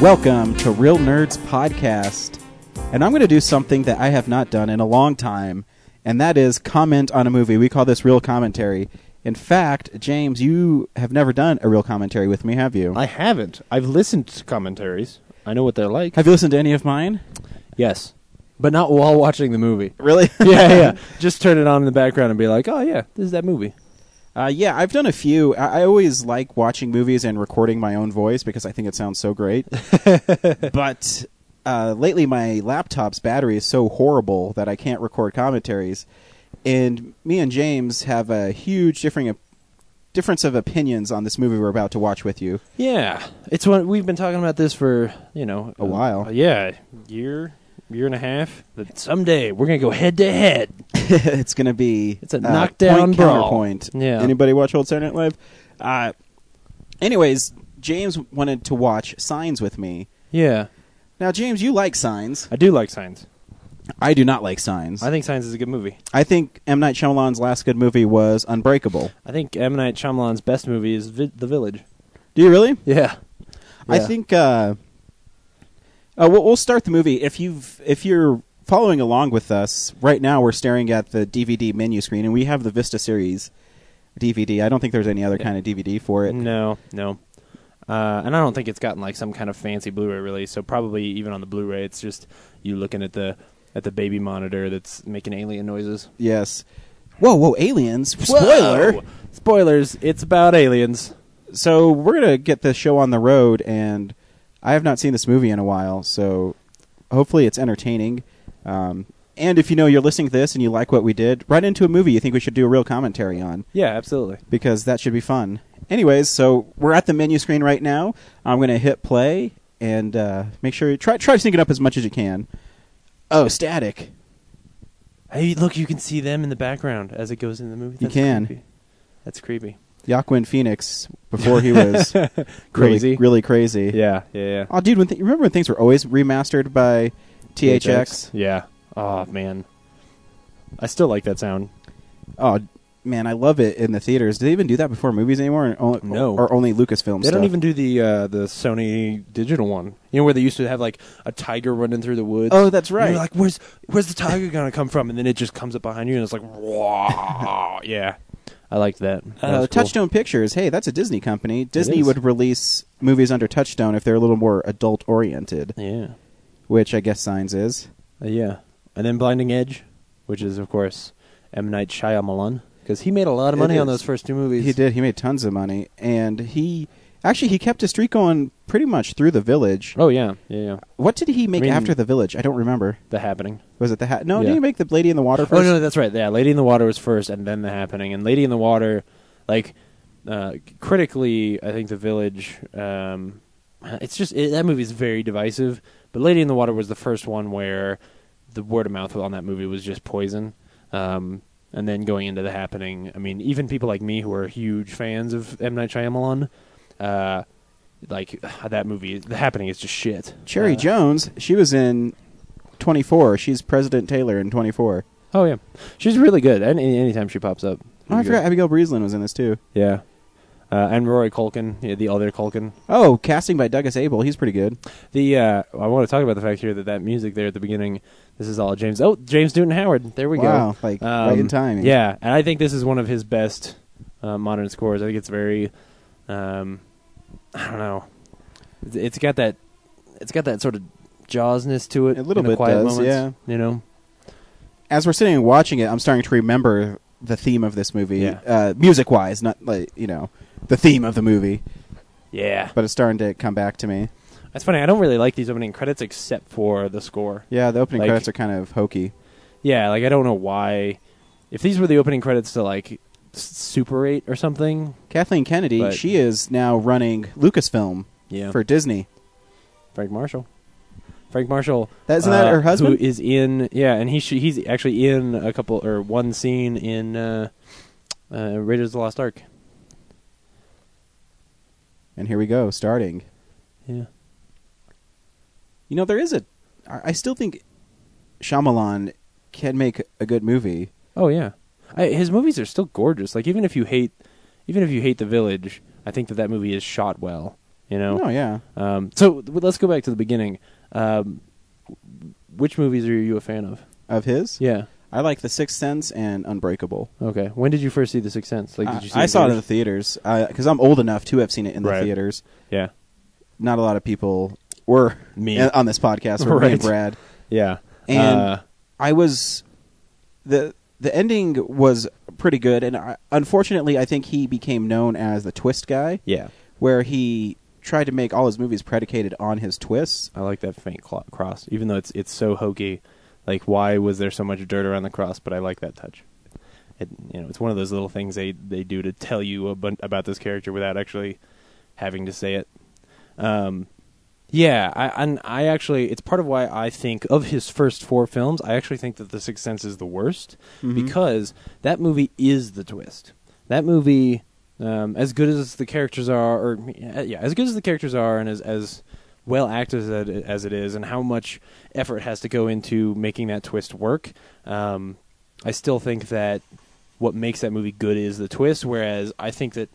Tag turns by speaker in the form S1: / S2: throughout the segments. S1: Welcome to Real Nerds Podcast. And I'm going to do something that I have not done in a long time, and that is comment on a movie. We call this real commentary. In fact, James, you have never done a real commentary with me, have you?
S2: I haven't. I've listened to commentaries. I know what they're like.
S1: have you listened to any of mine?
S2: yes, but not while watching the movie.
S1: Really?
S2: yeah, yeah. Just turn it on in the background and be like, "Oh yeah, this is that movie."
S1: Uh, yeah, I've done a few. I, I always like watching movies and recording my own voice because I think it sounds so great. but uh, lately, my laptop's battery is so horrible that I can't record commentaries. And me and James have a huge differing op- difference of opinions on this movie we're about to watch with you.
S2: Yeah, it's one we've been talking about this for you know uh,
S1: A while.
S2: yeah, year, year and a half. That someday we're gonna go head to head.
S1: it's going to be uh,
S2: It's a knockdown
S1: point
S2: brawl.
S1: counterpoint.
S2: Yeah.
S1: Anybody watch Old Saturday Night Live? Uh, anyways, James wanted to watch Signs with me.
S2: Yeah,
S1: Now, James, you like Signs.
S2: I do like Signs.
S1: I do not like Signs.
S2: I think Signs is a good movie.
S1: I think M Night Shyamalan's last good movie was Unbreakable.
S2: I think M Night Shyamalan's best movie is vi- The Village.
S1: Do you really?
S2: Yeah,
S1: I think. Uh, uh, we'll, we'll start the movie if you've if you're following along with us right now. We're staring at the DVD menu screen, and we have the Vista series DVD. I don't think there's any other kind of DVD for it.
S2: No, no. Uh, and I don't think it's gotten like some kind of fancy Blu-ray release. So probably even on the Blu-ray, it's just you looking at the at the baby monitor that's making alien noises.
S1: Yes. Whoa, whoa, aliens! Spoiler.
S2: Whoa! Spoilers. It's about aliens.
S1: So we're gonna get this show on the road, and I have not seen this movie in a while. So hopefully, it's entertaining. Um, and if you know you're listening to this and you like what we did, write into a movie you think we should do a real commentary on
S2: Yeah, absolutely.
S1: because that should be fun. Anyways, so we're at the menu screen right now. I'm gonna hit play and uh, make sure you try try to sync it up as much as you can. Oh, static.
S2: Hey, look, you can see them in the background as it goes in the movie.
S1: You
S2: That's
S1: can.
S2: Creepy. That's creepy.
S1: Joaquin Phoenix before he was really-
S2: Crazy.
S1: really, crazy.
S2: Yeah, yeah, yeah.
S1: Oh, dude, when th- remember when things were always remastered by THX?
S2: Yeah. Oh man. I still like that sound.
S1: Oh, man, I love it in the theaters. Do they even do that before movies anymore? Or only,
S2: No.
S1: Or only Lucasfilm
S2: They
S1: stuff?
S2: don't even do the uh, the Sony digital one. You know where they used to have like a tiger running through the woods.
S1: Oh, that's
S2: And
S1: right.
S2: you're like, where's where's the tiger gonna come from? And then it just comes up behind you, and it's like, wow, yeah. I liked that. That
S1: Uh,
S2: was cool.
S1: Touchstone Pictures, hey, that's a Disney company. Disney
S2: is.
S1: would release movies under Touchstone if they're a little more adult oriented,
S2: Yeah,
S1: which I guess Signs is.
S2: Uh, yeah. And then Blinding Edge, which is of course M Night Shyamalan, because he made a lot of
S1: It
S2: money on
S1: is.
S2: those first two movies.
S1: He did. He made tons of money, and he actually he kept his streak going pretty much through The Village.
S2: Oh yeah, yeah, yeah.
S1: What did he make
S2: I mean-
S1: after The Village? I don't remember.
S2: The Happening.
S1: Was it the hat? No,
S2: Yeah.
S1: did he make the Lady in the Water first?
S2: Oh no, that's right. Yeah, Lady in the Water was first, and then The Happening. And Lady in the Water, like uh, critically, I think The Village. Um, it's just it, that movie is very divisive. But Lady in the Water was the first one where the word of mouth on that movie was just poison. Um, and then going into The Happening, I mean, even people like me who are huge fans of M Night Shyamalan, uh, like that movie, The Happening is just shit.
S1: Cherry
S2: Uh,
S1: Jones, she was in 24. She's President Taylor in 24.
S2: Oh yeah, she's really good. Any anytime she pops up,
S1: Oh, I
S2: she's good.
S1: forgot Abigail Breslin was in this too.
S2: Yeah. Uh, and Rory Culkin, yeah, the other Culkin.
S1: Oh, casting by Douglas Abel. He's pretty good.
S2: The uh, I want to talk about the fact here that that music there at the beginning, this is all James. Oh, James Newton Howard. There we
S1: Wow,
S2: go. Um,
S1: like, right in timing.
S2: Yeah, and I think this is one of his best uh, modern scores. I think it's very, um, I don't know, It's- it's got that, it's got that sort of jawsness to it.
S1: A little
S2: in the
S1: bit
S2: quiet
S1: does,
S2: moments,
S1: yeah.
S2: You know,
S1: As we're sitting and watching it, I'm starting to remember the theme of this movie,
S2: Yeah.
S1: uh, music wise, not like you know the theme of the movie,
S2: yeah.
S1: but it's starting to come back to me.
S2: That's funny. I don't really like these opening credits except for the score.
S1: Yeah, the opening
S2: Like-
S1: credits are kind of hokey.
S2: Yeah, like I don't know why. If these were the opening credits to like S- Super Eight or something,
S1: Kathleen Kennedy,
S2: But-
S1: she is now running Lucasfilm
S2: yeah,
S1: for Disney.
S2: Frank Marshall. Frank Marshall.
S1: That- isn't that her husband?
S2: Uh, Who is in? Yeah, and he sh- he's actually in a couple or one scene in uh, uh, Raiders of the Lost Ark.
S1: And here we go, starting.
S2: Yeah.
S1: You know, there is a. I I still think Shyamalan can make a good movie.
S2: Oh yeah, I, his movies are still gorgeous. Like even if you hate, even if you hate The Village, I think that that movie is shot well. You know.
S1: Oh yeah.
S2: Um, so th- let's go back to the beginning. Um, which movies are you a fan of?
S1: Of his,
S2: Yeah.
S1: I like The Sixth Sense and Unbreakable.
S2: Okay. When did you first see The Sixth Sense? Like,
S1: I-
S2: did you see
S1: I, saw it in the
S2: theaters?
S1: theaters because I'm old enough to have seen it in the
S2: Right.
S1: theaters.
S2: Yeah.
S1: Not a lot of people were
S2: Me.
S1: on this podcast. Were me
S2: Right.
S1: and Brad.
S2: Yeah.
S1: And
S2: Uh,
S1: I was the the ending was pretty good, and I, unfortunately, I think he became known as the twist guy,
S2: yeah.
S1: where he tried to make all his movies predicated on his twists.
S2: I like that faint clo cross, even though it's it's so hokey. Like, why was there so much dirt around the cross? But I like that touch. It, you know, it's one of those little things they they do to tell you a bun- about this character without actually having to say it. Um, yeah, I and I actually it's part of why I think of his first four films. I actually think that The Sixth Sense is the worst because that movie is the twist. That movie, um, as good as the characters are, or uh, yeah, as good as the characters are, and as as well acted as it, as it is, and how much effort has to go into making that twist work. Um, I still think that what makes that movie good is the twist. Whereas I think that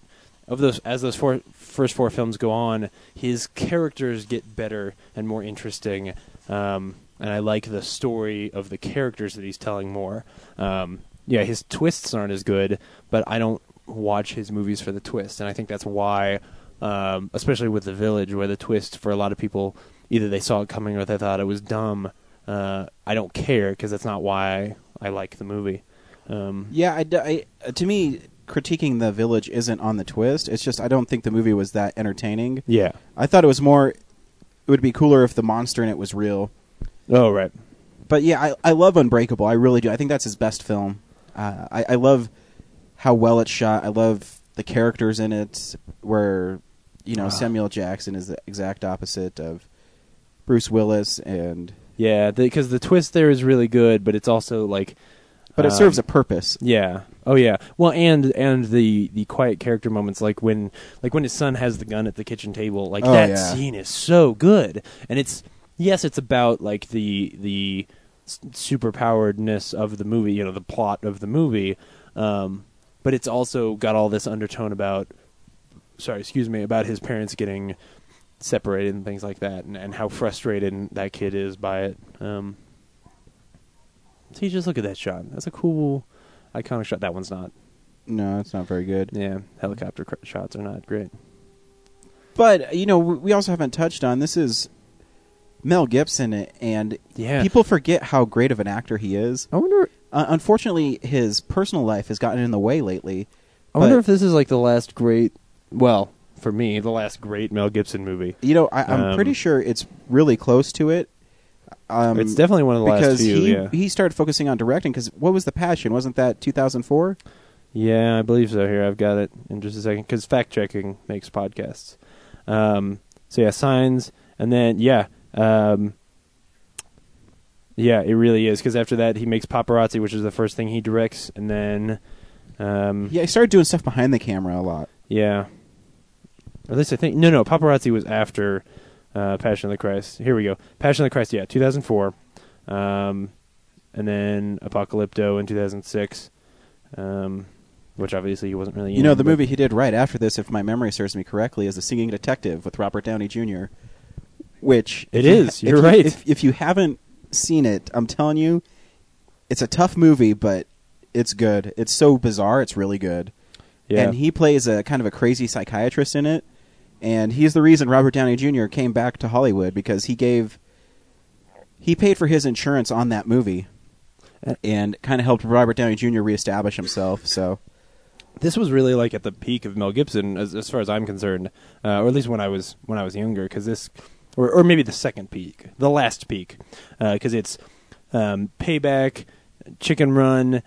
S2: of those as those four first four films go on, his characters get better and more interesting, um, and I like the story of the characters that he's telling more. Um, yeah, his twists aren't as good, but I don't watch his movies for the twist, and I think that's why, um, especially with The Village, where the twist for a lot of people either they saw it coming or they thought it was dumb. Uh, I don't care because that's not why I like the movie. Um,
S1: Yeah, I d I to me, critiquing the village isn't on the twist. It's just I don't think the movie was that entertaining.
S2: yeah.
S1: I thought it was more. It would be cooler if the monster in it was real.
S2: Oh right.
S1: But yeah, I, I love Unbreakable. I really do. I think that's his best film. Uh, I, I love how well it's shot. I love the characters in it, where you know
S2: Ah.
S1: Samuel Jackson is the exact opposite of Bruce Willis, and
S2: Yeah, because the, twist there is really good, but it's also like,
S1: but it
S2: Um,
S1: serves a purpose.
S2: yeah, oh yeah, well, and and the the quiet character moments, like when like when his son has the gun at the kitchen table, like
S1: Oh,
S2: that
S1: yeah.
S2: scene is so good, and it's yes, it's about like the the s- superpoweredness of the movie, you know, the plot of the movie, um, but it's also got all this undertone about, sorry, excuse me, about his parents getting separated and things like that, and, and how frustrated that kid is by it. Um, See, just look at that shot. That's a cool, iconic shot. That one's not.
S1: No, it's not very good.
S2: Yeah, helicopter cr- shots are not great.
S1: But you know, we we also haven't touched on this is Mel Gibson, and
S2: Yeah.
S1: people forget how great of an actor he is.
S2: I wonder.
S1: Uh, unfortunately, his personal life has gotten in the way lately.
S2: I wonder
S1: But-
S2: if this is like the last great. Well, for me, the last great Mel Gibson movie.
S1: You know, I, I'm
S2: Um,
S1: pretty sure it's really close to it. Um,
S2: it's definitely one of the last
S1: because
S2: few.
S1: he
S2: yeah.
S1: he started focusing on directing. Because what was the passion? Wasn't that 2004?
S2: Yeah, I believe so. Here, I've got it in just a second because fact checking makes podcasts. Um, so yeah, signs, and then yeah, um, yeah, it really is because after that he makes paparazzi, which is the first thing he directs, and then um,
S1: Yeah, he started doing stuff behind the camera a lot.
S2: yeah. At least I think no, no. Paparazzi was after uh, Passion of the Christ. Here we go. Passion of the Christ. Yeah, two thousand four, um, and then Apocalypto in two thousand six, um, which obviously he wasn't really.
S1: You know,
S2: in,
S1: the
S2: but-
S1: movie he did right after this, if my memory serves me correctly, is The Singing Detective with Robert Downey Jr. Which if
S2: It
S1: you-
S2: is.
S1: if
S2: You're
S1: you-
S2: right.
S1: If, if you haven't seen it, I'm telling you, it's a tough movie, but it's good. It's so bizarre. It's really good.
S2: Yeah.
S1: And he plays a kind of a crazy psychiatrist in it. And he's the reason Robert Downey Jr. came back to Hollywood because he gave he paid for his insurance on that movie and kind of helped Robert Downey Jr. reestablish himself. So
S2: this was really like at the peak of Mel Gibson, as, as far as I'm concerned, uh, or at least when I was when I was younger, because this, or, or maybe the second peak, the last peak, because it's um, Payback, Chicken Run,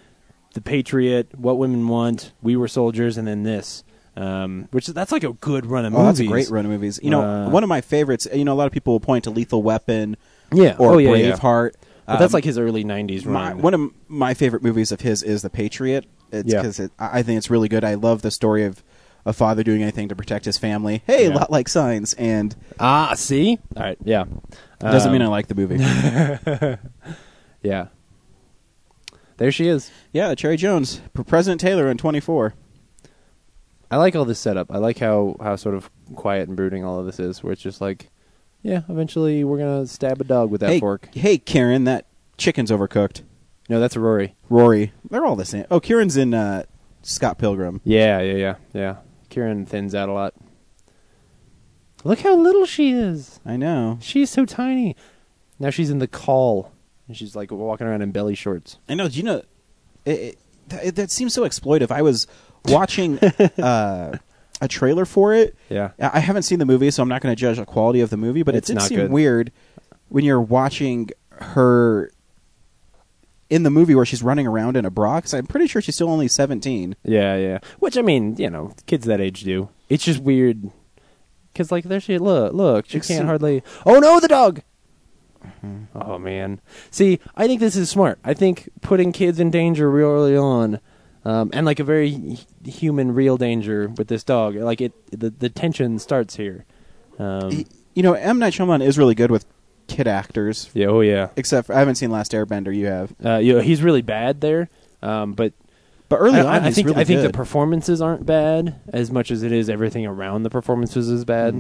S2: The Patriot, What Women Want, We Were Soldiers, and then this, um, which is- that's like a good run of
S1: oh,
S2: movies.
S1: that's a great run of movies. You know,
S2: Uh,
S1: one of my favorites. You know, a lot of people will point to Lethal Weapon,
S2: Yeah.
S1: or
S2: Oh, yeah, yeah.
S1: Braveheart.
S2: But that's
S1: Um,
S2: like his early '90s run.
S1: my, one of my favorite movies of his is The Patriot. It's
S2: Yeah.
S1: because it, I I think it's really good. I love the story of a father doing anything to protect his family. Hey, a
S2: Yeah.
S1: lot like Signs, and
S2: ah, see, all right, yeah.
S1: it doesn't
S2: Um,
S1: mean I like the movie.
S2: yeah. There she is.
S1: yeah, Cherry Jones, P- President Taylor in Twenty Four.
S2: I like all this setup. I like how how sort of quiet and brooding all of this is, where it's just like, yeah, eventually we're gonna stab a dog with that
S1: hey,
S2: fork.
S1: hey, Karen, that chicken's overcooked.
S2: No, that's Rory.
S1: Rory, they're all the same. Oh, Kieran's in uh, Scott Pilgrim.
S2: Yeah, yeah, yeah, yeah. Kieran thins out a lot. Look how little she is.
S1: I know.
S2: She's so tiny. Now she's in the call, and she's like walking around in belly shorts.
S1: I know. Do you know? It, it, that, it, that seems so exploitive. I was watching uh, a trailer for it.
S2: Yeah.
S1: I I haven't seen the movie, so I'm not going to judge the quality of the movie. But
S2: It's
S1: it did
S2: not
S1: seem
S2: good.
S1: weird when you're watching her in the movie where she's running around in a bra. 'cause I'm pretty sure she's still only 17.
S2: Yeah, yeah. Which I mean, you know, kids that age do. It's just weird. Cause like there she look, look, she
S1: It's-
S2: can't hardly. Oh no, the dog. Oh man. See, I think this is smart. I think putting kids in danger real early on, um, and like a very h- human, real danger with this dog. Like it, the the tension starts here. Um,
S1: You know, M Night Shyamalan is really good with kid actors.
S2: yeah. Oh yeah.
S1: Except for, I haven't seen Last Airbender. You have,
S2: Uh, you know, he's really bad there. Um, but
S1: but early
S2: I,
S1: on,
S2: I- I
S1: he's
S2: think
S1: really
S2: I think
S1: good.
S2: the performances aren't bad as much as it is everything around the performances is bad.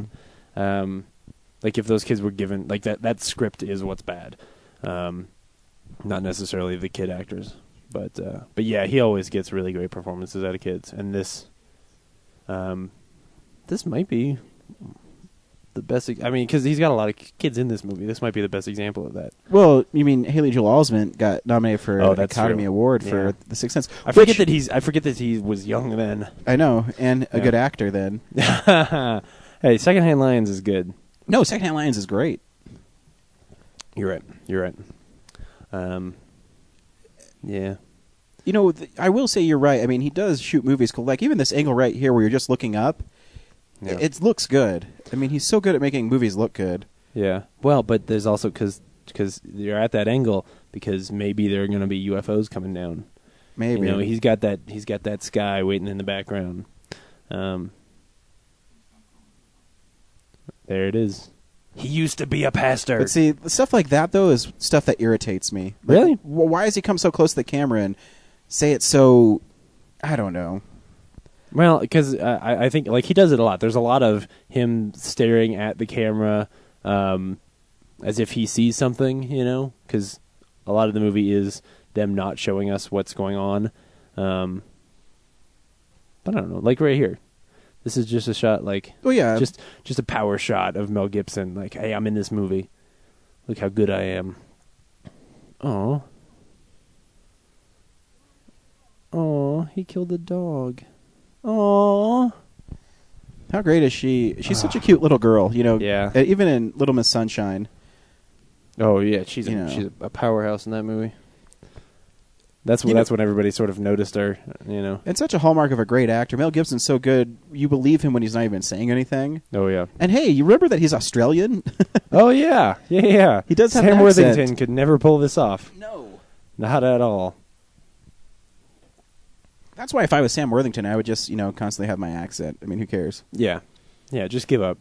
S1: Mm-hmm.
S2: Um, like if those kids were given like that that script is what's bad, um, not necessarily the kid actors. But uh, but yeah, he always gets really great performances out of kids, and this um, this might be the best. ex- I mean, because he's got a lot of kids in this movie. This might be the best example of that.
S1: Well, you mean Haley Joel Osment got nominated for
S2: Oh,
S1: an
S2: that's
S1: Academy
S2: true.
S1: Award
S2: Yeah.
S1: for The Sixth Sense.
S2: I forget
S1: which-
S2: that he's I forget that he was young then.
S1: I know, and a
S2: Yeah.
S1: good actor. Then
S2: hey, Secondhand Lions is good.
S1: no, Secondhand Lions is great.
S2: You're right. You're right. Um, yeah.
S1: You know, th- I will say you're right. I mean, he does shoot movies cool. Like even this angle right here, where you're just looking up,
S2: Yeah.
S1: it, it looks good. I mean, he's so good at making movies look good.
S2: yeah. Well, but there's also because because you're at that angle because maybe there are going to be UFOs coming down.
S1: Maybe
S2: You know, he's got that he's got that sky waiting in the background. Um, there it is. He used to be a pastor.
S1: But see, stuff like that though is stuff that irritates me. Like,
S2: Really?
S1: wh- why has he come so close to the camera and say it so? I don't know.
S2: Well, because uh, I, I think like he does it a lot. There's a lot of him staring at the camera, um, as if he sees something, you know. Because a lot of the movie is them not showing us what's going on. Um, but I don't know, like right here, this is just a shot, like
S1: Well, yeah,
S2: just just a power shot of Mel Gibson. Like, hey, I'm in this movie. Look how good I am. Oh. Oh, he killed the dog. Oh.
S1: How great is she? She's such a cute little girl, you know.
S2: Yeah.
S1: uh, Even in Little Miss Sunshine,
S2: Oh yeah, she's a,
S1: You know.
S2: she's a powerhouse in that movie. That's
S1: You
S2: what
S1: know-
S2: that's when everybody sort of noticed her, you know.
S1: it's such a hallmark of a great actor. Mel Gibson's so good, you believe him when he's not even saying anything.
S2: Oh yeah.
S1: And hey, you remember that he's Australian?
S2: oh yeah. Yeah yeah.
S1: He does have
S2: Sam
S1: an accent.
S2: Worthington could never pull this off.
S1: no.
S2: Not at all.
S1: That's why if I was Sam Worthington, I would just you know constantly have my accent. I mean, who cares?
S2: Yeah, yeah. Just give up.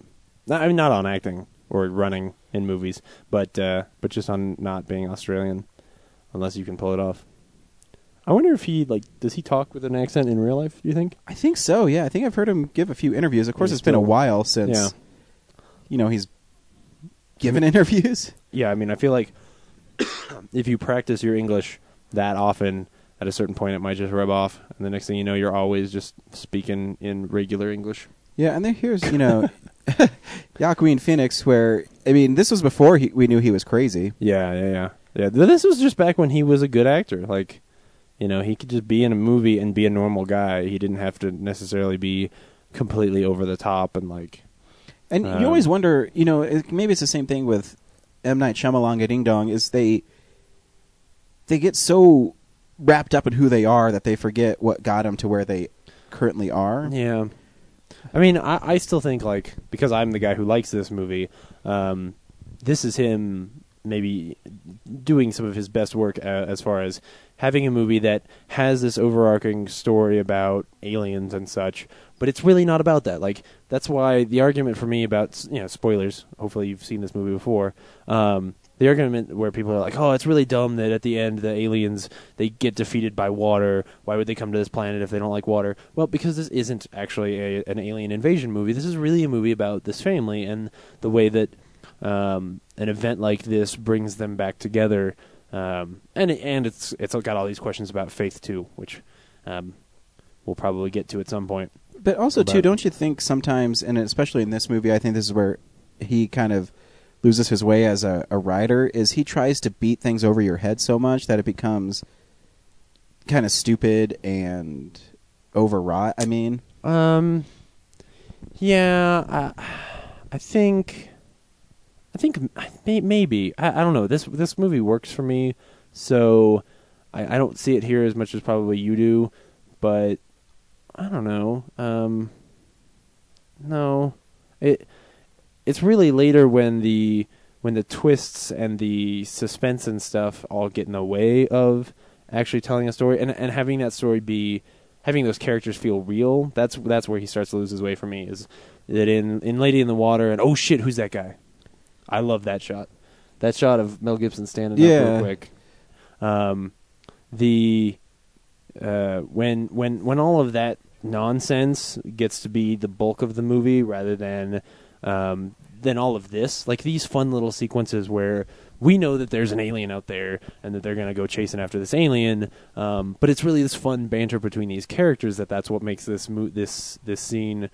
S2: Not, I mean, not on acting or running in movies, but uh, but just on not being Australian, unless you can pull it off. I wonder if he like does he talk with an accent in real life? Do you think?
S1: I think so. Yeah, I think I've heard him give a few interviews. Of course,
S2: He's
S1: it's been a
S2: still-
S1: while since
S2: Yeah.
S1: you know he's given interviews.
S2: Yeah, I mean, I feel like if you practice your English that often, at a certain point, it might just rub off, and the next thing you know, you're always just speaking in regular English.
S1: Yeah, and then here's you know Joaquin Phoenix, where I mean, this was before he, we knew he was crazy.
S2: Yeah, yeah, yeah. Yeah, th- this was just back when he was a good actor. Like, you know, he could just be in a movie and be a normal guy. He didn't have to necessarily be completely over the top and like
S1: And
S2: Um,
S1: you always wonder, you know, it- maybe it's the same thing with M Night Shyamalan and Ding Dong. Is they they get so wrapped up in who they are that they forget what got them to where they currently are.
S2: Yeah. I mean, I, I still think like because I'm the guy who likes this movie, um, this is him maybe doing some of his best work uh, as far as having a movie that has this overarching story about aliens and such, but it's really not about that. Like that's why the argument for me about you know spoilers. Hopefully you've seen this movie before. Um, the argument where people are like, "Oh, it's really dumb that at the end the aliens they get defeated by water. Why would they come to this planet if they don't like water?" Well, because this isn't actually a, an alien invasion movie. This is really a movie about this family and the way that um, an event like this brings them back together. Um, and and it's it's got all these questions about faith too, which um, we'll probably get to at some point.
S1: But also, too,
S2: But-
S1: don't you think sometimes, and especially in this movie, I think this is where he kind of loses his way as a, a writer, is he tries to beat things over your head so much that it becomes kind of stupid and overwrought. I mean,
S2: Um, yeah, I, I think, I think may, maybe I, I don't know. This this movie works for me, so I, I don't see it here as much as probably you do, but I don't know. Um, no, it it's really later when the when the twists and the suspense and stuff all get in the way of actually telling a story and and having that story be having those characters feel real. That's that's where he starts to lose his way for me. Is that in in Lady in the Water and oh shit, who's that guy? I love that shot. That shot of Mel Gibson standing up
S1: Yeah.
S2: real quick. Um, the uh, when when when all of that nonsense gets to be the bulk of the movie rather than um, than all of this like these fun little sequences where we know that there's an alien out there and that they're going to go chasing after this alien um, but it's really this fun banter between these characters that that's what makes this mo- this this scene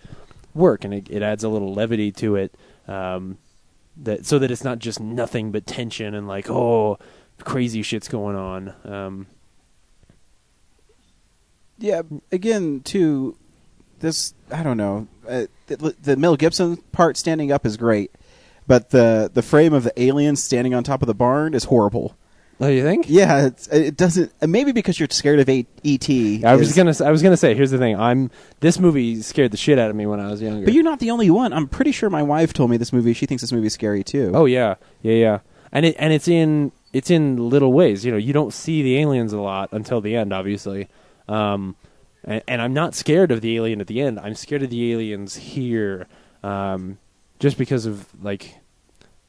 S2: work and it, it adds a little levity to it um, that so that it's not just nothing but tension and like oh crazy shit's going on um,
S1: yeah, again, too, this, I don't know, uh, the, the Mel Gibson part standing up is great, but the, the frame of the alien standing on top of the barn is horrible.
S2: what do Oh, you think
S1: Yeah, it's, uh, it doesn't. Maybe because you're scared of a- ET.
S2: I was
S1: is-
S2: gonna. I was gonna say. Here's the thing. I'm. This movie scared the shit out of me when I was younger.
S1: But you're not the only one. I'm pretty sure my wife told me this movie. She thinks this movie's scary too.
S2: Oh yeah, yeah, yeah. And it and it's in it's in little ways. You know, you don't see the aliens a lot until the end, obviously. Um, and, and I'm not scared of the alien at the end. I'm scared of the aliens here, um, just because of like,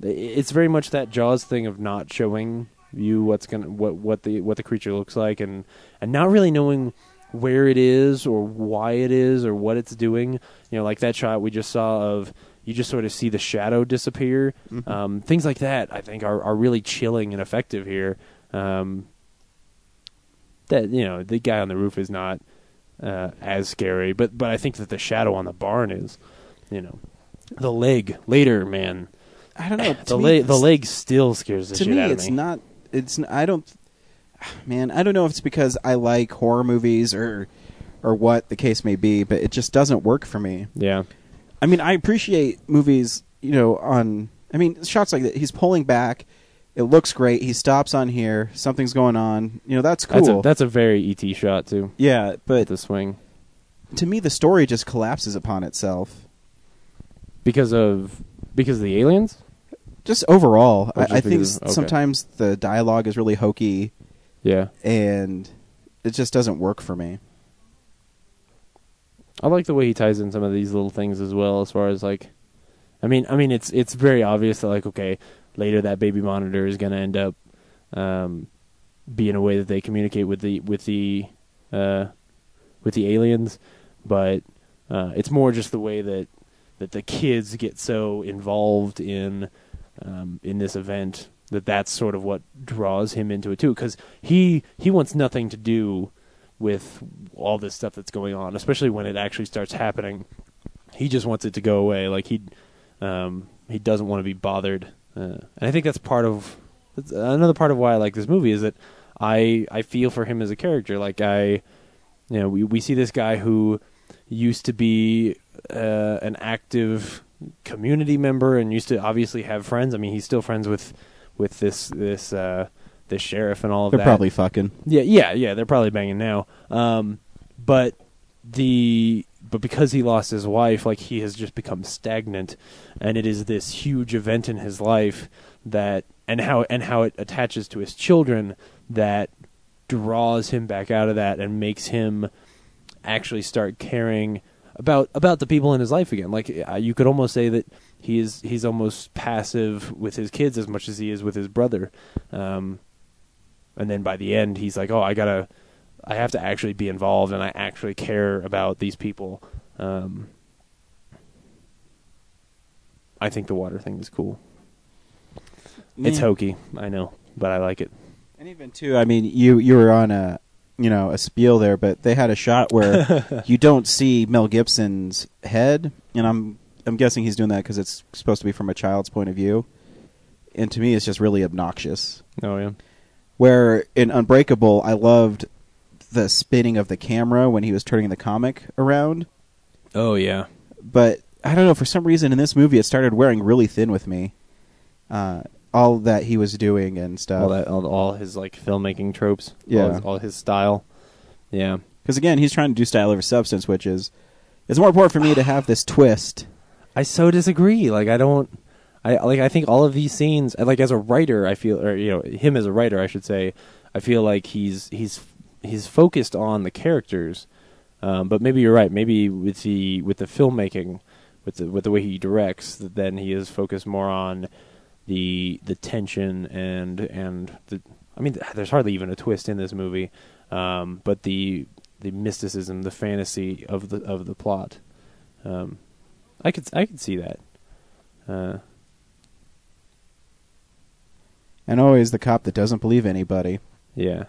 S2: i- it's very much that Jaws thing of not showing you what's gonna what what the what the creature looks like and and not really knowing where it is or why it is or what it's doing. You know, like that shot we just saw of you just sort of see the shadow disappear. Um, things like that, I think, are, are really chilling and effective here. Um, that you know, the guy on the roof is not uh, as scary, but but I think that the shadow on the barn is, you know, the leg later, man.
S1: I don't know.
S2: the
S1: To me,
S2: leg, the
S1: it's-
S2: leg still scares the
S1: To
S2: shit
S1: me,
S2: out of
S1: it's
S2: me.
S1: not. It's. n- I don't. Man, I don't know if it's because I like horror movies or, or what the case may be, but it just doesn't work for me.
S2: yeah,
S1: I mean, I appreciate movies, you know, on I mean, shots like that. He's pulling back. It looks great. He stops on here. Something's going on. You know, that's cool.
S2: that's a that's a very ET shot too.
S1: yeah, but
S2: The swing
S1: to me the story just collapses upon itself.
S2: because of because of the aliens.
S1: Just overall,
S2: Or
S1: I,
S2: just
S1: I think
S2: because-
S1: s-
S2: okay.
S1: sometimes the dialogue is really hokey
S2: Yeah,
S1: and it just doesn't work for me.
S2: I like the way he ties in some of these little things as well. As far as like, I mean, I mean, it's it's very obvious that like, okay, later that baby monitor is going to end up um, being a way that they communicate with the with the uh, with the aliens, but uh, it's more just the way that that the kids get so involved in um, in this event that that's sort of what draws him into it too because he he wants nothing to do with all this stuff that's going on especially when it actually starts happening he just wants it to go away like he um, he doesn't want to be bothered uh, and I think that's part of that's another part of why I like this movie is that I I feel for him as a character like I you know, we, we see this guy who used to be uh, an active community member and used to obviously have friends. I mean, he's still friends with with this this uh, this sheriff and all of
S1: They're
S2: that.
S1: probably fucking.
S2: Yeah, yeah, yeah. They're probably banging now. Um, but the but because he lost his wife, like he has just become stagnant, and it is this huge event in his life that and how and how it attaches to his children that draws him back out of that and makes him actually start caring about about the people in his life again. Like uh, you could almost say that he is he's almost passive with his kids as much as he is with his brother. Um, and then by the end, he's like, "Oh, I gotta, I have to actually be involved, and I actually care about these people." Um, I think the water thing is cool. It's
S1: Man.
S2: hokey, I know, but I like it.
S1: And even too, I mean, you you were on a you know a spiel there, but they had a shot where you don't see Mel Gibson's head, and I'm I'm guessing he's doing that because it's supposed to be from a child's point of view. And to me, it's just really obnoxious.
S2: Oh yeah,
S1: Where in Unbreakable, I loved the spinning of the camera when he was turning the comic around,
S2: oh yeah.
S1: but I don't know for some reason in this movie it started wearing really thin with me. Uh, all that he was doing and stuff.
S2: all that all, all his like filmmaking tropes all
S1: Yeah.
S2: his, all his style yeah
S1: Because again, he's trying to do style over substance, which is it's more important for me to have this twist.
S2: i so disagree like i don't i like i think all of these scenes like as a writer i feel or you know him as a writer i should say i feel like he's he's he's focused on the characters um, but maybe you're right maybe with the with the filmmaking with the with the way he directs then he is focused more on the the tension and and the I mean there's hardly even a twist in this movie, um, but the the mysticism, the fantasy of the of the plot, um, I could I could see that. Uh,
S1: And always the cop that doesn't believe anybody,
S2: yeah.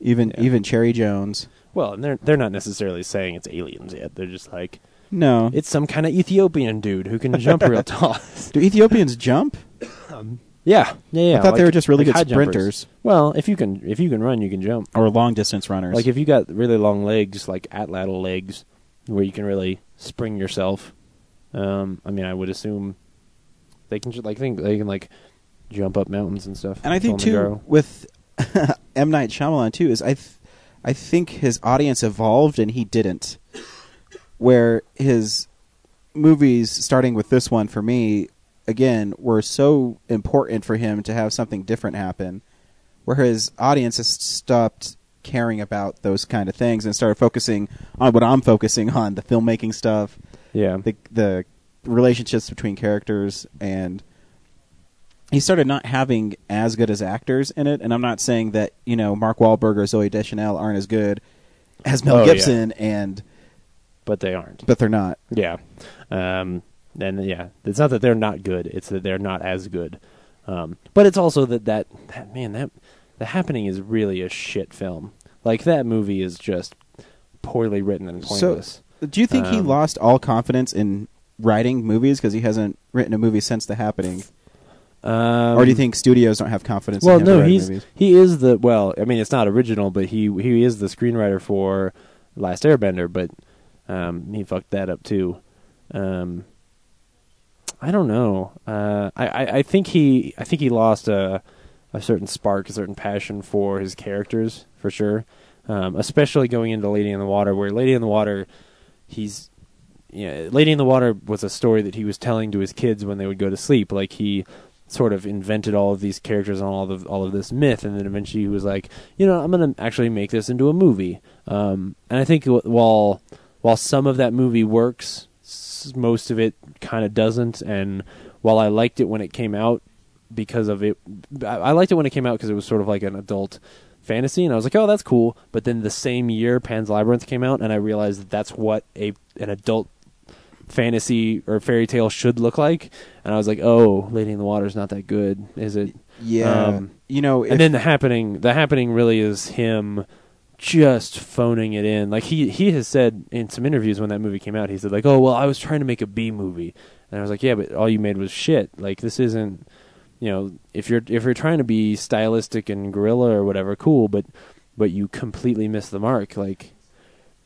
S1: even
S2: Yeah.
S1: even Cherry Jones.
S2: Well, and they're they're not necessarily saying it's aliens yet. They're just like
S1: No,
S2: it's some kind of Ethiopian dude who can jump real tall.
S1: do Ethiopians jump?
S2: yeah, yeah, yeah.
S1: I thought they
S2: like-
S1: were just really
S2: like
S1: good
S2: high jumpers.
S1: sprinters
S2: Well, if you can if you can run, you can jump.
S1: or long distance runners.
S2: Like if you got really long legs, like atlatl legs, where you can really spring yourself. Um, I mean, I would assume they can just like think they can like jump up mountains and stuff.
S1: and I think too
S2: Kilimanjaro.
S1: with M Night Shyamalan too is I, th- I think his audience evolved and he didn't. Where his movies, starting with this one for me, again were so important for him to have something different happen, where his audience has stopped caring about those kind of things and started focusing on what I'm focusing on the filmmaking stuff
S2: yeah,
S1: the the relationships between characters and he started not having as good as actors in it and I'm not saying that, you know, Mark Wahlberg or Zoe Deschanel aren't as good as Mel
S2: Oh, yeah.
S1: Gibson and
S2: but they aren't.
S1: but they're not.
S2: yeah, um, and yeah, it's not that they're not good; it's that they're not as good. Um, but it's also that that that man that the happening is really a shit film. Like that movie is just poorly written and pointless.
S1: So do you think he
S2: Um,
S1: lost all confidence in writing movies because he hasn't written a movie since The Happening?
S2: um,
S1: or do you think studios don't have confidence
S2: well
S1: in him to
S2: no
S1: write
S2: he's
S1: movies?
S2: he is the well i mean it's not original but he he is the screenwriter for last airbender but um he fucked that up too um i don't know uh i i, I think he i think he lost a a certain spark a certain passion for his characters for sure um especially going into lady in the water where lady in the water he's yeah, Lady in the Water was a story that he was telling to his kids when they would go to sleep. Like he sort of invented all of these characters and all of all of this myth, and then eventually he was like, you know, I'm gonna actually make this into a movie. Um, and I think wh- while while some of that movie works, s- most of it kind of doesn't. And while I liked it when it came out because of it, I- I liked it when it came out because it was sort of like an adult fantasy and I was like, "Oh, that's cool." But then the same year Pan's Labyrinth came out and I realized that that's what a an adult fantasy or fairy tale should look like. And I was like, "Oh, Lady in the Water's not that good, is it?"
S1: Yeah.
S2: um,
S1: you know, if,
S2: and then the happening, the happening really is him just phoning it in. Like he he has said in some interviews when that movie came out, he said like, "Oh, well, I was trying to make a B movie." And I was like, "Yeah, but all you made was shit. Like this isn't, you know, if you're if you're trying to be stylistic and guerrilla or whatever, cool, but but you completely miss the mark. Like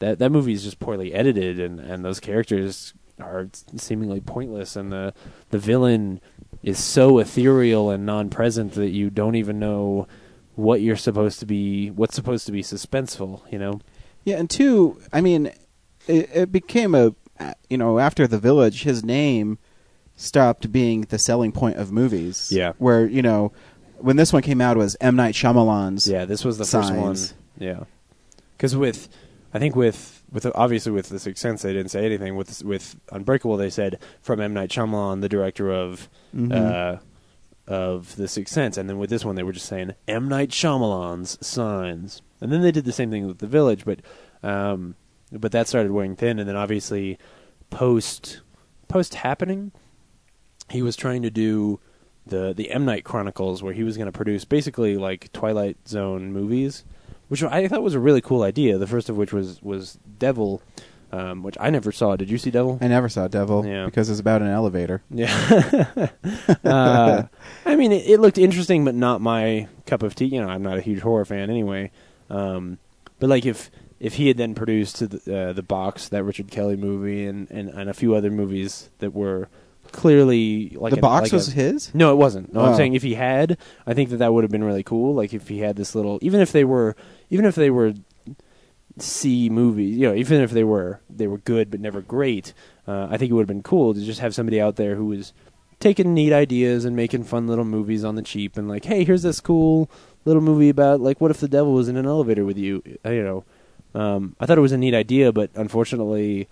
S2: that that movie is just poorly edited and and those characters are seemingly pointless and the the villain is so ethereal and non-present that you don't even know what you're supposed to be what's supposed to be suspenseful you know
S1: Yeah, and two, I mean, it, it became a you know after the village, his name stopped being the selling point of movies.
S2: Yeah.
S1: where you know when this one came out it was M Night Shyamalan's.
S2: yeah this was the first
S1: Signs.
S2: one yeah because with i think with with obviously with The Sixth Sense, they didn't say anything. With with Unbreakable, they said from M Night Shyamalan, the director of
S1: Mhm.
S2: uh, of The Sixth Sense, and then with this one, they were just saying M Night Shyamalan's signs, and then they did the same thing with The Village, but um, but that started wearing thin, and then obviously post post happening, he was trying to do the the M Night Chronicles, where he was going to produce basically like Twilight Zone movies, which I thought was a really cool idea. The first of which was was Devil, um, which I never saw. Did you see Devil?
S1: I never saw Devil
S2: Yeah.
S1: because it's about an elevator.
S2: Yeah. uh, I mean, it, it looked interesting, but not my cup of tea. You know, I'm not a huge horror fan anyway. Um, but like, if if he had then produced the, uh, the box, that Richard Kelly movie, and, and, and a few other movies that were clearly like
S1: the
S2: an-
S1: box
S2: like
S1: was
S2: a-
S1: his.
S2: no, it wasn't. No,
S1: Oh.
S2: I'm saying if he had, I think that that would have been really cool. Like if he had this little, even if they were, even if they were C movies, you know, even if they were they were good but never great, uh, I think it would have been cool to just have somebody out there who was taking neat ideas and making fun little movies on the cheap and like, hey, here's this cool little movie about like what if the devil was in an elevator with you, Uh, you know. Um, I thought it was a neat idea, but unfortunately,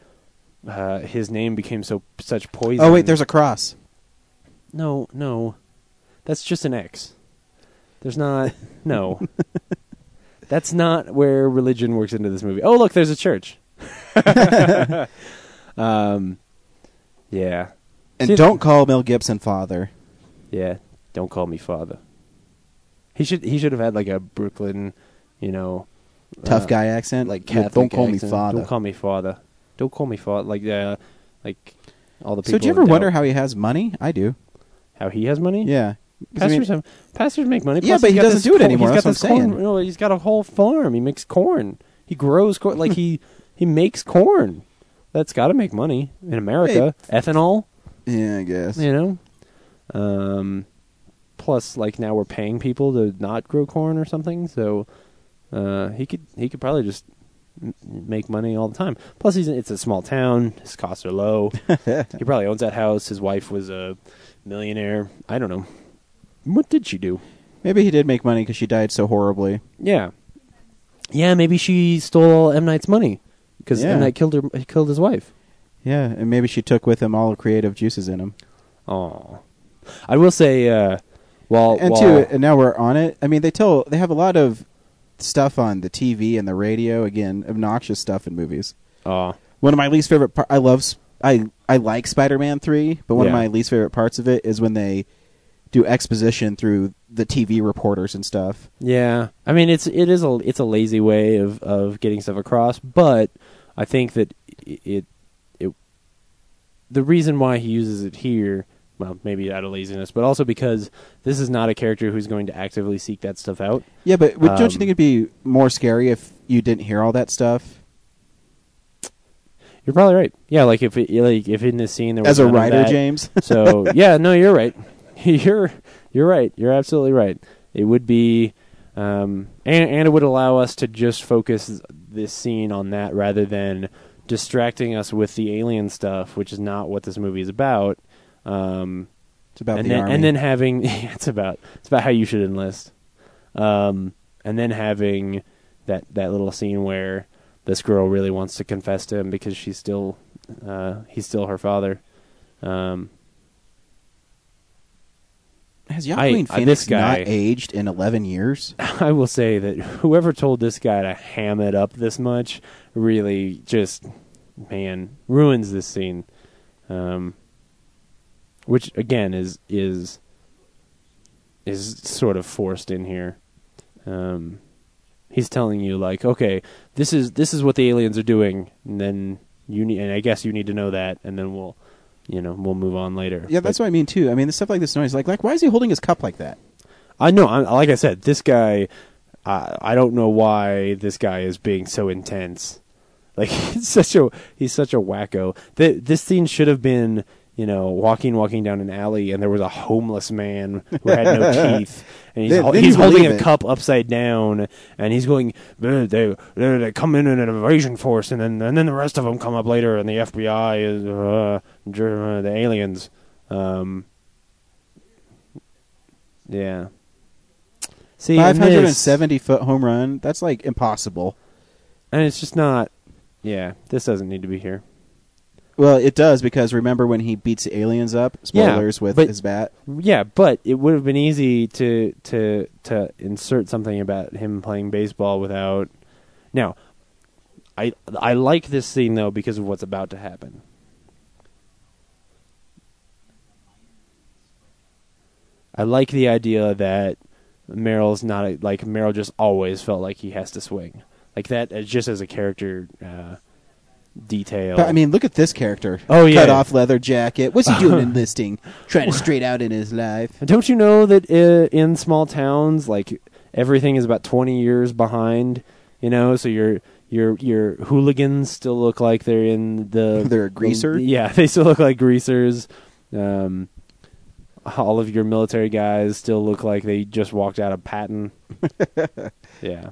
S2: uh, his name became so such poison.
S1: Oh wait, there's a cross.
S2: No, no. That's just an X. There's not. No. That's not where religion works into this movie. Oh, look, there's a church. um, yeah.
S1: And
S2: See,
S1: don't call Mel Gibson father.
S2: Yeah. Don't call me father. He should. He should have had like a Brooklyn, you know,
S1: Tough
S2: uh,
S1: guy accent.
S2: like
S1: Yeah,
S2: Catholic.
S1: Don't call me
S2: accent.
S1: father.
S2: Don't call me father. Don't call me father. Like uh, like all the people.
S1: so do you
S2: in
S1: ever wonder
S2: doubt.
S1: how he has money? I do.
S2: how he has money?
S1: Yeah. 'Cause I mean-
S2: Pastors, have, pastors make money.
S1: Yeah,
S2: Plus,
S1: but
S2: he's
S1: he
S2: got
S1: doesn't
S2: this
S1: do it
S2: corn-
S1: anymore,
S2: He's got
S1: that's
S2: this
S1: what I'm
S2: corn.
S1: saying.
S2: no, he's got a whole farm. He makes corn. He grows corn. Like he he makes corn. That's got to make money in America. Ethanol,
S1: yeah, I guess.
S2: you know. Um, plus, like now we're paying people to not grow corn or something. So uh, he could he could probably just m- make money all the time. Plus, he's it's a small town. His costs are low. he probably owns that house. His wife was a millionaire. I don't know. What did she do?
S1: Maybe he did make money because she died so horribly.
S2: Yeah. Yeah, maybe she stole M Night's money because
S1: Yeah.
S2: M Night killed her, he killed his wife.
S1: Yeah, and maybe she took with him all the creative juices in him.
S2: Oh, I will say, uh, while
S1: and
S2: while,
S1: two, and now we're on it. I mean, they tell they have a lot of stuff on the TV and the radio. Again, obnoxious stuff in movies.
S2: oh,
S1: One of my least favorite. Par- I love. s- I I like Spider-Man three, but one of
S2: Yeah.
S1: my least favorite parts of it is when they do exposition through the TV reporters and stuff.
S2: yeah. I mean, it's it is a it's a lazy way of of getting stuff across, but I think that i- it it the reason why he uses it here, well, maybe out of laziness, but also because this is not a character who's going to actively seek that stuff out.
S1: Yeah, but would, don't you
S2: Um,
S1: think it'd be more scary if you didn't hear all that stuff?
S2: You're probably right. Yeah, like if it, like if in this scene there was
S1: As a
S2: none of
S1: writer,
S2: that,
S1: James.
S2: so yeah, no, you're right. You're you're right. You're absolutely right. It would be, um, and and it would allow us to just focus this scene on that rather than distracting us with the alien stuff, which is not what this movie is about. Um,
S1: it's about
S2: and
S1: the
S2: then
S1: army.
S2: and then having it's about it's about how you should enlist, um, and then having that that little scene where this girl really wants to confess to him because she's still uh, he's still her father. Um,
S1: Has Joaquin
S2: I- I-
S1: Phoenix
S2: this guy-
S1: not aged in eleven years?
S2: I will say that whoever told this guy to ham it up this much really just man ruins this scene, um, which again is is is sort of forced in here. Um, he's telling you like, okay, this is this is what the aliens are doing, and then you need, and I guess you need to know that, and then we'll, you know, we'll move on later.
S1: Yeah, that's what I mean too. I mean, the stuff like this noise, like, like why is he holding his cup like that?
S2: I know. I, like I said, this guy. I I don't know why this guy is being so intense. Like he's such a he's such a wacko. Th this scene should have been you know walking walking down an alley and there was a homeless man who had no teeth and he's,
S1: Then-
S2: hol-
S1: then
S2: he's
S1: you believe
S2: holding a
S1: it.
S2: cup upside down and he's going "Uh, they they they come in in an invasion force and then and then the rest of them come up later and the FBI is uh, dr- uh, the aliens um yeah see and
S1: Five hundred and
S2: this-
S1: seventy foot home run. That's like impossible.
S2: and it's just not Yeah, this doesn't need to be here.
S1: Well, it does because remember when he beats the aliens up?
S2: Yeah,
S1: Spoilers with
S2: but-
S1: his bat.
S2: Yeah, but it would have been easy to to to insert something about him playing baseball without. Now, I I like this scene though because of what's about to happen. I like the idea that Meryl's not a, like Meryl just always felt like he has to swing like that uh, just as a character uh, detail.
S1: But I mean, look at this character.
S2: Oh, yeah.
S1: cut off leather jacket. What's he doing enlisting? Trying to straight out in his life.
S2: And Don't you know that uh, in small towns, like everything is about twenty years behind? You know, so your your your hooligans still look like they're in the
S1: They're a greaser?
S2: yeah, they still look like greasers. Um, all of your military guys still look like they just walked out of Patton. yeah,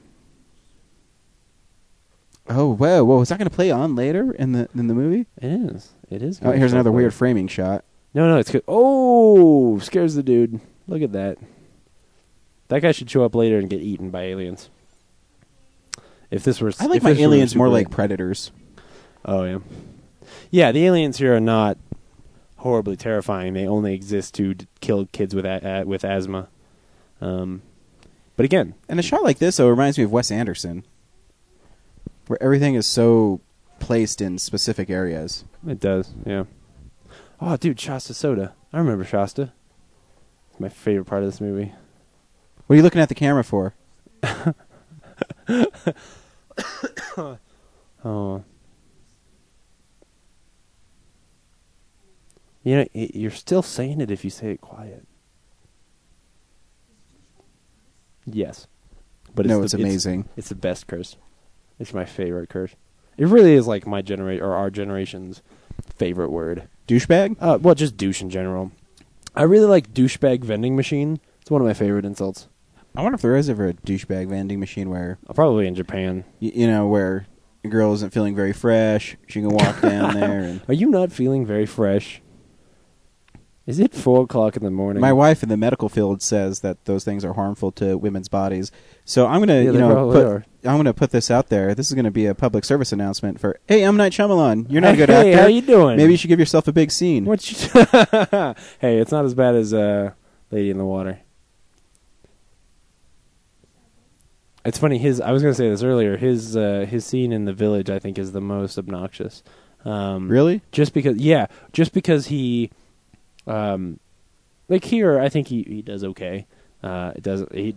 S1: Oh whoa, whoa! Is that going to play on later in the in the movie?
S2: it is. It is.
S1: Oh, here's another weird framing shot.
S2: No, no, it's good. Oh, scares the dude. Look at that. That guy should show up later and get eaten by aliens. If this were,
S1: I like
S2: if
S1: my
S2: this were
S1: aliens more
S2: Superman.
S1: like predators.
S2: Oh yeah, yeah. The aliens here are not horribly terrifying. They only exist to d- kill kids with a- a- with asthma. Um, but again,
S1: And a shot like this, though, reminds me of Wes Anderson, where everything is so placed in specific areas.
S2: it does. Yeah. Oh, dude, Shasta Soda. I remember Shasta. It's my favorite part of this movie.
S1: What are you looking at the camera for?
S2: Oh. You know, y- you're still saying it if you say it quiet. Yes. But
S1: no,
S2: the-
S1: it's, amazing.
S2: It's, the best curse. It's my favorite curse. It really is like my generation or our generation's favorite word.
S1: Douchebag.
S2: Uh, well, just douche in general. I really like douchebag vending machine. It's one of my favorite insults.
S1: I wonder if there is ever a douchebag vending machine where
S2: Uh, Probably in Japan.
S1: you, you know where a girl isn't feeling very fresh. She can walk down there, and
S2: Are you not feeling very fresh? Is it four o'clock in the morning?
S1: my wife in the medical field says that those things are harmful to women's bodies. So I'm gonna,
S2: Yeah,
S1: you
S2: they
S1: know,
S2: probably
S1: put,
S2: are.
S1: I'm gonna put this out there. This is gonna be a public service announcement for. Hey, I'm Night Shyamalan. You're not a good
S2: hey,
S1: actor.
S2: how you doing?
S1: Maybe you should give yourself a big scene.
S2: What you? hey, it's not as bad as uh, Lady in the Water. It's funny. His I was gonna say this earlier. His uh, his scene in the village I think is the most obnoxious. Um,
S1: Really?
S2: Just because? Yeah, just because he, um, like here I think he he does okay. Uh, it doesn't he.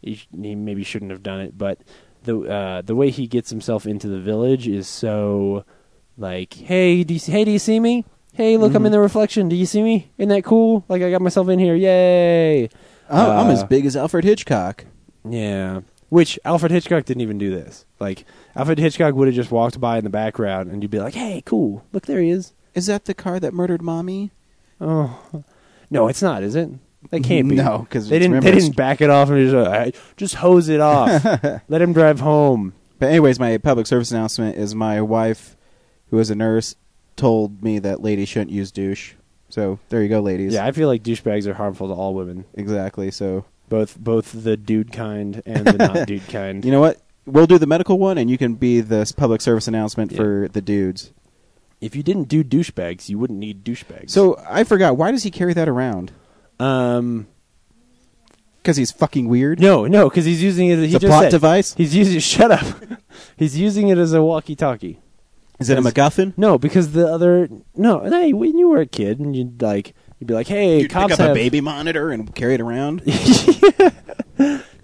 S2: He, sh- he maybe shouldn't have done it, but the uh, the way he gets himself into the village is so like, hey, do you, hey, do you see me? Hey, look, I'm in the reflection. Do you see me? Isn't that cool? Like, I got myself in here. Yay!
S1: Oh, I'm
S2: Uh,
S1: as big as Alfred Hitchcock.
S2: Yeah. Which Alfred Hitchcock didn't even do this. Like, Alfred Hitchcock would have just walked by in the background, and you'd be like, hey, cool, look, there he is.
S1: Is that the car that murdered mommy?
S2: Oh, no, it's not, is it? That can't be.
S1: No, 'cause
S2: they
S1: it's-
S2: didn't. They
S1: remember,
S2: didn't back it off and just uh, "Hey, just hose it off. Let him drive home.
S1: But anyways, my public service announcement is my wife, who is a nurse, told me that ladies shouldn't use douche. So there you go, ladies.
S2: Yeah, I feel like douchebags are harmful to all women,
S1: exactly. So
S2: both both the dude kind and the not dude kind.
S1: you know what? We'll do the medical one, and you can be the public service announcement
S2: Yeah.
S1: for the dudes.
S2: if you didn't do douchebags, you wouldn't need douchebags.
S1: So I forgot. Why does he carry that around?
S2: um,
S1: Because he's fucking weird.
S2: no, no, because he's using it. He
S1: It's a
S2: just
S1: plot
S2: said-
S1: device?
S2: He's using. Shut up. he's using it as a walkie-talkie.
S1: Is it a MacGuffin?
S2: No, because the other no. Hey, when you were a kid and you'd like, you'd be like, hey,
S1: You'd
S2: cops
S1: pick up
S2: have
S1: a baby monitor and carry it around.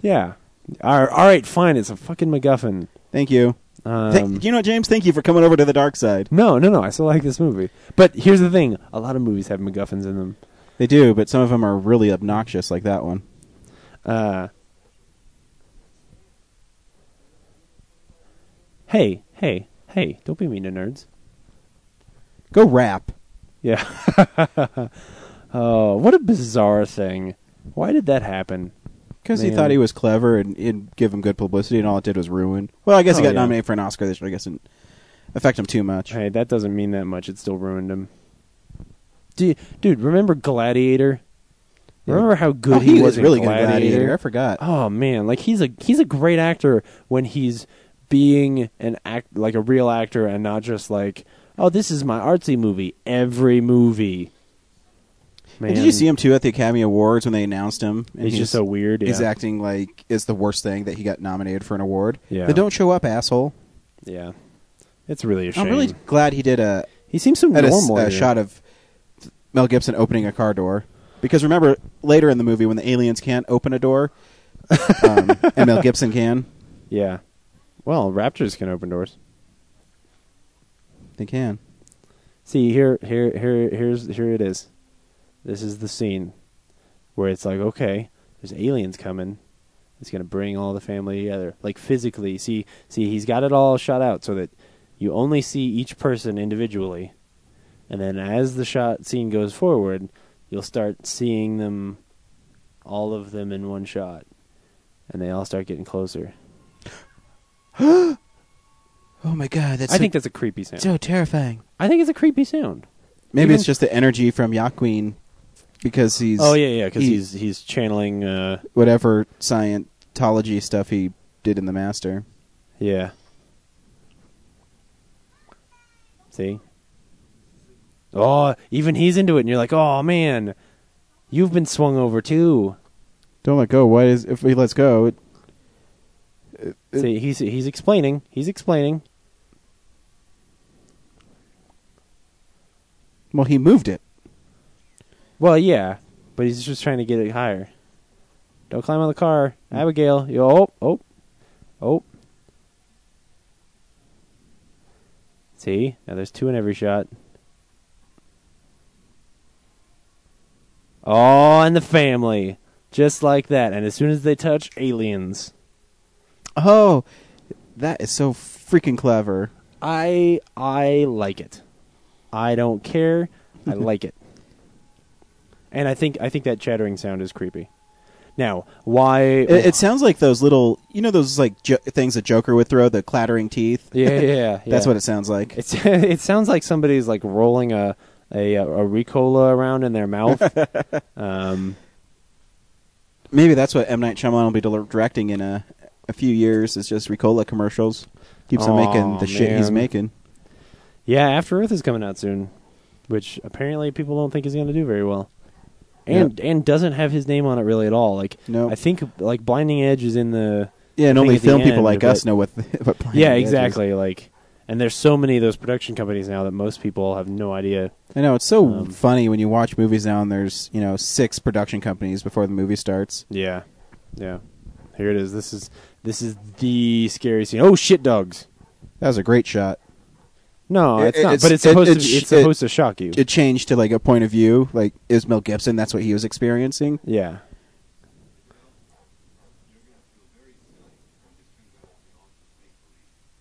S2: Yeah. All right, all right, fine. It's a fucking MacGuffin.
S1: Thank you.
S2: Um,
S1: Th- you know, what, James. Thank you for coming over to the dark side.
S2: no, no, no. I still like this movie. But here's the thing: a lot of movies have MacGuffins in them.
S1: They do, but some of them are really obnoxious, like that one.
S2: Uh, hey, hey, hey! Don't be mean to nerds.
S1: Go rap.
S2: Yeah. oh, what a bizarre thing! Why did that happen?
S1: Because he
S2: Man.
S1: thought he was clever and it'd give him good publicity, and all it did was ruin. Well, I guess he
S2: Oh,
S1: got
S2: yeah.
S1: nominated for an Oscar this year. I guess it didn't affect him too much.
S2: Hey, that doesn't mean that much. It still ruined him. Dude, dude, remember Gladiator? Remember how good
S1: Oh,
S2: he, was in
S1: really good
S2: Gladiator?
S1: I forgot.
S2: Oh man, like he's a he's a great actor when he's being an act like a real actor and not just like, oh, this is my artsy movie. Every movie. Man,
S1: And did you see him too at the Academy Awards when they announced him? And
S2: He's just so weird, yeah.
S1: He's acting like it's the worst thing that he got nominated for an award.
S2: Yeah.
S1: Then don't show up, asshole.
S2: Yeah, it's really a shame.
S1: I'm really glad he did a
S2: he seems so
S1: at a,
S2: normal.
S1: a
S2: here.
S1: shot of Mel Gibson opening a car door. Because remember later in the movie when the aliens can't open a door, um, and Mel Gibson can,
S2: Yeah. Well, raptors can open doors.
S1: they can.
S2: See here, here, here, here's here it is. This is the scene where it's like, okay, there's aliens coming. It's gonna bring all the family together, like physically. See, see, he's got it all shot out so that you only see each person individually, and then as the shot scene goes forward, you'll start seeing them, all of them in one shot, and they all start getting closer.
S1: Oh my god, that's
S2: I think that's a creepy sound.
S1: terrifying.
S2: I think it's a creepy sound.
S1: Maybe
S2: Even-
S1: it's just the energy from Yaqueen because he's
S2: Oh yeah, yeah, because
S1: he-
S2: he's he's channeling. Uh,
S1: whatever Scientology stuff he did in The Master.
S2: Yeah. See? Oh, even he's into it, and you're like, oh, man, you've been swung over too.
S1: Don't let go. Why is if he lets go? It,
S2: See, he's, he's explaining. He's explaining.
S1: well, he moved it.
S2: Well, yeah, but he's just trying to get it higher. Don't climb on the car. Abigail, you, oh, oh, oh. See? Now there's two in every shot. Oh, and the family. Just like that. And as soon as they touch, aliens.
S1: Oh, that is so freaking clever.
S2: I I like it. I don't care. I like it. And I think I think that chattering sound is creepy. Now, why
S1: It, it sounds like those little, you know, those like jo- things a Joker would throw, the clattering teeth.
S2: yeah, yeah, yeah.
S1: That's what it sounds like.
S2: It's, it sounds like somebody's like rolling a a, uh, a Ricola around in their mouth. um,
S1: Maybe that's what M Night Shyamalan will be del- directing in a a few years. Is just Ricola commercials. Keeps on
S2: Aw,
S1: making the shit he's
S2: man.
S1: making.
S2: yeah, After Earth is coming out soon, which apparently people don't think is going to do very well, and and doesn't have his name on it really at all. Like,
S1: Nope.
S2: I think like Blinding Edge is in the
S1: Yeah, and
S2: thing
S1: only
S2: at the
S1: film people
S2: end,
S1: like
S2: but-
S1: us know what what. Planet
S2: yeah
S1: Edge is.
S2: exactly like and there's so many of those production companies now that most people have no idea
S1: I know it's so
S2: Um,
S1: funny when you watch movies now and there's you know six production companies before the movie starts.
S2: yeah yeah here it is this is this is the scary scene oh shit dogs
S1: That was a great shot.
S2: no
S1: It-
S2: it's not
S1: it's-
S2: but it's
S1: it-
S2: supposed
S1: it-
S2: to be, it's
S1: it-
S2: supposed to shock you
S1: It changed to like a point of view. Like is Mel Gibson? That's what he was experiencing.
S2: yeah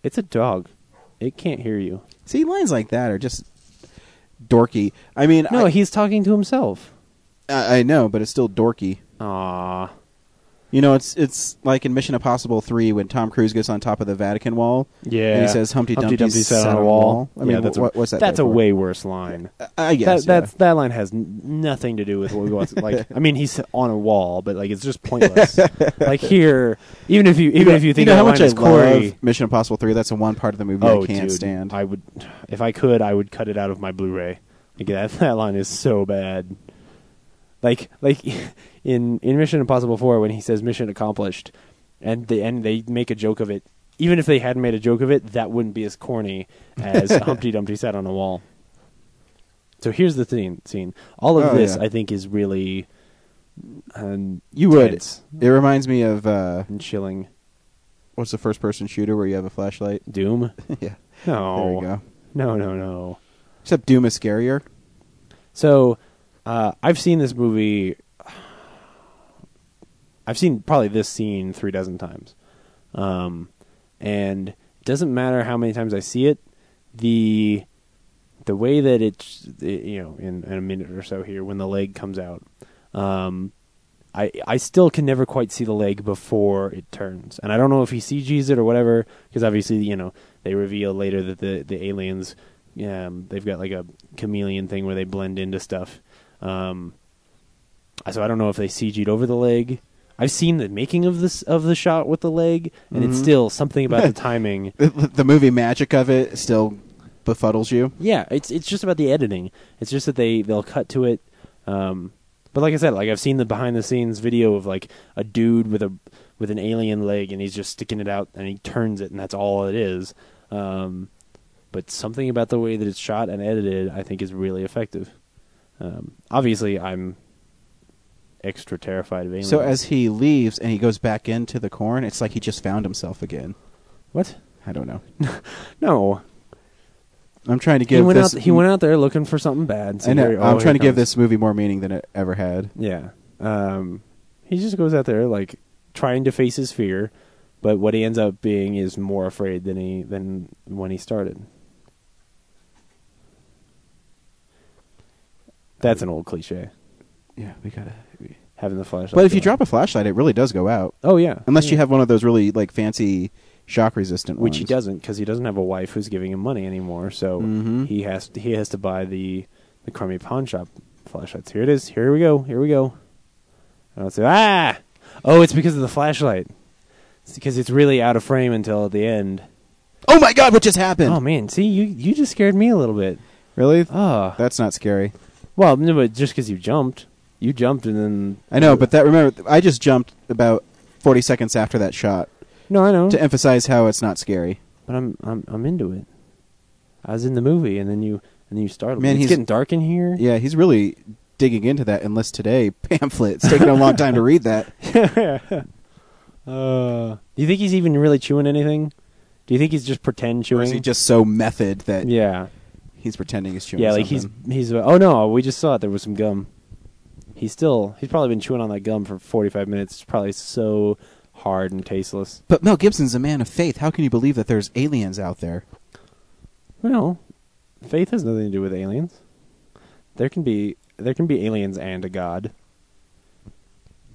S2: it's a dog it can't hear you
S1: See, lines like that are just dorky. I mean,
S2: no
S1: I,
S2: he's talking to himself
S1: I, I know, but it's still dorky.
S2: ah
S1: You know, it's it's like in Mission Impossible Three when Tom Cruise gets on top of the Vatican Wall.
S2: yeah
S1: and he says Humpty Dumpty, sat on a wall. I mean,
S2: yeah, that's
S1: wh- what,
S2: a,
S1: what's that?
S2: that's
S1: there
S2: a
S1: for?
S2: way worse line
S1: I guess
S2: that,
S1: yeah.
S2: that's, that line has n- nothing to do with what we want. Like, I mean, he's on a wall, but like, it's just pointless. like here, even if you even if you think
S1: know
S2: that
S1: how
S2: line
S1: much I
S2: is Corey,
S1: love Mission Impossible Three. That's the one part of the movie
S2: oh,
S1: I can't
S2: dude,
S1: stand.
S2: I would, if I could, I would cut it out of my Blu-ray. Like that, that line is so bad. Like, like in in Mission Impossible Four, when he says "Mission accomplished," and they and they make a joke of it. Even if they hadn't made a joke of it, that wouldn't be as corny as Humpty Dumpty sat on a wall. So here's the thing, scene. All of
S1: Oh,
S2: this,
S1: yeah.
S2: I think, is really um,
S1: you would.
S2: tense
S1: It reminds me of uh,
S2: and chilling.
S1: what's the first person shooter where you have a flashlight?
S2: Doom?
S1: yeah.
S2: No,
S1: There you go.
S2: no, no, no.
S1: Except Doom is scarier.
S2: So, uh, I've seen this movie. I've seen probably this scene three dozen times, um, and it doesn't matter how many times I see it. the The way that it's it, you know in, in a minute or so here when the leg comes out, um, I I still can never quite see the leg before it turns, and I don't know if he CGs it or whatever, because obviously you know they reveal later that the the aliens, um, they've got like a chameleon thing where they blend into stuff, um, so I don't know if they CG'd over the leg. I've seen the making of this of the shot with the leg, and it's
S1: Mhm.
S2: still something about the timing.
S1: The, the movie magic of it still befuddles you.
S2: Yeah, it's it's just about the editing. It's just that they they'll cut to it. Um, but like I said, like I've seen the behind the scenes video of like a dude with a with an alien leg and he's just sticking it out and he turns it and that's all it is. Um, but something about the way that it's shot and edited, I think, is really effective. Um, obviously, I'm extra terrified of aliens.
S1: So as he leaves and he goes back into the corn, it's like he just found himself again.
S2: what?
S1: I don't know.
S2: No,
S1: I'm trying to
S2: he
S1: give
S2: went
S1: this.
S2: out. He went out there looking for something bad. so
S1: I know.
S2: there- oh,
S1: I'm
S2: here
S1: trying to
S2: it
S1: give
S2: comes.
S1: this movie more meaning than it ever had.
S2: Yeah. Um, he just goes out there like trying to face his fear, but what he ends up being is more afraid than he than when he started. That's an old cliche.
S1: Yeah, we gotta. We,
S2: Having the flashlight.
S1: but if you
S2: going.
S1: drop a flashlight, it really does go out.
S2: oh yeah,
S1: Unless you
S2: Yeah.
S1: have one of those really like fancy shock resistant
S2: which
S1: ones.
S2: he doesn't because he doesn't have a wife who's giving him money anymore. So
S1: Mhm.
S2: he has to, he has to buy the the crummy pawn shop flashlights. Here it is. Here we go. Here we go. And I'll say ah. Oh, it's because of the flashlight. It's because it's really out of frame until at the end.
S1: Oh my god, what just happened?
S2: Oh man, see you you just scared me a little bit.
S1: really?
S2: Oh
S1: That's not scary.
S2: well, no, but just because you jumped, you jumped and then
S1: I know, but that remember, I just jumped about 40 seconds after that shot
S2: no, I know.
S1: to emphasize how it's not scary.
S2: But I'm I'm I'm into it. I was in the movie and then you and then you startled
S1: Man,
S2: me. It's
S1: he's-
S2: getting dark in here.
S1: Yeah, he's really digging into that. Unless today pamphlet, it's taking a long time to read that.
S2: Uh, do you think he's even really chewing anything? Do you think he's just pretend chewing?
S1: Or is he just so method that
S2: yeah,
S1: he's pretending he's chewing?
S2: yeah. Like he's
S1: something?
S2: he's. Oh no, we just saw it. There was some gum. He's still. He's probably been chewing on that gum for forty five minutes. It's probably so hard and tasteless.
S1: But Mel Gibson's a man of faith. How can you believe that there's aliens out there?
S2: Well, faith has nothing to do with aliens. There can be there can be aliens and a god.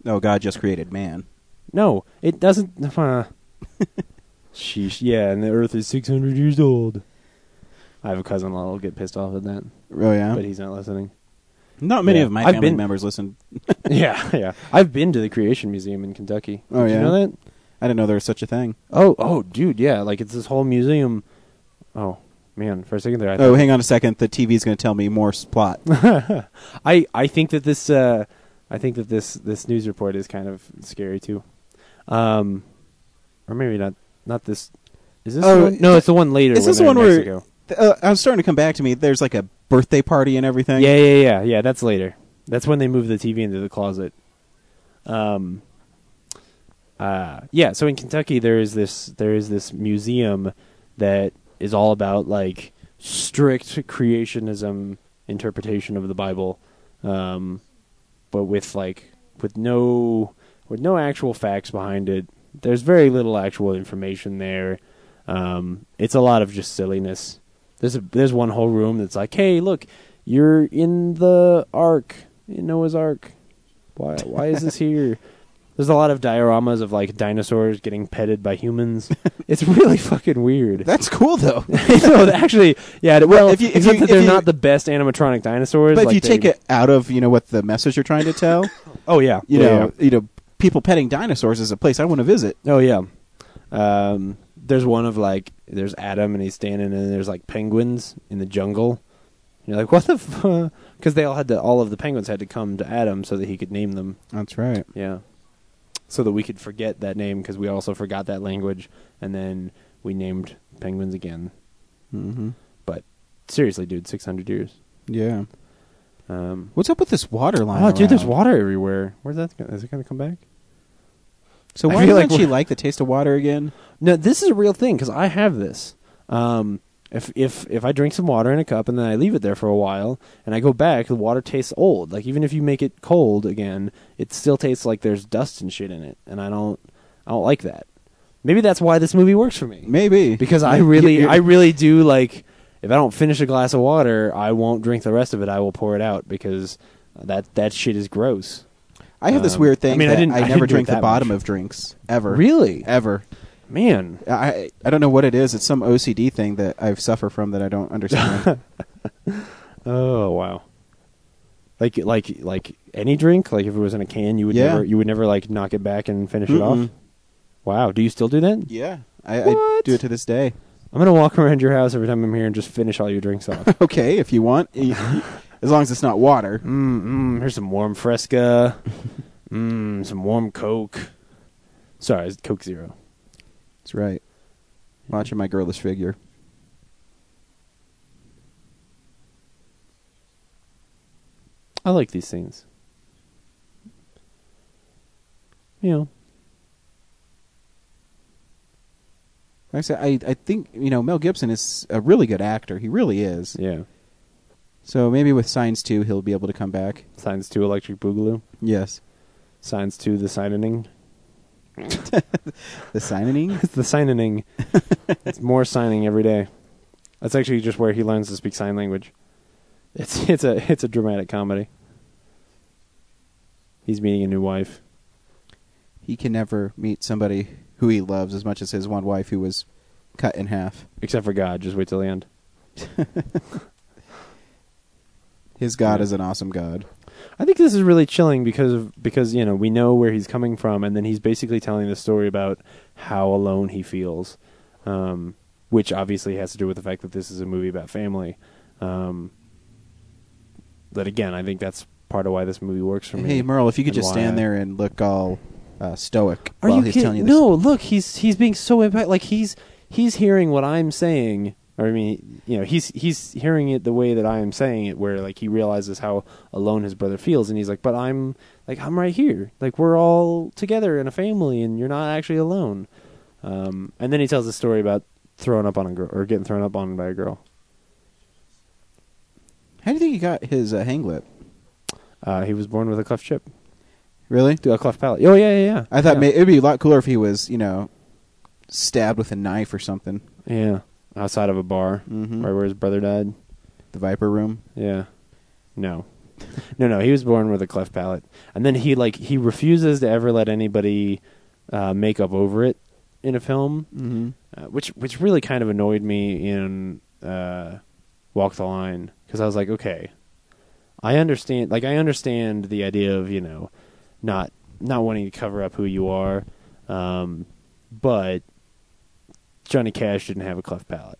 S1: No, Oh, God just created man.
S2: No, it doesn't. Uh, sheesh. Yeah, and the Earth is six hundred years old. I have a cousin that'll get pissed off at that,
S1: Oh yeah.
S2: but he's not listening.
S1: Not many
S2: Yeah.
S1: of my
S2: I've
S1: family
S2: been-
S1: members listen.
S2: yeah, yeah. I've been to the Creation Museum in Kentucky.
S1: Oh,
S2: Did
S1: yeah?
S2: you know that?
S1: I didn't know there was such a thing.
S2: Oh, oh, dude, yeah. Like it's this whole museum. Oh man, for a second there, I
S1: Oh,
S2: thought-
S1: hang on a second. The TV's going to tell me more s- plot.
S2: I I think that this uh, I think that this this news report is kind of scary too, um, or maybe not not this. Is this
S1: Oh,
S2: the one? no? It's the one later.
S1: is
S2: when
S1: this the
S2: they're
S1: one
S2: in
S1: where-
S2: Mexico.
S1: uh, I was starting to come back to me. There's like a birthday party and everything.
S2: Yeah, yeah, yeah, yeah. That's later. That's when they move the TV into the closet. Um. Uh, yeah. So in Kentucky, there is this there is this museum that is all about like strict creationism interpretation of the Bible, um, but with like with no with no actual facts behind it. There's very little actual information there. Um, it's a lot of just silliness. There's a there's one whole room that's like, hey, look, you're in the Ark, in Noah's Ark. Why why is this here? There's a lot of dioramas of like dinosaurs getting petted by humans. it's really fucking weird.
S1: That's cool though.
S2: no, actually, yeah. Well,
S1: if you- if
S2: except
S1: you-
S2: that
S1: if
S2: they're
S1: you-
S2: not the best animatronic dinosaurs.
S1: but if
S2: like
S1: you
S2: they-
S1: take it out of you know what the message you're trying to tell,
S2: oh yeah,
S1: you
S2: yeah,
S1: know you know people petting dinosaurs is a place I want to visit.
S2: yeah. oh yeah. Um, there's one of like there's Adam and he's standing and there's like penguins in the jungle. And you're like, what the? Because they all had to, all of the penguins had to come to Adam so that he could name them.
S1: That's right.
S2: Yeah. So that we could forget that name because we also forgot that language, and then we named penguins again.
S1: hmm
S2: But seriously, dude, 600 years.
S1: Yeah.
S2: Um,
S1: What's up with this water line?
S2: oh, dude, there's
S1: around?
S2: water everywhere. Where's that? Gonna, is it going to come back?
S1: So
S2: I
S1: why
S2: feel
S1: doesn't
S2: like
S1: she
S2: we're-
S1: like the taste of water again?
S2: No, this is a real thing because I have this. Um, if if if I drink some water in a cup and then I leave it there for a while and I go back, the water tastes old. Like even if you make it cold again, it still tastes like there's dust and shit in it, and I don't I don't like that. Maybe that's why this movie works for me.
S1: Maybe
S2: because I really,
S1: You-
S2: I really do like. If I don't finish a glass of water, I won't drink the rest of it. I will pour it out because that that shit is gross.
S1: I have this
S2: um,
S1: weird thing.
S2: I mean, I
S1: that
S2: didn't- I
S1: never
S2: didn't do it
S1: drink the
S2: that
S1: bottom
S2: much.
S1: of drinks ever.
S2: Really,
S1: Ever.
S2: man.
S1: I I don't know what it is. It's some OCD thing that I've suffer from that I don't understand.
S2: Oh wow. Like like like any drink, like if it was in a can, you would
S1: Yeah.
S2: never you would never like knock it back and finish it
S1: Mm-mm.
S2: off. Wow, do you still do that?
S1: Yeah, I, I
S2: What?
S1: do it to this day.
S2: I'm gonna walk around your house every time I'm here and just finish all your drinks off.
S1: Okay, if you want, Y- y- as long as it's not water.
S2: mm, mm, here's some warm Fresca. mm, some warm Coke. Sorry, it's Coke Zero.
S1: That's right. Watching my girlish figure.
S2: I like these things. You know,
S1: Like I said, I, I think you know Mel Gibson is a really good actor. He really is.
S2: yeah.
S1: So maybe with Signs two, he'll be able to come back.
S2: Signs to Electric Boogaloo.
S1: Yes,
S2: Signs to the signing.
S1: the signing.
S2: It's the signing. it's more signing every day. That's actually just where he learns to speak sign language. It's it's a it's a dramatic comedy. He's meeting a new wife.
S1: he can never meet somebody who he loves as much as his one wife who was cut in half.
S2: Except for God, just wait till the end.
S1: His God
S2: Yeah.
S1: is an awesome God.
S2: I think this is really chilling because of because you know we know where he's coming from, and then he's basically telling the story about how alone he feels, um, which obviously has to do with the fact that this is a movie about family. Um, but again, I think that's part of why this movie works for me.
S1: Hey Merle, if you could
S2: and
S1: just
S2: why
S1: stand
S2: I-
S1: there and look all uh, stoic
S2: Are
S1: while
S2: you
S1: he's
S2: kidding?
S1: telling you this.
S2: no, look, he's he's being so impact. Like he's he's hearing what I'm saying. Or I mean, you know, he's he's hearing it the way that I am saying it, where like he realizes how alone his brother feels, and he's like, "But I'm like I'm right here. Like we're all together in a family, and you're not actually alone." Um, and then he tells a story about throwing up on a girl or getting thrown up on by a girl.
S1: How do you think he got his uh, hang lip?
S2: Uh, he was born with a cleft chip,
S1: Really?
S2: a cleft palate. Oh yeah, yeah, yeah.
S1: I thought
S2: yeah.
S1: ma- it'd be a lot cooler if he was, you know, stabbed with a knife or something.
S2: yeah, outside of a bar,
S1: Mhm.
S2: right where his brother died.
S1: The Viper Room.
S2: Yeah. No. no, no. He was born with a cleft palate, and then he like he refuses to ever let anybody uh, make up over it in a film,
S1: Mm-hmm.
S2: uh, which which really kind of annoyed me in uh, Walk the Line because I was like, okay, I understand. Like I understand the idea of you know not not wanting to cover up who you are, um, but Johnny Cash didn't have a cleft palate,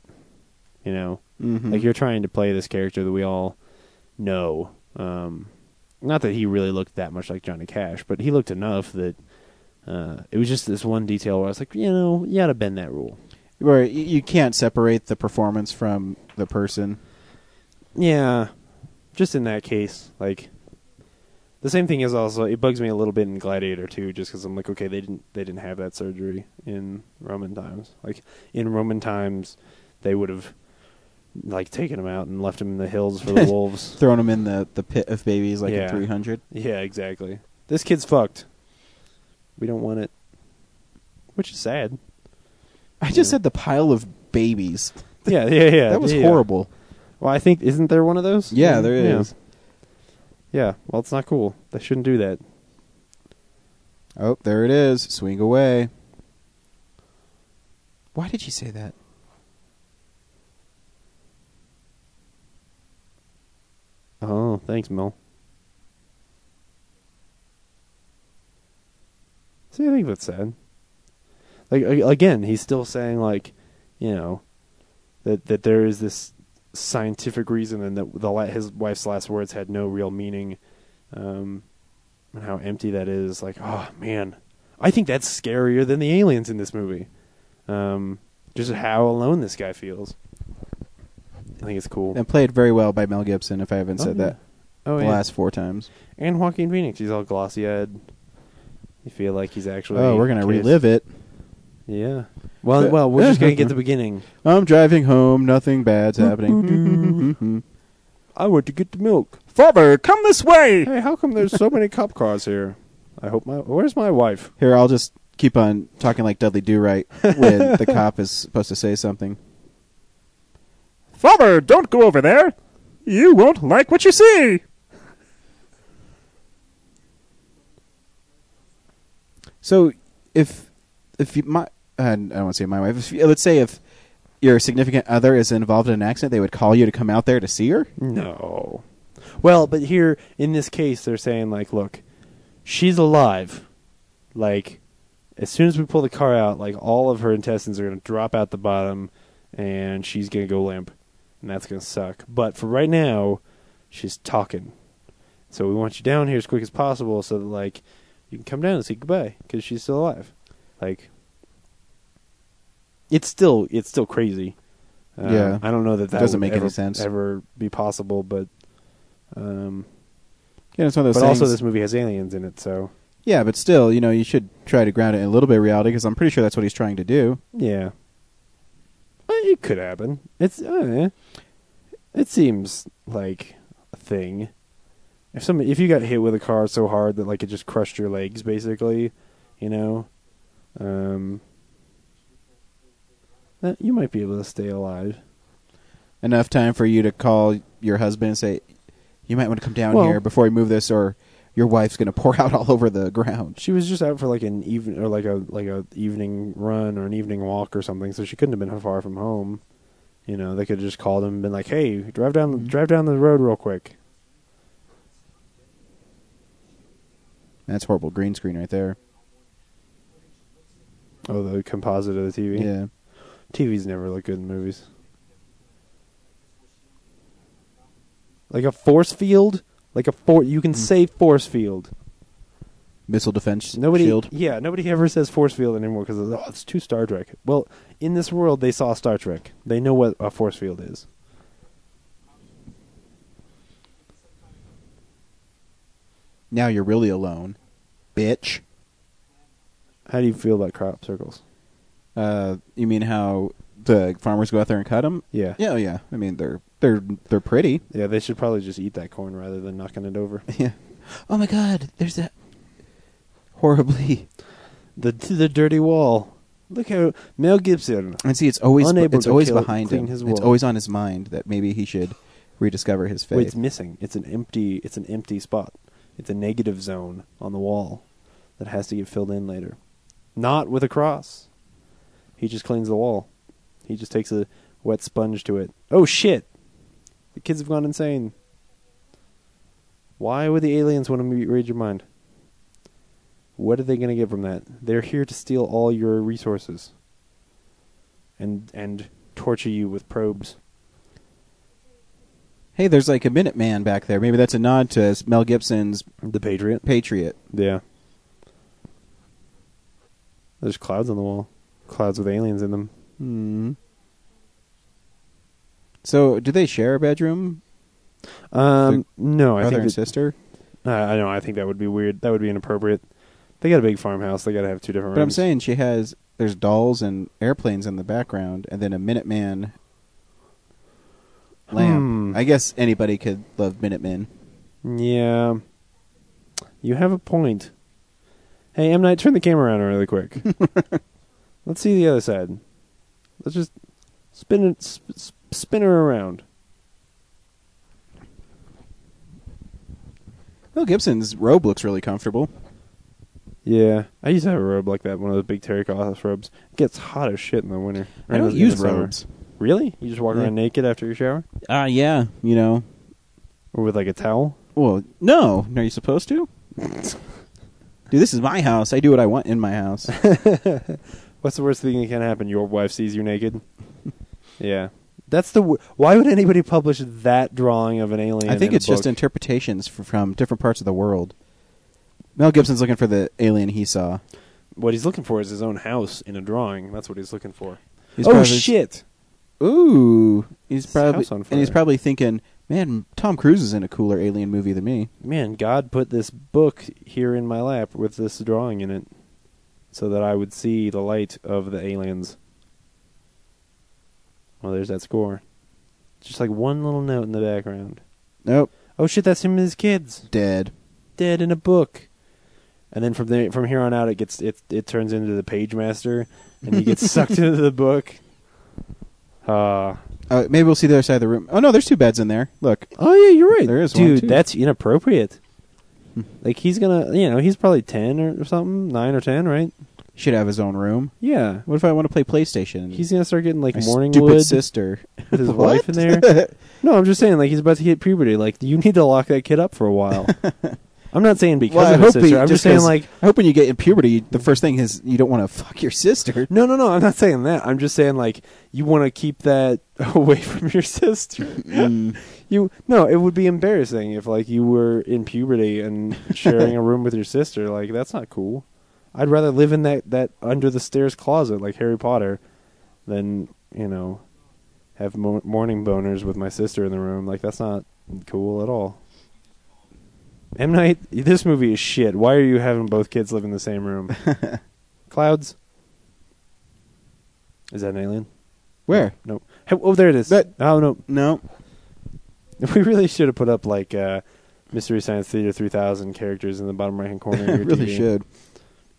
S2: you know.
S1: Mm-hmm.
S2: Like you're trying to play this character that we all know. Um, not that he really looked that much like Johnny Cash, but he looked enough that uh, it was just this one detail where I was like, you know, you gotta bend that rule.
S1: Where y- you can't separate the performance from the person.
S2: Yeah, just in that case, like the same thing is also it bugs me a little bit in Gladiator too, just because I'm like, okay, they didn't they didn't have that surgery in Roman times. Like in Roman times, they would have like taken him out and left him in the hills for the wolves.
S1: Throwing him in the, the pit of babies like
S2: Yeah.
S1: in 300.
S2: Yeah, exactly. This kid's fucked. We don't want it. Which is sad.
S1: I just
S2: Yeah.
S1: said the pile of babies.
S2: Yeah, yeah, yeah.
S1: that was
S2: yeah.
S1: horrible.
S2: Well, I think isn't there one of those?
S1: Yeah, there is.
S2: Yeah. Well, it's not cool. They shouldn't do that.
S1: Oh, there it is. Swing away. Why did you say that?
S2: Oh, thanks, Mel. See, I think that's sad. Like a- again, he's still saying like, you know, that that there is this scientific reason, and that the la- his wife's last words had no real meaning, um, and how empty that is. Like, oh man, I think that's scarier than the aliens in this movie. Um, just how alone this guy feels. I think it's cool.
S1: And played very well by Mel Gibson, if I haven't
S2: Oh,
S1: said
S2: yeah.
S1: that
S2: Oh
S1: the
S2: yeah.
S1: last four times.
S2: And Joaquin Phoenix, he's all glossy eyed. You feel like he's actually.
S1: Oh, we're going to relive it.
S2: Yeah. Well, well, we're just gonna get the beginning.
S1: I'm driving home. Nothing bad's
S2: Mm-hmm.
S1: happening.
S2: I went to get the milk.
S1: Father, come this way.
S2: Hey, how come there's so many cop cars here? I hope my. Where's my wife?
S1: Here, I'll just keep on talking like Dudley Do Right when the cop is supposed to say something.
S3: Father, don't go over there. You won't like what you see.
S1: So, if if you, my uh, I don't want to say my wife, if, you- let's say if your significant other is involved in an accident, they would call you to come out there to see her.
S2: No. Well, but here in this case, they're saying like, look, she's alive. Like, as soon as we pull the car out, like all of her intestines are gonna drop out the bottom, and she's gonna go limp, and that's gonna suck. But for right now, she's talking. So we want you down here as quick as possible, so that like you can come down and say goodbye because she's still alive. Like, it's still it's still crazy. Uh,
S1: Yeah.
S2: I don't know that that
S1: Doesn't
S2: would
S1: make any
S2: ever-
S1: sense.
S2: ever be possible, but um,
S1: Yeah, it's one of
S2: but
S1: those
S2: also
S1: things-
S2: this movie has aliens in it, so
S1: Yeah, but still, you know, you should try to ground it in a little bit of reality because I'm pretty sure that's what he's trying to do.
S2: yeah, Well, it could happen. It's uh, it seems like a thing. If some if you got hit with a car so hard that like it just crushed your legs, basically, you know, um, that you might be able to stay alive.
S1: Enough time for you to call your husband and say, "You might want to come down
S2: Well-
S1: here before we move this, or your wife's going to pour out all over the ground."
S2: She was just out for like an even or like a like a evening run or an evening walk or something, so she couldn't have been far from home. You know, they could have just called him and been like, "Hey, drive down
S1: Mm-hmm.
S2: drive down the road real quick."
S1: That's horrible green screen right there.
S2: Oh, the composite of the TV.
S1: Yeah,
S2: TVs never look good in movies. Like a force field, like a for you
S1: Mm.
S2: can say force field.
S1: missile defense
S2: Nobody,
S1: shield.
S2: yeah, nobody ever says force field anymore because oh, it's too Star Trek. Well, in this world, they saw Star Trek. They know what a force field is.
S1: Now you're really alone, bitch.
S2: How do you feel about crop circles?
S1: Uh, you mean how the farmers go out there and cut them?
S2: Yeah.
S1: Yeah, oh, yeah. I mean they're they're they're pretty.
S2: Yeah, they should probably just eat that corn rather than knocking it over.
S1: Yeah. Oh my God, there's that horribly.
S2: The the dirty wall. Look how Mel Gibson.
S1: And see, it's always
S2: Unable
S1: it's
S2: to
S1: always
S2: kill-
S1: behind
S2: clean
S1: him.
S2: his
S1: it's
S2: wool.
S1: always on his mind that maybe he should rediscover his
S2: Wait,
S1: faith.
S2: it's missing. It's an empty. It's an empty spot. It's a negative zone on the wall that has to get filled in later. Not with a cross. He just cleans the wall. He just takes a wet sponge to it. Oh shit! The kids have gone insane. Why would the aliens want to me- read your mind? What are they going to get from that? They're here to steal all your resources. And and torture you with probes.
S1: hey, there's like a Minuteman back there. Maybe that's a nod to Mel Gibson's
S2: The Patriot.
S1: Patriot.
S2: Yeah. There's clouds on the wall. Clouds with aliens in them.
S1: Hmm. So, do they share a bedroom,
S2: Um, no, I
S1: brother
S2: think
S1: and
S2: that,
S1: sister?
S2: uh, I know. I think that would be weird. That would be inappropriate. They got a big farmhouse. They got to have two different.
S1: But I'm
S2: rooms.
S1: saying she has there's dolls and airplanes in the background, and then a Minuteman lamp.
S2: Hmm.
S1: I guess anybody could love Minutemen.
S2: yeah, you have a point. Hey, M Night, turn the camera around really quick. Let's see the other side. Let's just spin it, sp- sp- spin her around.
S1: Mel Gibson's robe looks really comfortable.
S2: Yeah, I used to have a robe like that, one of those big terracotta robes. It gets hot as shit in the winter.
S1: I
S2: Or in
S1: don't
S2: the- in
S1: use
S2: the summer.
S1: robes.
S2: Really? You just walk
S1: Yeah.
S2: around naked after your shower,
S1: Ah, yeah, you know,
S2: or with like a towel?
S1: Well, no. Are you supposed to? Dude, this is my house. I do what I want in my house.
S2: What's the worst thing that can happen? Your wife sees you naked. yeah, that's the. W- Why would anybody publish that drawing of an alien?
S1: I think
S2: in a
S1: it's just
S2: book?
S1: interpretations f- from different parts of the world. Mel Gibson's looking for the alien he saw.
S2: what he's looking for is his own house in a drawing. That's what he's looking for.
S1: He's
S2: oh
S1: probably-
S2: shit!
S1: Ooh, he's
S2: His
S1: probably
S2: house on
S1: and he's
S2: fire.
S1: probably thinking, "Man, Tom Cruise is in a cooler alien movie than me."
S2: Man, God put this book here in my lap with this drawing in it, so that I would see the light of the aliens. Well, there's that score. Just like one little note in the background.
S1: Nope,
S2: Oh shit, that's him and his kids.
S1: dead.
S2: dead in a book. And then from there, from here on out, it gets it it turns into the page master, and he gets sucked into the book. Uh,
S1: Uh, maybe we'll see the other side of the room. Oh no, there's two beds in there. Look,
S2: oh yeah, you're right.
S1: There is one,
S2: dude.
S1: too.
S2: that's inappropriate. like he's gonna, you know, he's probably ten or, or something, nine or ten, right?
S1: should have his own room.
S2: Yeah,
S1: What if I want to play PlayStation?
S2: he's gonna start getting like
S1: my
S2: morning
S1: stupid
S2: wood
S1: sister
S2: with his
S1: What?
S2: wife in there. No, I'm just saying like he's about to hit puberty. Like you need to lock that kid up for a while. I'm not saying because
S1: Well, I
S2: of
S1: hope
S2: his
S1: he-
S2: sister. I'm
S1: just
S2: just saying
S1: 'cause-
S2: like
S1: I hope when you get in puberty, the first thing is you don't want to fuck your sister.
S2: no, no, no. I'm not saying that. I'm just saying like you want to keep that away from your sister.
S1: Mm.
S2: You no, it would be embarrassing if like you were in puberty and sharing a room with your sister. Like that's not cool. I'd rather live in that that under the stairs closet like Harry Potter than you know have mo- morning boners with my sister in the room. Like that's not cool at all. M Night, this movie is shit. Why are you having both kids live in the same room? Clouds. Is that an alien?
S1: Where?
S2: No. Hey, Oh, there it is.
S1: That-
S2: oh no.
S1: No.
S2: We really should have put up like uh, Mystery Science Theater 3000 characters in the bottom right hand corner. of your
S1: really
S2: TV.
S1: should.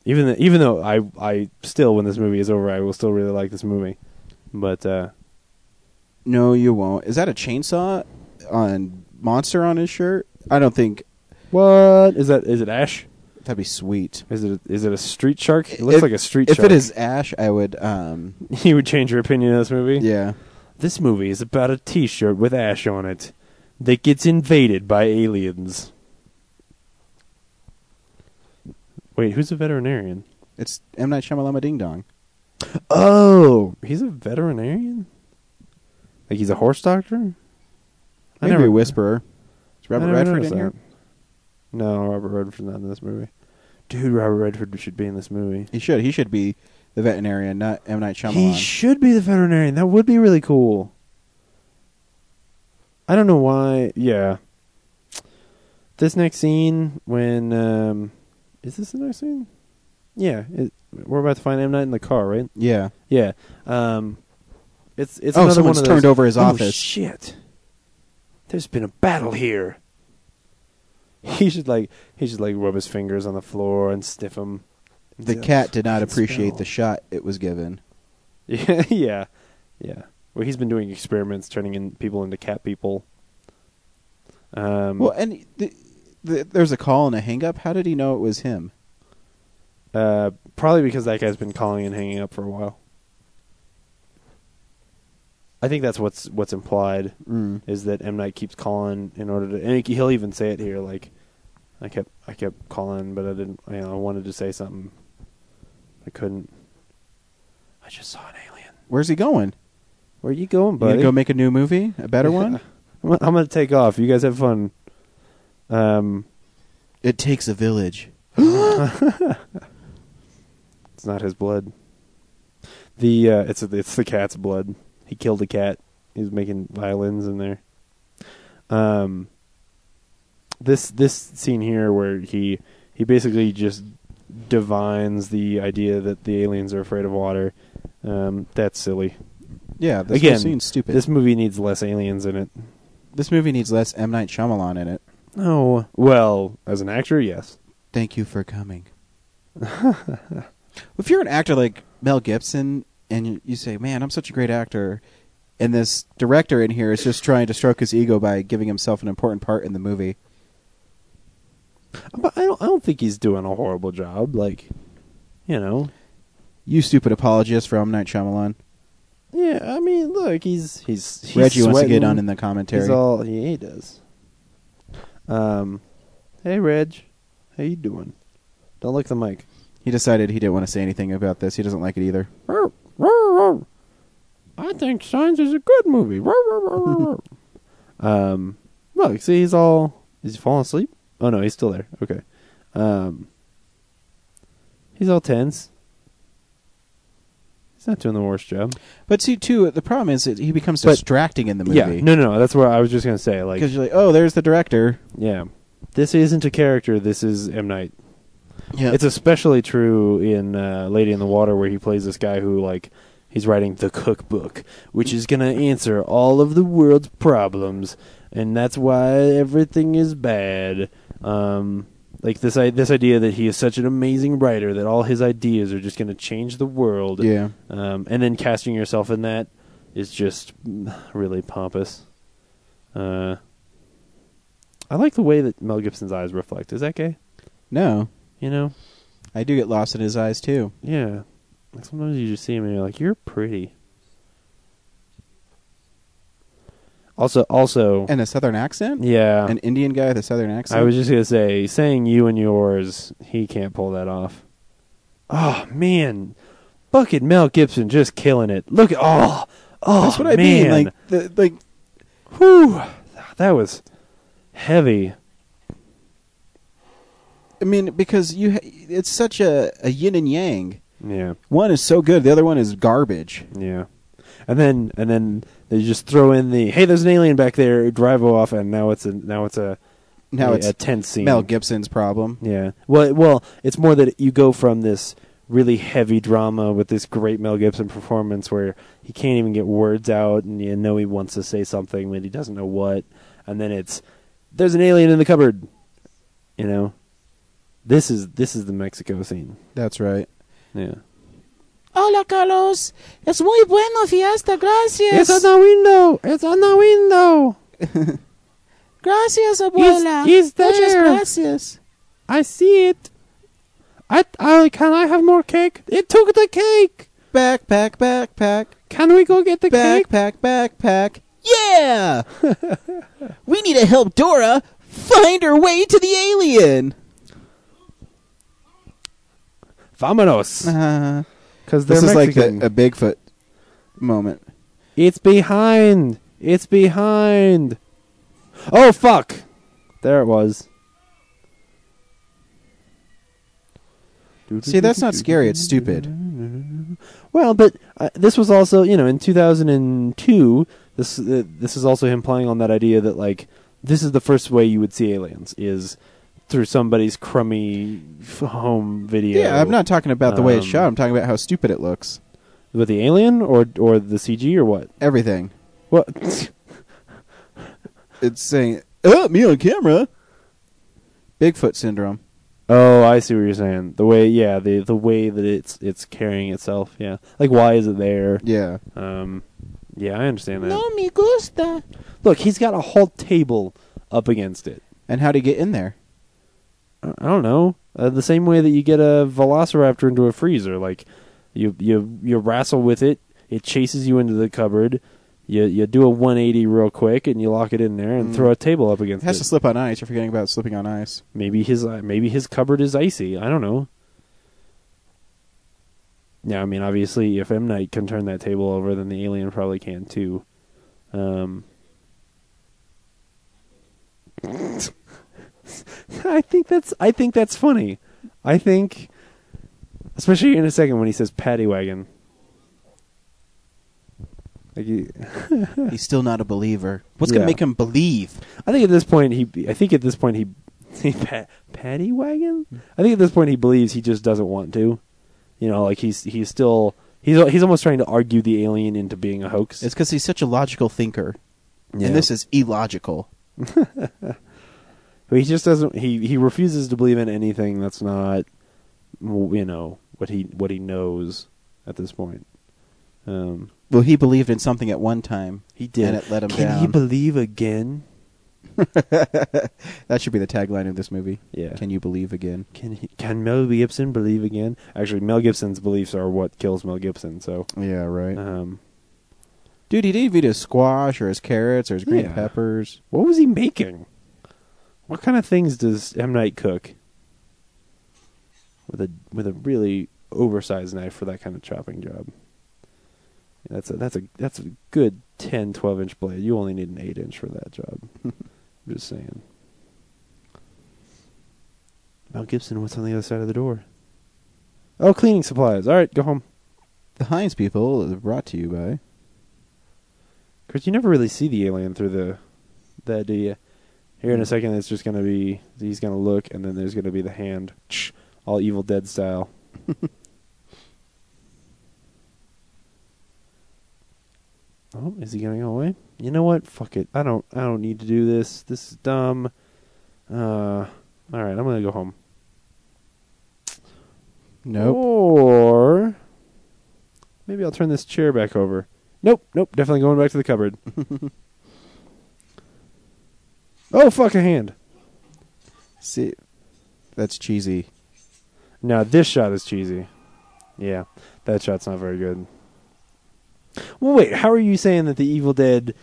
S2: Even though, even though I I still when this movie is over I will still really like this movie, but uh,
S1: No, you won't. Is that a chainsaw on monster on his shirt? I don't think
S2: what is that? Is it Ash?
S1: that'd be sweet.
S2: Is it is it a street shark? It looks
S1: If-
S2: like a street
S1: If
S2: shark.
S1: it is Ash, I would. um
S2: you would change your opinion of this movie.
S1: Yeah.
S2: This movie is about a T-shirt with Ash on it that gets invaded by aliens. Wait, who's a veterinarian?
S1: It's M Night Shyamalama Ding Dong.
S2: Oh, he's a veterinarian. Like he's a horse doctor. I
S1: Maybe
S2: never-
S1: a whisperer. Is Robert
S2: I never
S1: Redford
S2: noticed
S1: in here?
S2: that. No, Robert Redford's not in this movie. Dude, Robert Redford should be in this movie.
S1: He should. He should be the veterinarian, not M Night Shyamalan.
S2: He should be the veterinarian. That would be really cool. I don't know why. Yeah. This next scene, when um, is this the next scene? Yeah, it, we're about to find M Night in the car, right?
S1: yeah.
S2: Yeah. Um, it's it's
S1: Oh,
S2: another
S1: someone's
S2: one of
S1: turned
S2: those-
S1: over his
S2: oh,
S1: office.
S2: Shit. There's been a battle here. He should like he should like rub his fingers on the floor and sniff them.
S1: The cat did not
S2: It's
S1: appreciate
S2: Bill.
S1: the shot it was given.
S2: Yeah, yeah, yeah. Well, he's been doing experiments, turning in people into cat people. Um,
S1: Well, and the, the, there's a call and a hang up. How did he know it was him?
S2: uh, probably because that guy's been calling and hanging up for a while. I think that's what's what's implied.
S1: Mm.
S2: is that M Night keeps calling in order to, and he'll even say it here. Like, I kept, I kept calling, but I didn't. You know, I wanted to say something, I couldn't. I just saw an alien.
S1: Where's he going?
S2: Where are you going,
S1: You gonna
S2: buddy?
S1: go make a new movie, a better one?
S2: I'm, I'm gonna take off. You guys have fun. Um,
S1: It takes a village.
S2: it's not his blood. The uh, it's it's the cat's blood. He killed a cat. He was making violins in there. Um, this this scene here where he he basically just divines the idea that the aliens are afraid of water. Um, that's silly.
S1: Yeah, this
S2: Again,
S1: whole scene's stupid.
S2: This
S1: This,
S2: movie needs less aliens in it.
S1: movie needs less M Night Shyamalan in it.
S2: No, well, as an actor, yes.
S1: Thank you for coming. if you're an actor like Mel Gibson and you, you say, "Man, I'm such a great actor," and this director in here is just trying to stroke his ego by giving himself an important part in the movie,
S2: But I don't I don't think he's doing a horrible job. Like, you know,
S1: you stupid apologist for M Night Shyamalan.
S2: Yeah, I mean, look, he's he's, he's
S1: Reggie wants to get
S2: sweating.
S1: on in the commentary.
S2: He's all yeah, he does. Um, hey Reg, how you doing? Don't lick the mic.
S1: He decided he didn't want to say anything about this. He doesn't like it either.
S2: I think Signs is a good movie. um, look, see, he's all is he falling asleep? Oh no, he's still there. Okay, um, he's all tense. He's not doing the worst job.
S1: But see, too, the problem is that he becomes
S2: But-
S1: distracting in the movie.
S2: Yeah, no, no, no, that's what I was just gonna say. Like,
S1: because you're like, oh, there's the director.
S2: Yeah. This isn't a character. This is M. Night.
S1: Yeah,
S2: It's especially true in uh, Lady in the Water, where he plays this guy who, like, he's writing the cookbook, which is going to answer all of the world's problems, and that's why everything is bad. Um, like this, I- this idea that he is such an amazing writer that all his ideas are just going to change the world.
S1: yeah.
S2: Um, and then casting yourself in that is just mm, really pompous. Uh, I like the way that Mel Gibson's eyes reflect. Is that gay?
S1: No,
S2: You know,
S1: I do get lost in his eyes too.
S2: Yeah. Like sometimes you just see him and you're like, you're pretty. Also, also,
S1: And a southern accent?
S2: yeah.
S1: An Indian guy with a southern accent?
S2: Oh. I was just gonna say, saying you and yours, he can't pull that off. Oh man, bucket Mel Gibson just killing it. Look at oh oh
S1: That's what I
S2: man.
S1: mean. Like, the, like
S2: Whew, that was heavy.
S1: I mean, because you, ha- it's such a, a yin and yang.
S2: Yeah,
S1: One is so good, the other one is garbage.
S2: yeah. And then and then they just throw in the hey, there's an alien back there. Drive off, and now it's a now it's a
S1: Now
S2: a,
S1: it's
S2: a tense scene.
S1: Mel Gibson's problem.
S2: Yeah. Well, well, it's more that you go from this really heavy drama with this great Mel Gibson performance where he can't even get words out and you know he wants to say something but he doesn't know what and then it's there's an alien in the cupboard. You know. This is this is the Mexico scene.
S1: That's right.
S2: Yeah.
S4: Hola, Carlos. Es muy bueno, fiesta.
S2: It's
S4: Gracias.
S2: on the window. It's on the window.
S4: Gracias, abuela.
S2: he's
S4: Muchas
S2: there.
S4: gracias.
S2: I see it. I I can I have more cake? It took the cake.
S1: Backpack, backpack,
S2: Can we go get the cake?
S1: backpack, backpack. Yeah! we need to help Dora find her way to the alien!
S2: Vamonos. Uh-huh.
S1: Uh,
S2: Because
S1: this is like the, a Bigfoot moment.
S2: it's behind. It's behind. Oh fuck! There it was.
S1: See, that's not scary, it's stupid.
S2: Well, but uh, this was also you know in 2002. This uh, this is also him playing on that idea that like this is the first way you would see aliens is through somebody's crummy f- home video.
S1: Yeah, I'm not talking about the way it's
S2: Um,
S1: shot. I'm talking about how stupid it looks.
S2: with the alien or or the CG or what?
S1: Everything.
S2: What?
S1: It's saying, "Oh, me on camera." Bigfoot syndrome.
S2: Oh, I see what you're saying. The way, yeah, the the way that it's it's carrying itself, yeah. Like, why is it there?
S1: Yeah.
S2: Um, yeah, I understand that.
S4: No me gusta.
S2: Look, he's got a whole table up against it.
S1: And how do you get in there?
S2: I I don't know. Uh, the same way that you get a velociraptor into a freezer, like you you you wrestle with it, it chases you into the cupboard. You you do a 180 real quick, and you lock it in there and
S1: Mm.
S2: throw a table up
S1: It
S2: against
S1: has
S2: it.
S1: to slip on ice. You're forgetting about slipping on ice.
S2: Maybe his uh, maybe his cupboard is icy. I don't know. Yeah, I mean, obviously, if M Night can turn that table over, then the alien probably can too. Um, I think that's I think that's funny. I think, especially in a second when he says paddy wagon. Like he,
S1: He's still not a believer. What's
S2: Yeah.
S1: gonna make him believe?
S2: I think at this point he. I think at this point he. he pa- paddy wagon. I think at this point he believes he just doesn't want to. You know, like he's he's still he's he's almost trying to argue the alien into being a hoax.
S1: It's because he's such a logical thinker, and this is illogical.
S2: But he just doesn't. He he refuses to believe in anything that's not, w- you know, what he what he knows at this point. Um,
S1: Well, he believed in something at one time.
S2: he did.
S1: And it let him
S2: Can
S1: down.
S2: he believe again?
S1: That should be the tagline of this movie.
S2: Yeah.
S1: Can you believe again?
S2: Can he, can Mel Gibson believe again? Actually, Mel Gibson's beliefs are what kills Mel Gibson. So,
S1: Yeah, right.
S2: um,
S1: Dude, he didn't eat his squash or his carrots or his green
S2: Yeah.
S1: peppers.
S2: What was he making? What kind of things does M Night cook? With a with a really oversized knife for that kind of chopping job. Yeah, That's a that's a that's a good 10 12 inch blade. You only need an 8 inch for that job. I'm just saying. Mel Gibson, what's on the other side of the door? Oh, cleaning supplies. All right, go home.
S1: The Heinz people is brought to you by.
S2: Because you never really see the alien through the that, do you? Here in a second, it's just gonna be he's gonna look, and then there's gonna be the hand, all Evil Dead style. oh, is he gonna go away? You know what? Fuck it. I don't. I don't need to do this. This is dumb. Uh, all right. I'm gonna go home.
S1: Nope.
S2: Or maybe I'll turn this chair back over. Nope, nope, definitely going back to the cupboard. oh fuck a hand.
S1: See, that's cheesy.
S2: No, this shot is cheesy. Yeah, that shot's not very good. Well, wait. How are you saying that the Evil Dead,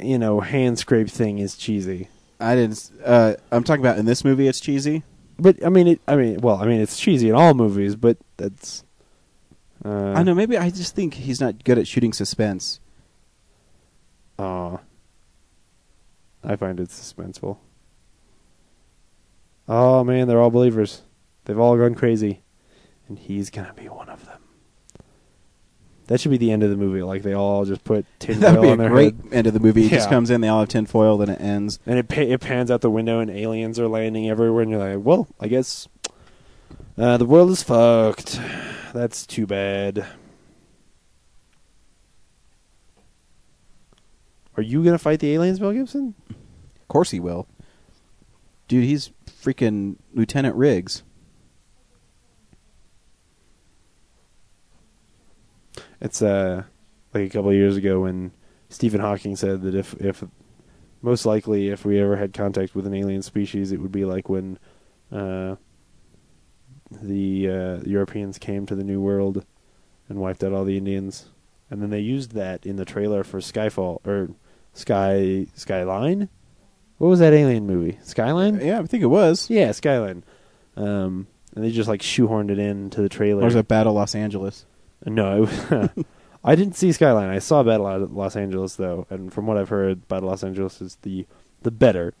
S2: you know, hand scrape thing is cheesy?
S1: I didn't. s- Uh, I'm talking about in this movie. It's cheesy.
S2: But I mean, it. I mean, well, I mean, it's cheesy in all movies, but that's. Uh,
S1: I don't know. Maybe I just think he's not good at shooting suspense.
S2: Aw. Uh, I find it suspenseful. Oh man, they're all believers. They've all gone crazy, and he's gonna be one of them. That should be the end of the movie. Like they all just put tin
S1: That would
S2: foil
S1: be
S2: on
S1: a
S2: their
S1: great
S2: head,
S1: end of the movie. He just
S2: Yeah.
S1: comes in. They all have tinfoil. Then it ends.
S2: and it pa- it pans out the window, and aliens are landing everywhere, and you're like, well, I guess uh, the world is fucked. That's too bad. Are you gonna fight the aliens, Bill Gibson?
S1: Of course he will. Dude, he's freaking Lieutenant Riggs.
S2: It's uh like a couple of years ago when Stephen Hawking said that if if most likely if we ever had contact with an alien species, it would be like when uh, the uh, Europeans came to the New World and wiped out all the Indians, and then they used that in the trailer for Skyfall or Sky Skyline. What was that alien movie? Skyline.
S1: Yeah, I think it was.
S2: Yeah, Skyline. Um, and they just like shoehorned it into the trailer.
S1: Or was it Battle Los Angeles?
S2: No, I didn't see Skyline. I saw Battle at Los Angeles though, and from what I've heard, Battle Los Angeles is the the better,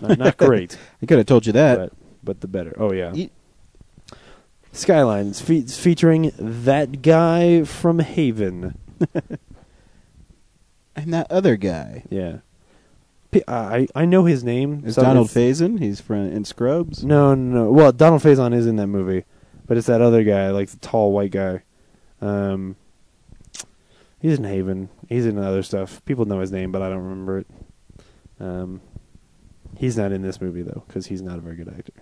S2: not, not great,
S1: I could have told you that.
S2: but but the better. Oh yeah,
S1: Ye-
S2: Skylines fe- featuring that guy from Haven.
S1: and that other guy
S2: Yeah, P- I I know his name.
S1: is
S2: so
S1: Donald
S2: it's-
S1: Faison. He's from in Scrubs.
S2: No, no, no. Well, Donald Faison is in that movie, but it's that other guy, like the tall white guy. Um, he's in Haven. He's in other stuff. People know his name, but I don't remember it. Um, he's not in this movie though, because he's not a very good actor.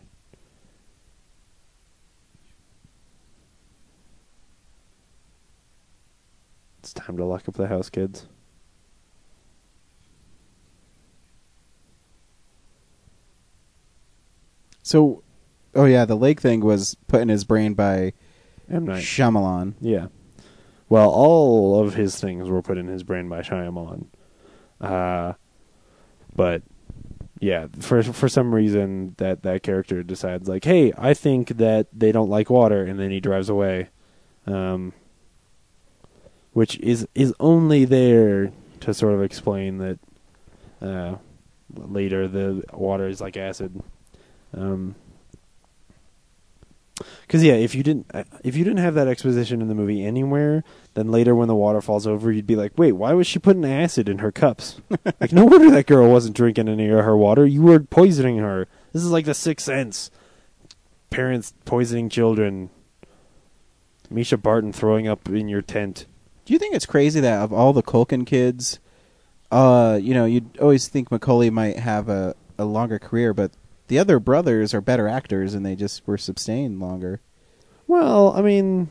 S2: It's time to lock up the house, kids.
S1: So, oh yeah, the lake thing was put in his brain by
S2: M night.
S1: Shyamalan.
S2: Yeah. Well, all of his things were put in his brain by Shyamalan. Uh, but yeah, for for some reason that that character decides like, hey, I think that they don't like water, and then he drives away, um, which is is only there to sort of explain that uh, later the water is like acid. Um, because yeah, if you didn't uh, if you didn't have that exposition in the movie anywhere, then later when the water falls over, you'd be like, wait, why was she putting acid in her cups? like, no wonder that girl wasn't drinking any of her water. You were poisoning her. This is like the Sixth Sense. Parents poisoning children. Misha Barton throwing up in your tent.
S1: Do you think it's crazy that of all the Culkin kids, uh, you know, you'd always think Macaulay might have a, a longer career, but the other brothers are better actors and they just were sustained longer.
S2: Well, I mean,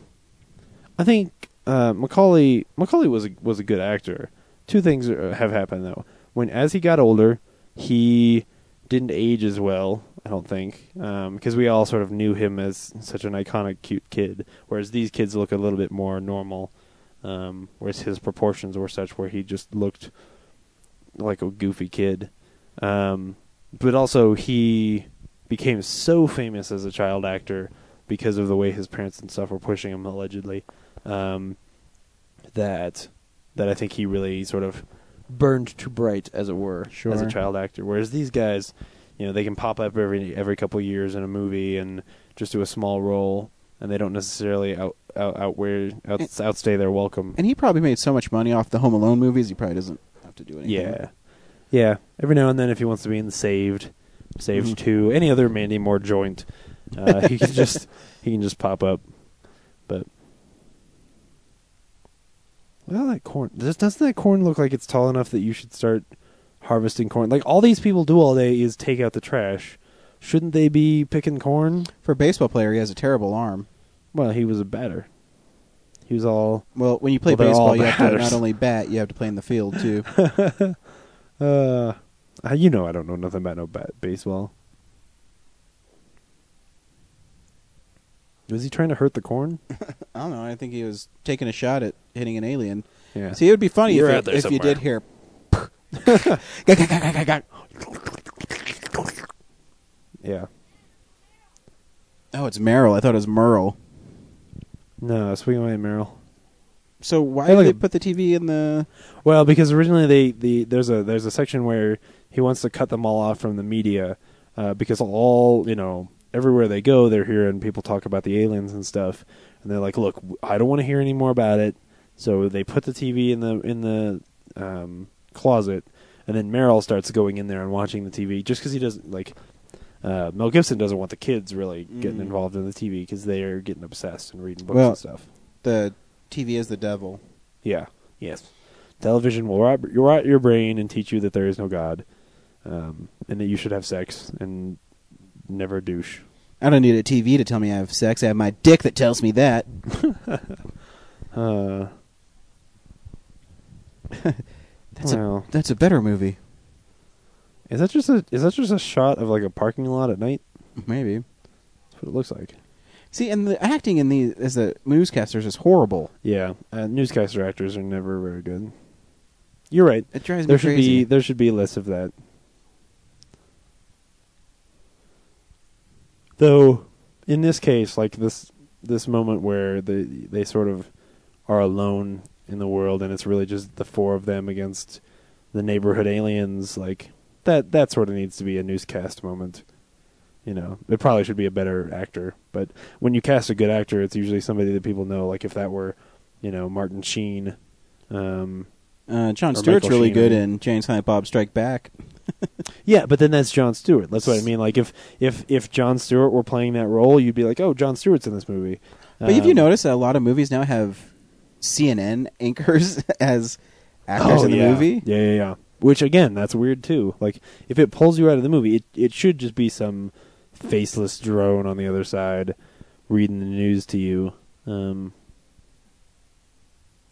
S2: I think uh, Macaulay Macaulay was a, was a good actor. Two things are, uh, have happened though. When as he got older, he didn't age as well. I don't think because we all sort of knew him as such an iconic, cute kid, whereas these kids look a little bit more normal. Um, whereas his proportions were such where he just looked like a goofy kid. Um, but also he became so famous as a child actor because of the way his parents and stuff were pushing him allegedly um, that that I think he really sort of burned too bright as it were as a
S1: Sure.
S2: child actor whereas these guys you know they can pop up every every couple years in a movie and just do a small role and they don't necessarily out out outwear out, outstay their welcome
S1: And he probably made so much money off the Home Alone movies, he probably doesn't have to do anything.
S2: yeah. Yeah. Every now and then, if he wants to be in Saved, Saved
S1: Mhm.
S2: 2, any other Mandy Moore joint, uh, he can just he can just pop up. But well, that corn does- doesn't that corn look like it's tall enough that you should start harvesting corn? Like all these people do all day is take out the trash. Shouldn't they be picking corn?
S1: For a baseball player, he has a terrible arm.
S2: Well, he was a batter. He was all
S1: Well, when you play
S2: Well, they're all
S1: baseball, you have to
S2: batters.
S1: not only bat, you have to play in the field too.
S2: Uh, uh, you know I don't know nothing about no ba- baseball. Was he trying to hurt the corn?
S1: I don't know. I think he was taking a shot at hitting an alien.
S2: Yeah.
S1: See, it would be funny
S5: You're
S1: if,
S5: out
S1: you,
S5: there
S1: if you
S5: somewhere.
S1: did hear.
S2: Yeah.
S1: Oh, it's Merrill. I thought it was Merle.
S2: No, swing away, Meryl.
S1: So why
S2: Hey,
S1: did
S2: look
S1: they
S2: at-
S1: put the TV in the?
S2: Well, because originally they the there's a there's a section where he wants to cut them all off from the media uh, because all you know everywhere they go they're hearing people talk about the aliens and stuff, and they're like, look, w- I don't want to hear any more about it. So they put the TV in the in the um, closet, and then Meryl starts going in there and watching the TV just because he doesn't like. Uh, Mel Gibson doesn't want the kids really getting
S1: Mm.
S2: involved in the TV because they are getting obsessed and reading books
S1: Well-
S2: and stuff.
S1: The TV is the devil.
S2: Yeah. Yes. Television will rot, rot your brain and teach you that there is no God, um, and that you should have sex and never douche.
S1: I don't need a TV to tell me I have sex. I have my dick that tells me that.
S2: Uh,
S1: That's
S2: Well.
S1: a that's a better movie,
S2: is that just a is that just a shot of like a parking lot at night?
S1: maybe.
S2: That's what it looks like.
S1: See, and the acting in the as the newscasters is horrible.
S2: Yeah, uh, newscaster actors are never very good. You're right.
S1: It drives
S2: There
S1: me
S2: should be
S1: crazy.
S2: there should be less of that. Though, in this case, like this this moment where they they sort of are alone in the world, and it's really just the four of them against the neighborhood aliens. Like that that sort of needs to be a newscast moment. You know, it probably should be a better actor, but when you cast a good actor, it's usually somebody that people know. Like if that were, you know, Martin Sheen, um,
S1: uh, John
S2: or
S1: Stewart's
S2: Michael
S1: really
S2: Sheen,
S1: good
S2: I mean.
S1: in Jane Silent Bob Strike Back.
S2: Yeah, but then that's John Stewart. That's what I mean. Like if if if John Stewart were playing that role, you'd be like, oh, John Stewart's in this movie.
S1: But if you
S2: Um,
S1: notice, a lot of movies now have CNN anchors as actors
S2: oh,
S1: in the
S2: yeah.
S1: movie.
S2: yeah, yeah, yeah. Which again, that's weird too. Like if it pulls you out of the movie, it it should just be some faceless drone on the other side reading the news to you. Um,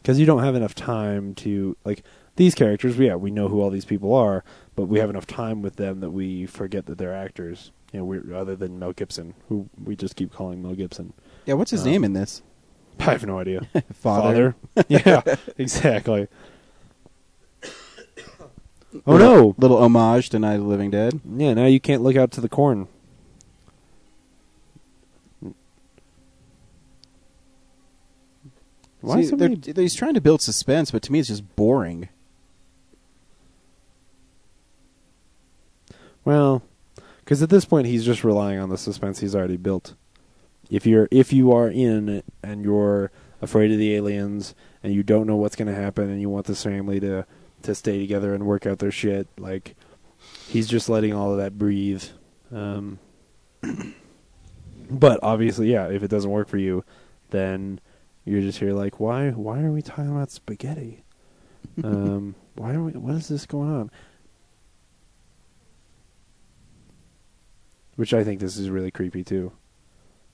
S2: because you don't have enough time to like these characters. Yeah, we know who all these people are, but we have enough time with them that we forget that they're actors. You know, we other than Mel Gibson, who we just keep calling Mel Gibson.
S1: Yeah, what's his
S2: Um,
S1: name in this?
S2: I have no idea.
S1: Father.
S2: yeah, exactly. Oh no!
S1: Little homage to Night of the Living Dead.
S2: Yeah, now you can't look out to the corn. Why
S1: See,
S2: so
S1: they're-
S2: many?
S1: he's trying to build suspense, but to me, it's just boring.
S2: Well, because at this point he's just relying on the suspense he's already built. If you're if you are in and you're afraid of the aliens and you don't know what's going to happen and you want this family to to stay together and work out their shit, like he's just letting all of that breathe. Um, but obviously, yeah, if it doesn't work for you, then you're just here like, why why are we talking about spaghetti? Um, why are we? What is this going on? which I think this is really creepy too.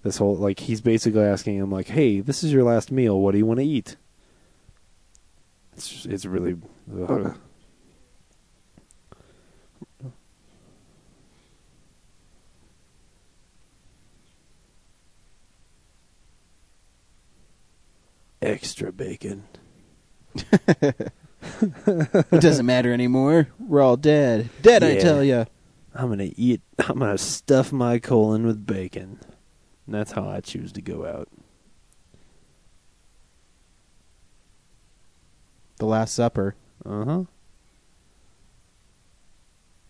S2: This whole like he's basically asking him like, "Hey, this is your last meal. What do you want to eat?" It's just, it's really ugh. extra bacon.
S1: it doesn't matter anymore. We're all dead. Dead, I
S2: Yeah.
S1: tell you.
S2: I'm gonna eat. I'm gonna stuff my colon with bacon. And that's how I choose to go out.
S1: The Last Supper.
S2: Uh huh.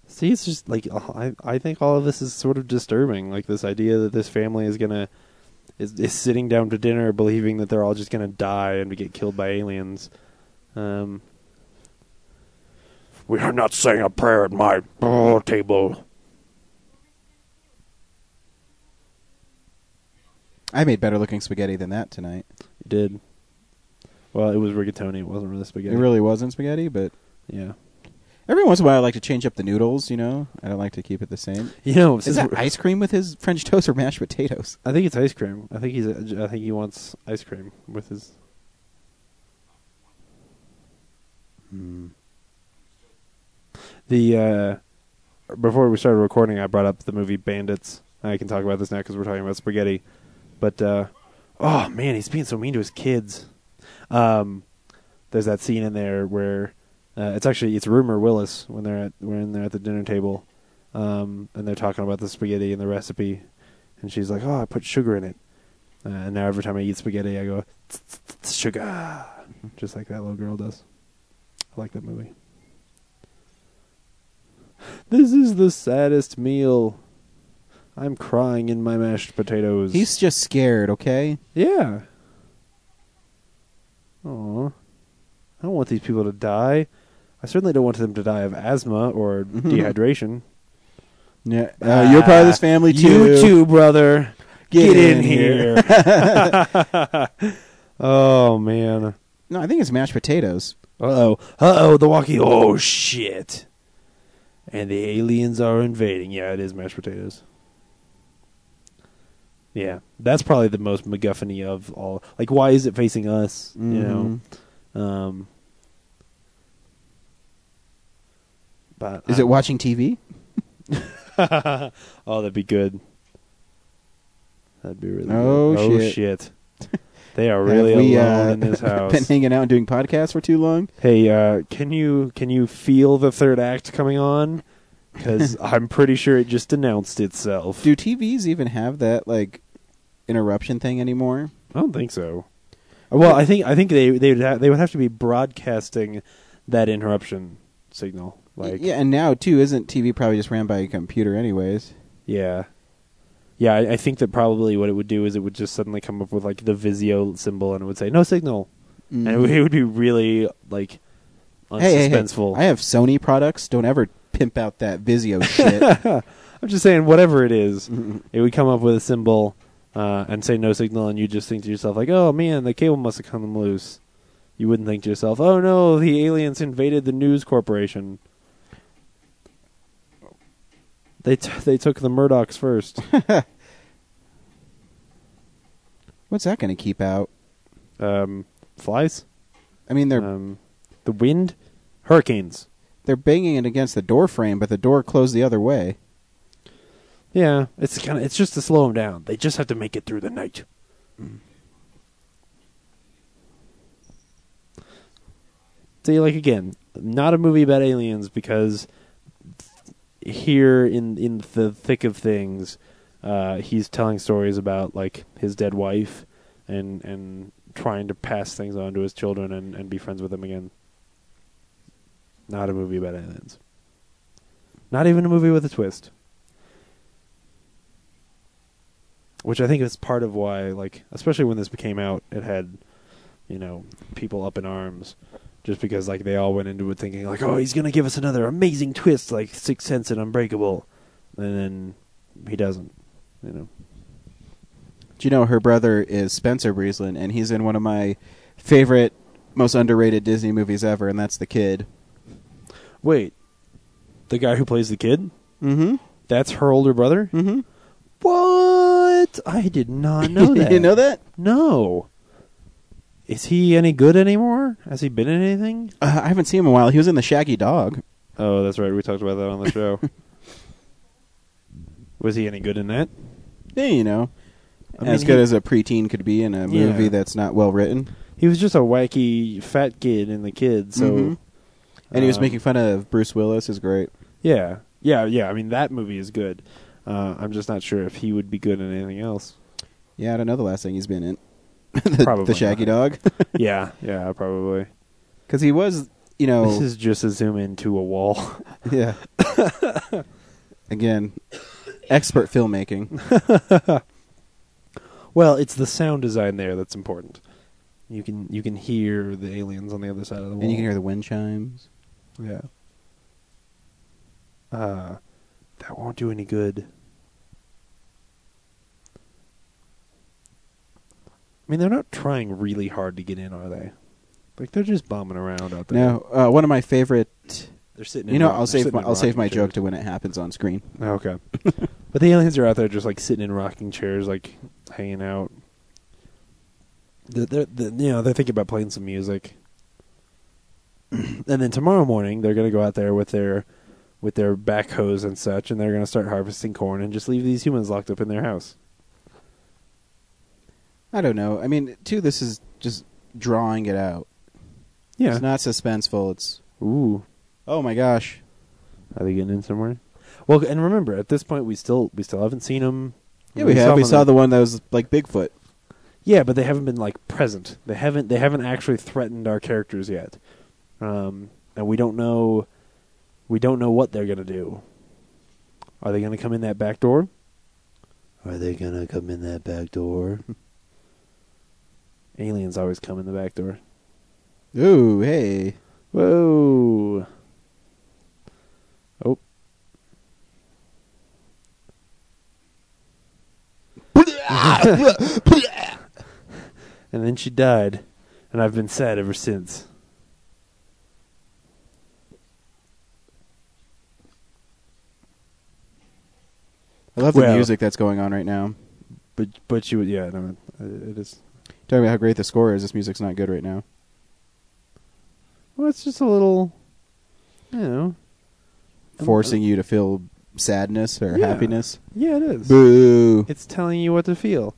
S2: See, it's just like I I think all of this is sort of disturbing. Like this idea that this family is gonna is is sitting down to dinner, believing that they're all just gonna die and get killed by aliens. Um,
S5: We are not saying a prayer at my uh, table.
S1: I made better looking spaghetti than that tonight.
S2: it did. Well, it was rigatoni. It wasn't really spaghetti.
S1: It really wasn't spaghetti, but
S2: yeah.
S1: every once in a while I like to change up the noodles, you know? I don't like to keep it the same.
S2: You know,
S1: Is
S2: since
S1: that
S2: we're-
S1: ice cream with his French toast or mashed potatoes?
S2: I think it's ice cream. I think he's. I think he wants ice cream with his. Hmm. The uh, before we started recording, I brought up the movie Bandits. I can talk about this now because we're talking about spaghetti. But uh, oh man, he's being so mean to his kids. Um, there's that scene in there where uh, it's actually it's rumor Willis when they're at when they're at the dinner table, um, and they're talking about the spaghetti and the recipe, and she's like, "Oh, I put sugar in it," uh, and now every time I eat spaghetti, I go "Tsk, tsk, tsk, sugar, just like that little girl does. I like that movie. This is the saddest meal. I'm crying in my mashed potatoes.
S1: He's just scared, okay?
S2: Yeah. Aw. I don't want these people to die. I certainly don't want them to die of asthma or dehydration.
S1: Yeah. Uh, you're part of this family too.
S2: You too, brother. Get, in, here. oh, man.
S1: No, I think it's mashed potatoes.
S2: Uh oh. Uh oh, the walkie. Oh, shit. And the aliens are invading. Yeah, it is mashed potatoes. Yeah, that's probably the most MacGuffin of all. Like, why is it facing us? You know?
S1: Mm-hmm.
S2: Um, but
S1: Is
S2: I-
S1: it watching TV?
S2: oh, that'd be good. That'd be really.
S1: Oh,
S2: good. oh
S1: shit.
S2: shit! They are really
S1: Have we,
S2: alone
S1: uh,
S2: in this
S1: been
S2: house.
S1: hanging out and doing podcasts for too long?
S2: hey, uh, can you can you feel the third act coming on? Because I'm pretty sure it just announced itself.
S1: Do TVs even have that like interruption thing anymore?
S2: I don't think so. Well, I think I think they they would ha- they would have to be broadcasting that interruption signal. Like
S1: yeah, and now too isn't TV probably just ran by a computer anyways?
S2: Yeah. Yeah, I, I think that probably what it would do is it would just suddenly come up with like the Vizio symbol and it would say no signal, and it would, it would be really like
S1: Mm. Hey, hey, hey,
S2: unsuspenseful.
S1: I have Sony products. Don't ever pimp out that Vizio shit.
S2: I'm just saying, whatever it is, it would come up with a symbol uh, and say no signal, and you just think to yourself like, oh man, the cable must have come loose. You wouldn't think to yourself, oh no, the aliens invaded the news corporation. They t- they took the Murdochs first.
S1: What's that going to keep out?
S2: um, flies.
S1: I mean, they're
S2: um, the wind, hurricanes.
S1: they're banging it against the door frame, but the door closed the other way.
S2: Yeah, it's kind of it's just to slow them down. They just have to make it through the night. See, like again, not a movie about aliens because here in in the thick of things, uh, he's telling stories about like his dead wife and and trying to pass things on to his children and, and be friends with them again. Not a movie about aliens. Not even a movie with a twist. which I think is part of why, like, especially when this came out, it had, you know, people up in arms, just because like they all went into it thinking like, oh, he's gonna give us another amazing twist like Sixth Sense and Unbreakable, and then he doesn't, you know.
S1: Do you know her brother is Spencer Breeslin, and he's in one of my favorite, most underrated Disney movies ever, and that's The Kid.
S2: Wait, the guy who plays the kid,
S1: Mm-hmm.
S2: that's her older brother.
S1: Mm-hmm.
S2: What? I did not know
S1: you
S2: that.
S1: didn't know that?
S2: No. Is he any good anymore? Has he been in anything?
S1: Uh, I haven't seen him in a while. He was in The Shaggy Dog.
S2: Oh, that's right. We talked about that on the show. Was he any good in that?
S1: Yeah, you know,
S2: I
S1: as
S2: mean,
S1: good
S2: he-
S1: as a preteen could be in a
S2: Yeah.
S1: movie that's not well written.
S2: He was just a wacky fat kid in the kid. So
S1: Mhm. And he was
S2: Um,
S1: making fun of Bruce Willis. Is great.
S2: yeah, yeah, yeah. I mean, that movie is good. Uh, I'm just not sure if he would be good in anything else.
S1: Yeah, I don't know the last thing he's been in. the,
S2: Probably
S1: the Shaggy Dog,
S2: yeah, yeah, probably.
S1: because he was, you know,
S2: This is just a zoom into a wall.
S1: yeah. Again, expert filmmaking.
S2: well, it's the sound design there that's important. You can you can hear the aliens on the other side of the wall,
S1: And you can hear the wind chimes.
S2: Yeah. Uh, that won't do any good. I mean, they're not trying really hard to get in, are they? Like they're just bombing around out there.
S1: No, uh, one of my favorite.
S2: they're sitting.
S1: You
S2: in
S1: know,
S2: rock-
S1: I'll
S2: they're
S1: save
S2: sitting
S1: my,
S2: in
S1: I'll save
S2: rocking
S1: my joke
S2: chairs.
S1: to when it happens on screen.
S2: Oh, okay, but the aliens are out there just like sitting in rocking chairs, like hanging out. They're, they're, they're- you know, they're thinking about playing some music, and then tomorrow morning they're gonna go out there with their with their backhoes and such, and they're gonna start harvesting corn and just leave these humans locked up in their house.
S1: I don't know. I mean, too, this is just drawing it out.
S2: Yeah.
S1: It's not suspenseful. It's
S2: Ooh.
S1: oh my gosh.
S2: Are they getting in somewhere? Well, and remember, at this point, we still we still haven't seen them.
S1: Yeah, we, have. We saw
S2: the.
S1: the one that was like Bigfoot.
S2: Yeah, but they haven't been like present. They haven't they haven't actually threatened our characters yet, um, and we don't know we don't know what they're gonna do. Are they gonna come in that back door? Are they gonna come in that back door? Aliens always come in the back door.
S1: Ooh, hey.
S2: Whoa! Oh, and then she died, and I've been sad ever since.
S1: I love the
S2: Well-
S1: music that's going on right now.
S2: But but she would yeah no it is
S1: Talking about how great the score is. This music's not good right
S2: Um,
S1: now.
S2: well it's just a little you know
S1: Forcing you to feel sadness or
S2: uh, Yeah.
S1: happiness.
S2: yeah it is
S1: Boo.
S2: it's telling you what to feel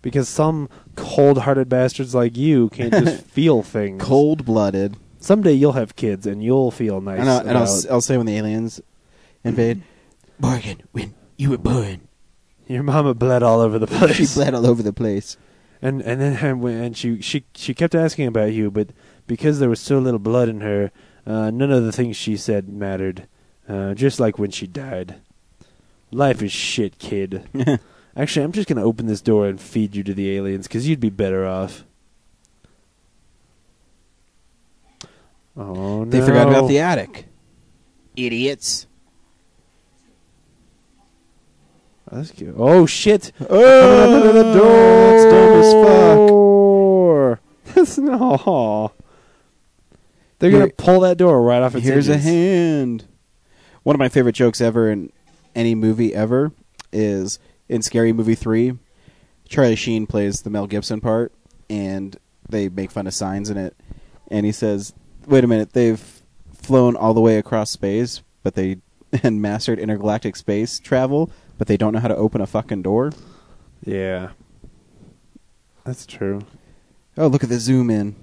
S2: because some cold-hearted bastards like you can't just feel things
S1: Cold blooded.
S2: someday you'll have kids and you'll feel nice
S1: And, I'll, and I'll,
S2: about-
S1: s- I'll say when the aliens invade, Morgan, when you were born,
S2: your mama bled all over the place
S1: she bled all over the place.
S2: and and then and, when- and she she she kept asking about you, but because there was so little blood in her, uh, none of the things she said mattered. Uh, just like when she died, life is shit, kid. Actually, I'm just gonna open this door and feed you to the aliens because you'd be better off. Oh no!
S1: They forgot about the attic.
S4: Idiots.
S2: That's cute. Oh shit!
S1: Oh,
S2: Coming under the door.
S1: It's dumb as fuck.
S2: fuck. That's no. They're
S1: Here-
S2: gonna pull that door right off its
S1: Here's a
S2: hinges.
S1: hand. One of my favorite jokes ever in any movie ever is in Scary Movie 3, Charlie Sheen plays the Mel Gibson part, and they make fun of signs in it. And he says, Wait a minute, they've flown all the way across space, but they. And mastered intergalactic space travel, but they don't know how to open a fucking door.
S2: Yeah. That's true.
S1: Oh, look at the zoom in.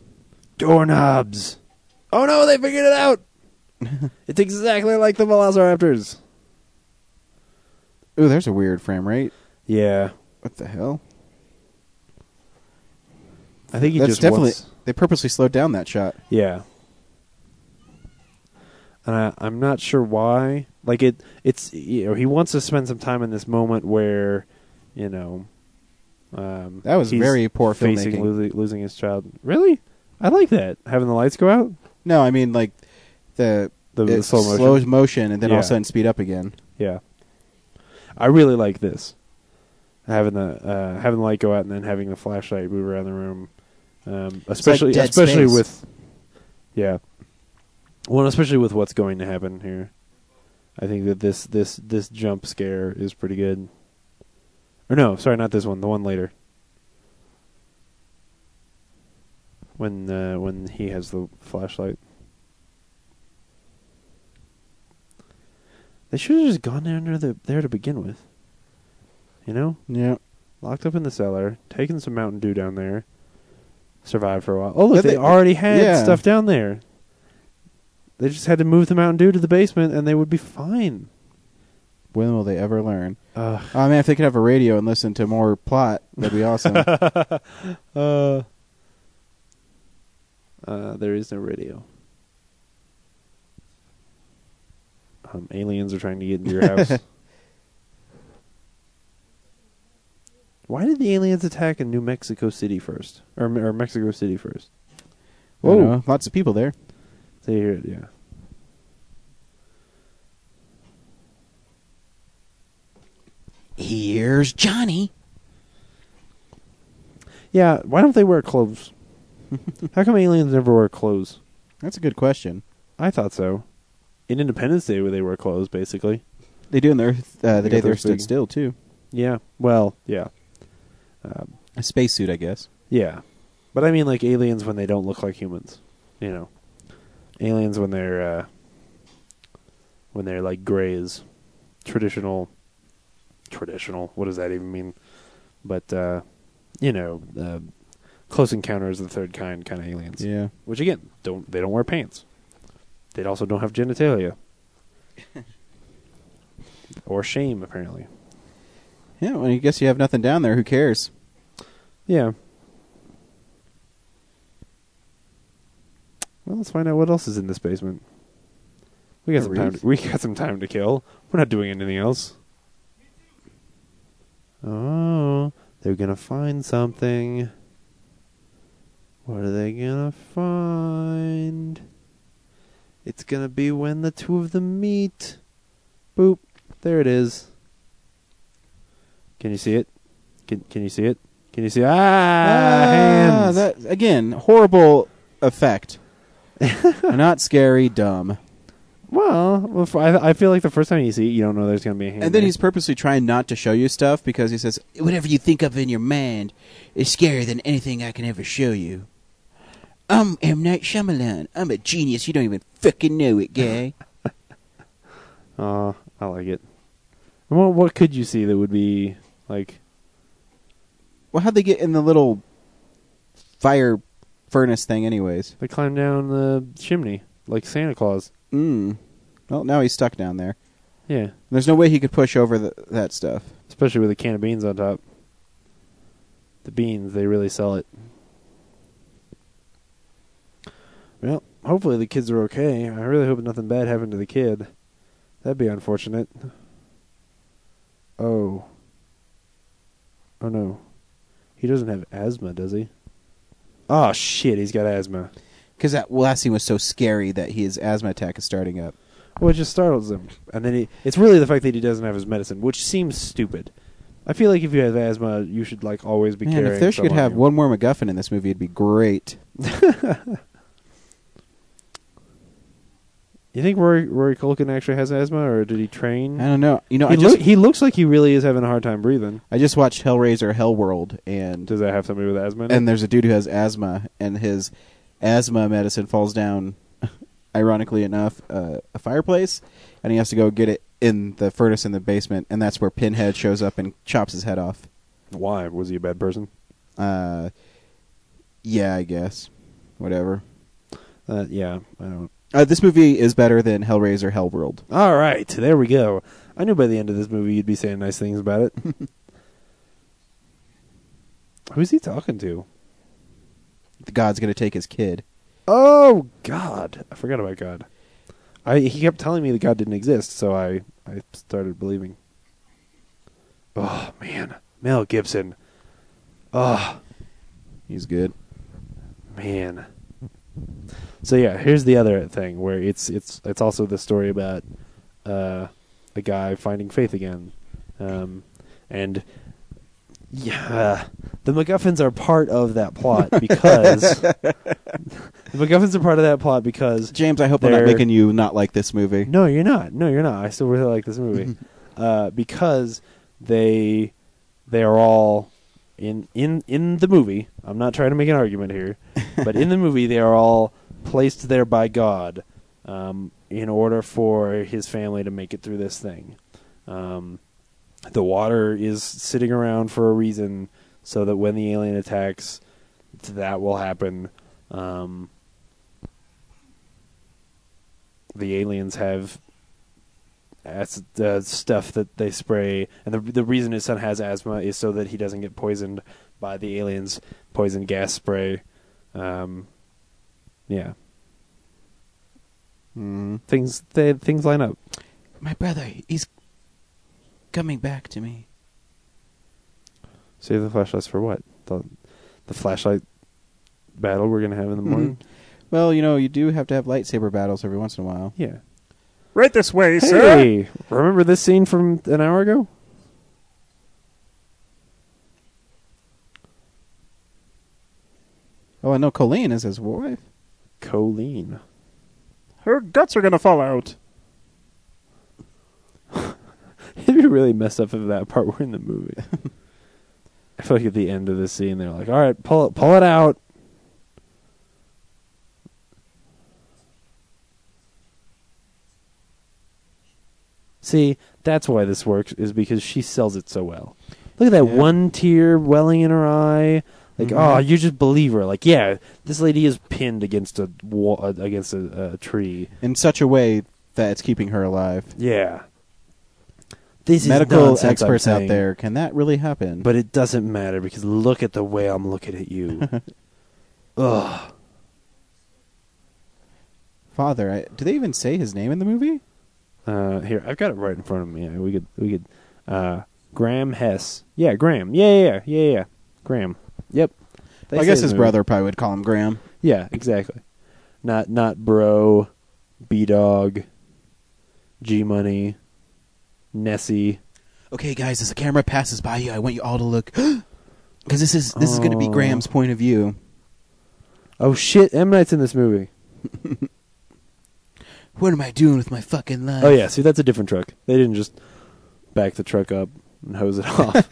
S2: Doorknobs. Oh no, they figured it out. it's exactly like the Velociraptors.
S1: Ooh, there's a weird frame rate.
S2: Yeah.
S1: What the hell?
S2: I think he
S1: That's
S2: just
S1: definitely
S2: wants-
S1: they purposely slowed down that shot.
S2: Yeah. And I, I'm not sure why. Like it, it's you know he wants to spend some time in this moment where, you know, um,
S1: That was
S2: he's
S1: very poor
S2: facing
S1: filmmaking.
S2: losing, losing his child. Really, I like that having the lights go out.
S1: No, I mean like the
S2: The- the
S1: it
S2: slow motion.
S1: slow motion, and then all of a
S2: Yeah.
S1: sudden speed up again.
S2: Yeah, I really like this having the uh, having the light go out and then having the flashlight move around the room, um, especially
S1: Dead
S2: especially
S1: Space.
S2: with yeah, well, especially with what's going to happen here. I think that this this this jump scare is pretty good. Or no, sorry, not this one. The one later. When uh, when he has the flashlight. They should have just gone down there, the, there to begin with. You know,
S1: Yeah,
S2: locked up in the cellar, taken some Mountain Dew down there, survived for a while. Oh look,
S1: Yeah,
S2: they,
S1: they-
S2: already had
S1: yeah.
S2: stuff down there. They just had to move the Mountain Dew to the basement, and they would be fine.
S1: when will they ever learn?
S2: Ugh.
S1: Oh man, if they could have a radio and listen to more plot, that'd be awesome.
S2: Uh, uh, there is no radio. Um, aliens are trying to get into your house. Why did the aliens attack in New Mexico City first, or, or Mexico City first?
S1: Whoa,
S2: Whoa.
S1: lots of people there.
S2: They hear it, yeah.
S4: Here's Johnny.
S2: Yeah. Why don't they wear clothes? How come aliens never wear clothes?
S1: That's a good question.
S2: I thought so. In Independence Day, where they wear clothes, basically.
S1: They do in the Earth, uh, the
S2: Think
S1: day
S2: of
S1: they
S2: those
S1: stood
S2: big-
S1: still too.
S2: Yeah. Well, yeah.
S1: A spacesuit, I guess.
S2: Yeah. But I mean like aliens when they don't look like humans, you know. Aliens when they're uh when they're like grays. Traditional traditional. What does that even mean? But uh you know, uh, Close Encounters of the Third Kind kind of aliens.
S1: Yeah.
S2: Which again, don't they don't wear pants. They also don't have genitalia. or shame apparently.
S1: Yeah, well, I guess you have nothing down there. Who cares?
S2: Yeah. Well, let's find out what else is in this basement. We got
S1: A
S2: some time.
S1: wreath?
S2: To, we got some time to kill. We're not doing anything else. Oh, they're gonna find something. What are they gonna find? It's gonna be when the two of them meet. Boop. There it is. Can you see it? Can Can you see it? Can you see? Ah, hands.
S1: that, again, horrible effect. Not scary, dumb.
S2: Well, well, f- I, I feel like the first time you see it, you don't know there's going to be a hand.
S1: And then
S2: there.
S1: he's purposely trying not to show you stuff because he says,
S4: Whatever you think of in your mind is scarier than anything I can ever show you. I'm M. Night Shyamalan. I'm a genius. You don't even fucking know it, guy.
S2: Aw, I like it. And What what could you see that would be like?
S1: "Well, how'd they get in the little fire furnace thing, anyways?"
S2: They climb down the chimney like Santa Claus.
S1: Mm. Well, now he's stuck down there.
S2: Yeah,
S1: There's no way he could push over the, that stuff.
S2: especially with a can of beans on top. The beans, they really sell it. Well, hopefully the kids are okay. I really hope nothing bad happened to the kid. That'd be unfortunate. Oh. Oh no. He doesn't have asthma, does he? Oh shit, he's got asthma.
S1: Because that last scene was so scary that his asthma attack is starting up.
S2: Well, it just startles him. And then he, it's really the fact that he doesn't have his medicine, which seems stupid. I feel like if you have asthma, you should like always be
S1: Man,
S2: carrying.
S1: if there should
S2: some on
S1: have
S2: you.
S1: one more MacGuffin in this movie, it'd be great.
S2: You think Rory, Rory Culkin actually has asthma, or did he train?
S1: I don't know. You know,
S2: he,
S1: I just
S2: loo- he looks like he really is having a hard time breathing.
S1: I just watched Hellraiser Hellworld, and
S2: Does that have somebody with asthma? in it?
S1: and there's a dude who has asthma, and his asthma medicine falls down, ironically enough, uh, a fireplace, and he has to go get it in the furnace in the basement, and that's where Pinhead shows up and chops his head off.
S2: why was he a bad person?
S1: Uh, yeah, I guess, whatever.
S2: Uh, yeah, I don't.
S1: Uh, this movie is better than Hellraiser Hellworld.
S2: All right, there we go. I knew by the end of this movie you'd be saying nice things about it. Who's he talking to?
S1: The God's gonna take his kid.
S2: Oh God, I forgot about God. I he kept telling me that God didn't exist, so I I started believing. Oh man, Mel Gibson. Oh
S1: He's good.
S2: man. So yeah, here's the other thing where it's it's it's also the story about uh, a guy finding faith again, um, and yeah, the MacGuffins are part of that plot because the MacGuffins are part of that plot because
S1: James, I hope I'm not
S2: They're-
S1: making you not like this movie.
S2: no, you're not. No, you're not. I still really like this movie uh, because they they are all in in in the movie. I'm not trying to make an argument here, but in the movie they are all placed there by God um, in order for his family to make it through this thing. Um, the water is sitting around for a reason, so that when the alien attacks, that will happen. Um, the aliens have as uh, stuff that they spray, and the the reason his son has asthma is so that he doesn't get poisoned by the aliens' poison gas spray. Um, yeah,
S1: Mm.
S2: things they things line up.
S4: My brother, he's coming back to me.
S2: Save the flashlights for what? The the flashlight battle we're gonna have in the morning.
S1: Well, you know, you do have to have lightsaber battles every once in a while.
S2: Yeah.
S3: Right this way, sir.
S2: Hey, remember this scene from an hour ago?
S1: Oh, I know Colleen is his wife.
S2: Colleen.
S3: Her guts are gonna fall out.
S2: It'd be really messed up if that part were in the movie. I feel like at the end of the scene, they're like, "All right, pull it, pull it out." See, that's why this works is because she sells it so well. Look at that
S1: Yeah. Mm-hmm.
S2: one tear welling in her eye. Like, oh, you just believe her. Like, yeah, this lady is pinned against a wall, uh, against a, a tree.
S1: in such a way that it's keeping her alive.
S2: Yeah. This is
S1: Medical
S2: nonsense I'm
S1: experts out
S2: saying.
S1: there, can that really happen?
S2: But it doesn't matter because look at the way I'm looking at you. Ugh.
S1: Father, I, do they even say his name in the movie?
S2: Uh, here, I've got it right in front of me. We could, we could. Uh, Graham Hess. Yeah, Graham. Yeah, yeah, yeah, yeah, yeah. Graham. Yep. They
S1: Well, I
S2: say
S1: guess
S2: the
S1: his
S2: movie.
S1: brother probably would call him Graham.
S2: Yeah, exactly. Not, not bro, B dog, G money, Nessie.
S1: Okay, guys, as the camera passes by you, I want you all to look because this is this is going to be
S2: Oh.
S1: Graham's point of view.
S2: Oh shit, M Night's in this movie.
S4: What am I doing with my fucking life?
S2: Oh yeah, see that's a different truck. They didn't just back the truck up and hose it off.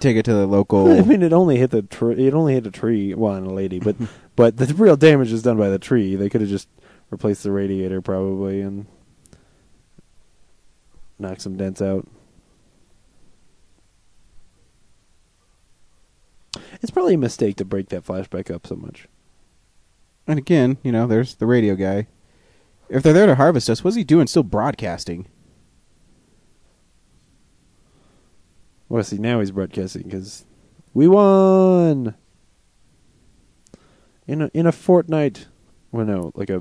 S1: Take it to the local.
S2: I mean, it only hit the tr- it only hit a tree, well, and a lady, but but the real damage is done by the tree. They could have just replaced the radiator probably and knocked some dents out. It's probably a mistake to break that flashback up so much.
S1: and again, you know, there's the radio guy. If they're there to harvest us, what's he doing? Still broadcasting?
S2: Well, see, now he's broadcasting because we won in a in a fortnight. Well, no, like a.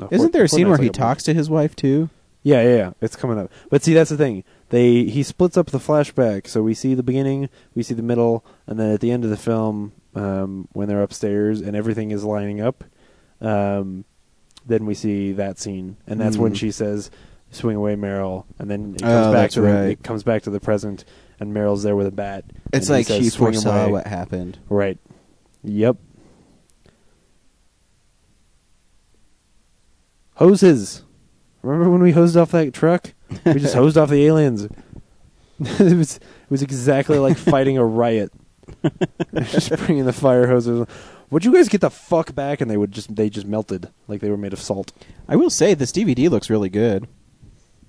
S2: a
S1: Isn't
S2: fort-
S1: there a scene where
S2: fortnight's like
S1: he
S2: a month.
S1: talks to his wife too?
S2: Yeah, yeah, yeah, it's coming up. But see, that's the thing. They he splits up the flashback, so we see the beginning, we see the middle, and then at the end of the film, um, when they're upstairs and everything is lining up, um, then we see that scene, and that's when
S1: Mm.
S2: she says, "Swing away, Meryl," and then it
S1: Oh,
S2: comes back
S1: that's
S2: to
S1: right.
S2: the, it comes back to the present, and Meryl's there with a bat.
S1: It's
S2: and he
S1: like
S2: says,
S1: she
S2: "Swing
S1: foresaw
S2: away."
S1: what happened.
S2: Right. Yep. Hoses. Remember when we hosed off that truck? We just hosed off the aliens. it was it was exactly like fighting a riot. just bringing the fire hoses. Would you guys get the fuck back? And they would just they just melted like they were made of salt.
S1: I will say this DVD looks really good.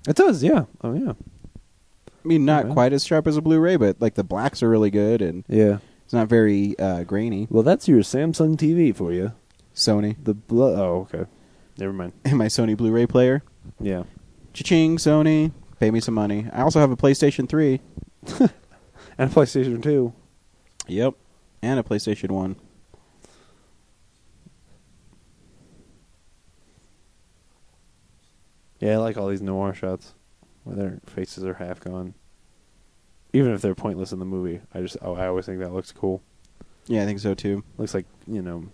S2: It does, yeah. Oh yeah,
S1: I mean, not
S2: Alright.
S1: quite as sharp as a Blu-ray, but like the blacks are really good, and
S2: yeah.
S1: it's not very uh, grainy.
S2: Well, that's your Samsung TV for you.
S1: Sony,
S2: The blo- oh okay, never mind.
S1: and my Sony Blu-ray player.
S2: Yeah.
S1: Cha-ching, Sony, pay me some money. I also have a PlayStation Three.
S2: And PlayStation Two.
S1: Yep, and a PlayStation One.
S2: Yeah, I like all these noir shots where their faces are half gone. Even if they're pointless in the movie, I just oh, I always think that looks cool.
S1: Yeah, I think so too.
S2: Looks like you know,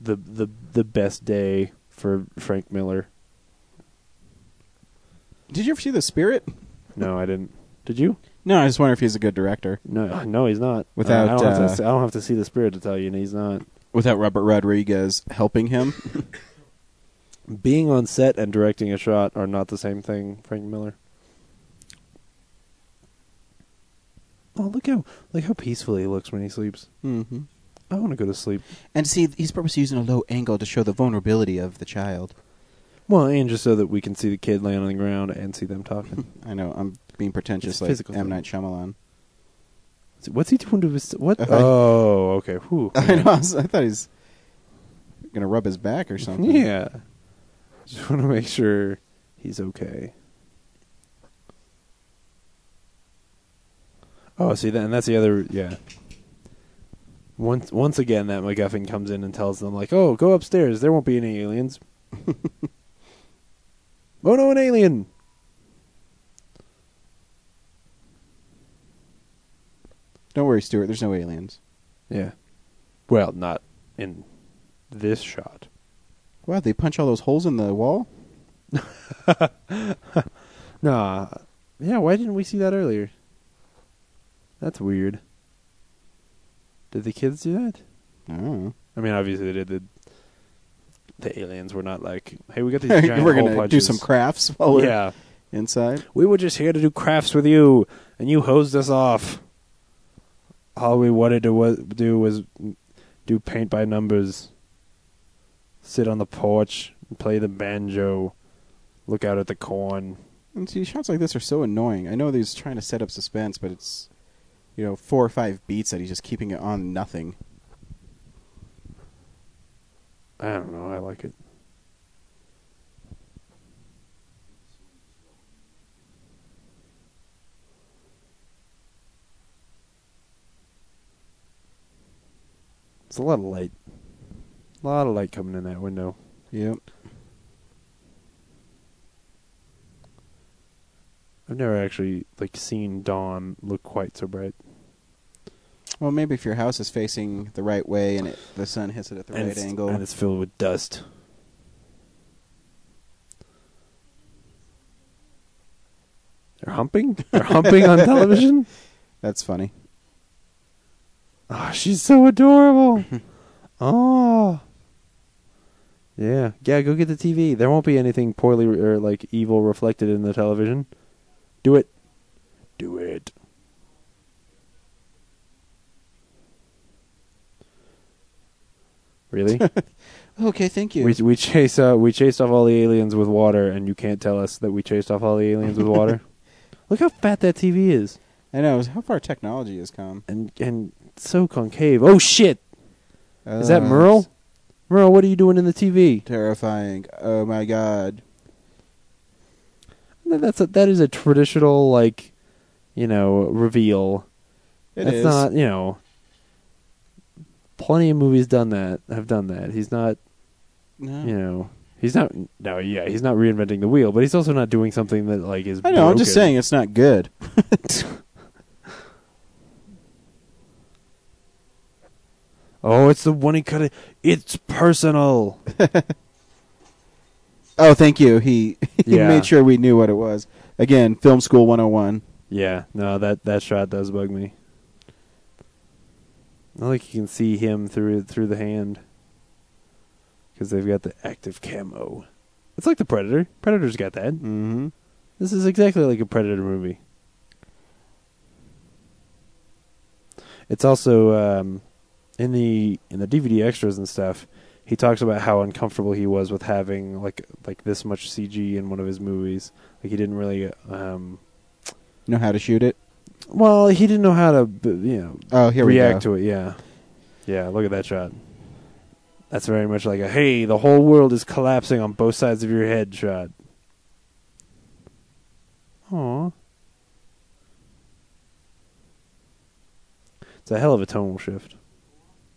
S2: the the the best day for Frank Miller.
S1: Did you ever see The Spirit?
S2: No, I didn't. Did you?
S1: No, I just wonder if he's a good director.
S2: No, no, he's not.
S1: Without,
S2: I don't, have
S1: uh,
S2: to, s- I don't have to see the spirit to tell you, and he's not.
S1: Without Robert Rodriguez helping him,
S2: Being on set and directing a shot are not the same thing, Frank Miller. Oh, look how look how peaceful he looks when he sleeps.
S1: mm-hmm.
S2: I want to go to sleep.
S1: and see, he's purposely using a low angle to show the vulnerability of the child.
S2: Well, and just so that we can see the kid laying on the ground and see them talking.
S1: I know I'm being pretentious,
S2: It's a
S1: like
S2: physical
S1: M
S2: thing.
S1: Night Shyamalan.
S2: So What's he doing to his? What?
S1: I-
S2: oh, okay. Whew.
S1: I know. I, was, I thought he's gonna rub his back or something.
S2: Yeah. Just want to make sure he's okay. Oh, see, that, and that's the other. Yeah. Once, once again, that MacGuffin comes in and tells them, like, "Oh, go upstairs. There won't be any aliens." oh no, an alien!
S1: Don't worry, Stuart. There's no aliens.
S2: Yeah. Well, not in this shot.
S1: Wow, they punch all those holes in the wall.
S2: Nah. Yeah, why didn't we see that earlier? That's weird. Did the kids do that?
S1: I don't know.
S2: I mean, obviously they did. The, the aliens were not like, hey, we got these giant
S1: We're
S2: hole
S1: gonna do
S2: punches."
S1: some crafts while we're
S2: Yeah.
S1: inside.
S2: We were just here to do crafts with you, and you hosed us off. All we wanted to wa- do was do paint by numbers, sit on the porch, play the banjo, look out at the corn.
S1: And see, shots like this are so annoying. I know that he's trying to set up suspense, but it's, you know, four or five beats that he's just keeping it on nothing.
S2: I don't know. I like it. It's a lot of light. A lot of light coming in that window.
S1: Yep.
S2: I've never actually like seen dawn look quite so bright.
S1: Well, maybe if your house is facing the right way and it, the sun hits it at the
S2: and
S1: right
S2: it's,
S1: angle.
S2: and it's filled with dust. They're humping. They're humping on television.
S1: That's funny.
S2: Oh, she's so adorable. oh. Yeah. Yeah, go get the TV. There won't be anything poorly re- or like evil reflected in the television. Do it. Do it. Really?
S1: Okay, thank you.
S2: we we chase uh, we chased off all the aliens with water and you can't tell us that we chased off all the aliens with water. Look how fat that TV is.
S1: I know how far technology has come.
S2: And and so concave. Oh shit. Is that
S1: Uh,
S2: Merle? Merle, what are you doing in the TV?
S1: Terrifying. Oh my god.
S2: Th- That's a, that is a traditional like, you know, reveal.
S1: It is.
S2: That's not you know. Plenty of movies done that have done that. He's not
S1: No.
S2: you know he's not no yeah he's not reinventing the wheel, but he's also not doing something that like is.
S1: I know. I'm just
S2: broken.
S1: saying it's not good.
S2: Oh, it's the one he cut it. It's personal.
S1: Oh, thank you. He, he
S2: Yeah.
S1: made sure we knew what it was. Again, Film School 101.
S2: yeah, no, that that shot does bug me. I like you can see him through through the hand because they've got the active camo. It's like the Predator. Predator's got that.
S1: Mm-hmm.
S2: This is exactly like a Predator movie. It's also um, in the in the DVD extras and stuff. He talks about how uncomfortable he was with having like like this much CG in one of his movies. Like he didn't really, um,
S1: Know how to shoot it.
S2: well, he didn't know how to b- you know
S1: Oh, here
S2: react
S1: we go.
S2: to it. Yeah, yeah. Look at that shot. That's very much like a hey, the whole world is collapsing on both sides of your head shot. Aw. It's a hell of a tonal shift.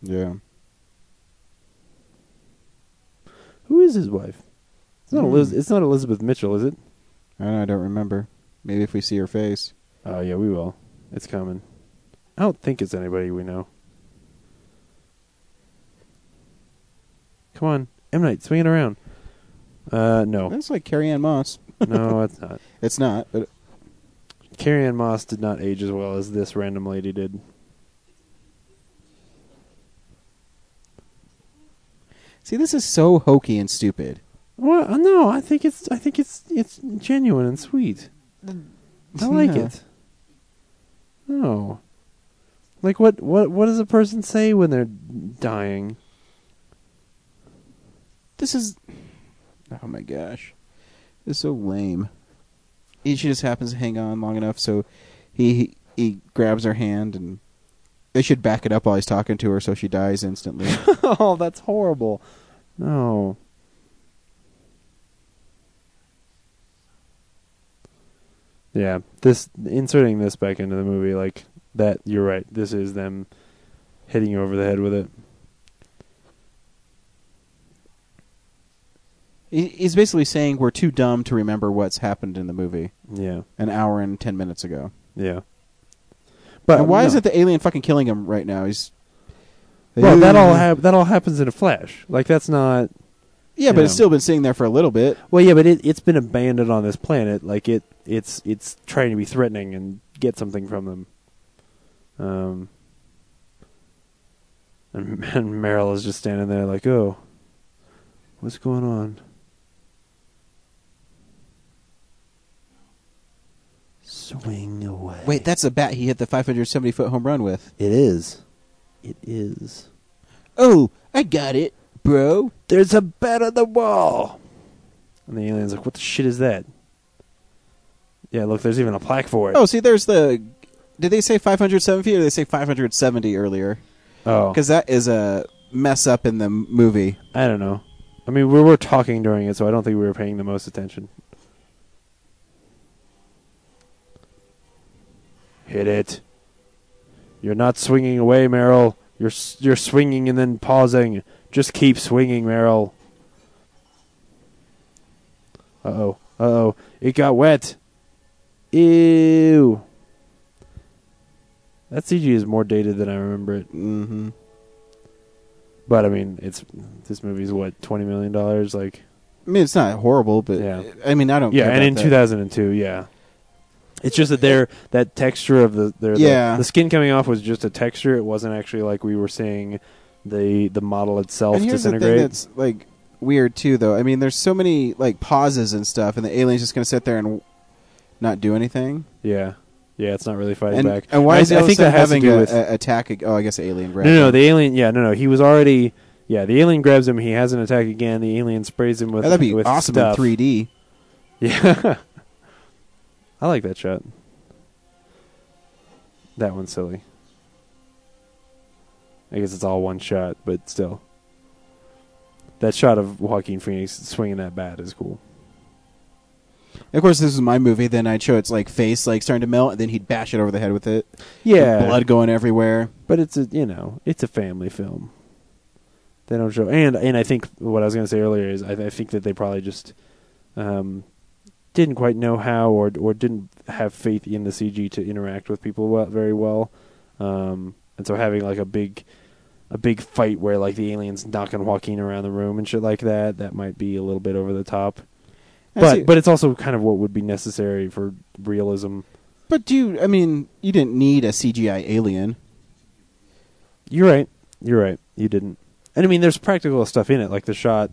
S1: Yeah.
S2: Who is his wife? It's not, Eliz- it's not Elizabeth Mitchell, is it?
S1: I don't, know, I don't remember. Maybe if we see her face.
S2: Oh yeah, we will. It's coming. I don't think it's anybody we know. Come on, M Night, swing it around. Uh, no,
S1: That's like Carrie Ann Moss.
S2: no, it's not.
S1: It's not, but
S2: Carrie Ann Moss did not age as well as this random lady did.
S1: see, this is so hokey and stupid.
S2: Well, Uh, no, I think it's I think it's it's genuine and sweet. I like
S1: Yeah.
S2: it. No, like what what what does a person say when they're dying?
S1: This is. Oh my gosh, this is so lame. And she just happens to hang on long enough, so he he, he grabs her hand and they should back it up while he's talking to her, so she dies instantly.
S2: oh, that's horrible. No. Yeah, this inserting this back into the movie like that. You're right. This is them hitting you over the head with it.
S1: He- he's basically saying we're too dumb to remember what's happened in the movie
S2: Yeah,
S1: an hour and ten minutes ago.
S2: yeah. But
S1: and why
S2: Oh, no.
S1: isn't the alien fucking killing him right now? He's
S2: Well, that all hap- that all happens in a flash. Like that's not.
S1: Yeah, but
S2: Yeah.
S1: it's still been sitting there for a little bit.
S2: Well, yeah, but it, it's been abandoned on this planet. Like it, it's it's trying to be threatening and get something from them. Um, and, and Meryl is just standing there like, "Oh, what's going on?" Swing away.
S1: Wait, that's a bat he hit the 570 foot home run with.
S2: it is. It is.
S4: Oh, I got it, bro.
S2: There's a bat on the wall. And the alien's like, "What the shit is that?" Yeah, look, there's even a plaque for it.
S1: Oh, see, there's the. Did they say 507 feet or did they say 570 earlier?
S2: oh,
S1: Because that is a mess up in the m- movie.
S2: I don't know. I mean, we were talking during it, so I don't think we were paying the most attention. Hit it. You're not swinging away, Meryl. You're s- you're swinging and then pausing. Just keep swinging, Meryl. Uh oh. Uh oh. It got wet. Ew. That CG is more dated than I remember it.
S1: Mm-hmm.
S2: But I mean, it's this movie's what twenty million dollars? Like,
S1: I mean, it's not horrible, but
S2: Yeah.
S1: I mean, I don't.
S2: yeah,
S1: care
S2: and
S1: about
S2: in
S1: that.
S2: two thousand and two, yeah. It's just that there, that texture of the their,
S1: Yeah.
S2: the, the skin coming off was just a texture. It wasn't actually like we were seeing the the model itself
S1: And here's the
S2: disintegrate.
S1: thing that's like weird too, though. I mean, there's so many like pauses and stuff, and the alien's just gonna sit there and w- not do anything.
S2: yeah, yeah, it's not really fighting
S1: And,
S2: back.
S1: and why
S2: I,
S1: is he
S2: I
S1: all of a
S2: think
S1: sudden
S2: that has to
S1: having
S2: do
S1: a,
S2: with
S1: a attack? ag- Oh, I guess the alien grabbed.
S2: no, no,
S1: him.
S2: the alien. Yeah, no, no, he was already. Yeah, the alien grabs him. He has an attack again. The alien sprays him with.
S1: that'd be
S2: with
S1: awesome
S2: stuff.
S1: in 3D.
S2: Yeah. I like that shot. That one's silly. I guess it's all one shot, but still. That shot of Joaquin Phoenix swinging that bat is cool.
S1: Of course, this is my movie. Then I'd show its like face like starting to melt, and then he'd bash it over the head with it.
S2: Yeah.
S1: blood going everywhere.
S2: But it's a, you know, it's a family film. They don't show and and I think what I was going to say earlier is I, I think that they probably just um didn't quite know how or or didn't have faith in the CG to interact with people well, very well. Um and so having like a big a big fight where like the aliens knocking Joaquin around the room and shit like that, that might be a little bit over the top.
S1: I see.
S2: But but it's also kind of what would be necessary for realism.
S1: But do you, I mean you didn't need a CGI alien?
S2: You're right. You're right. You didn't. And I mean, there's practical stuff in it, like the shot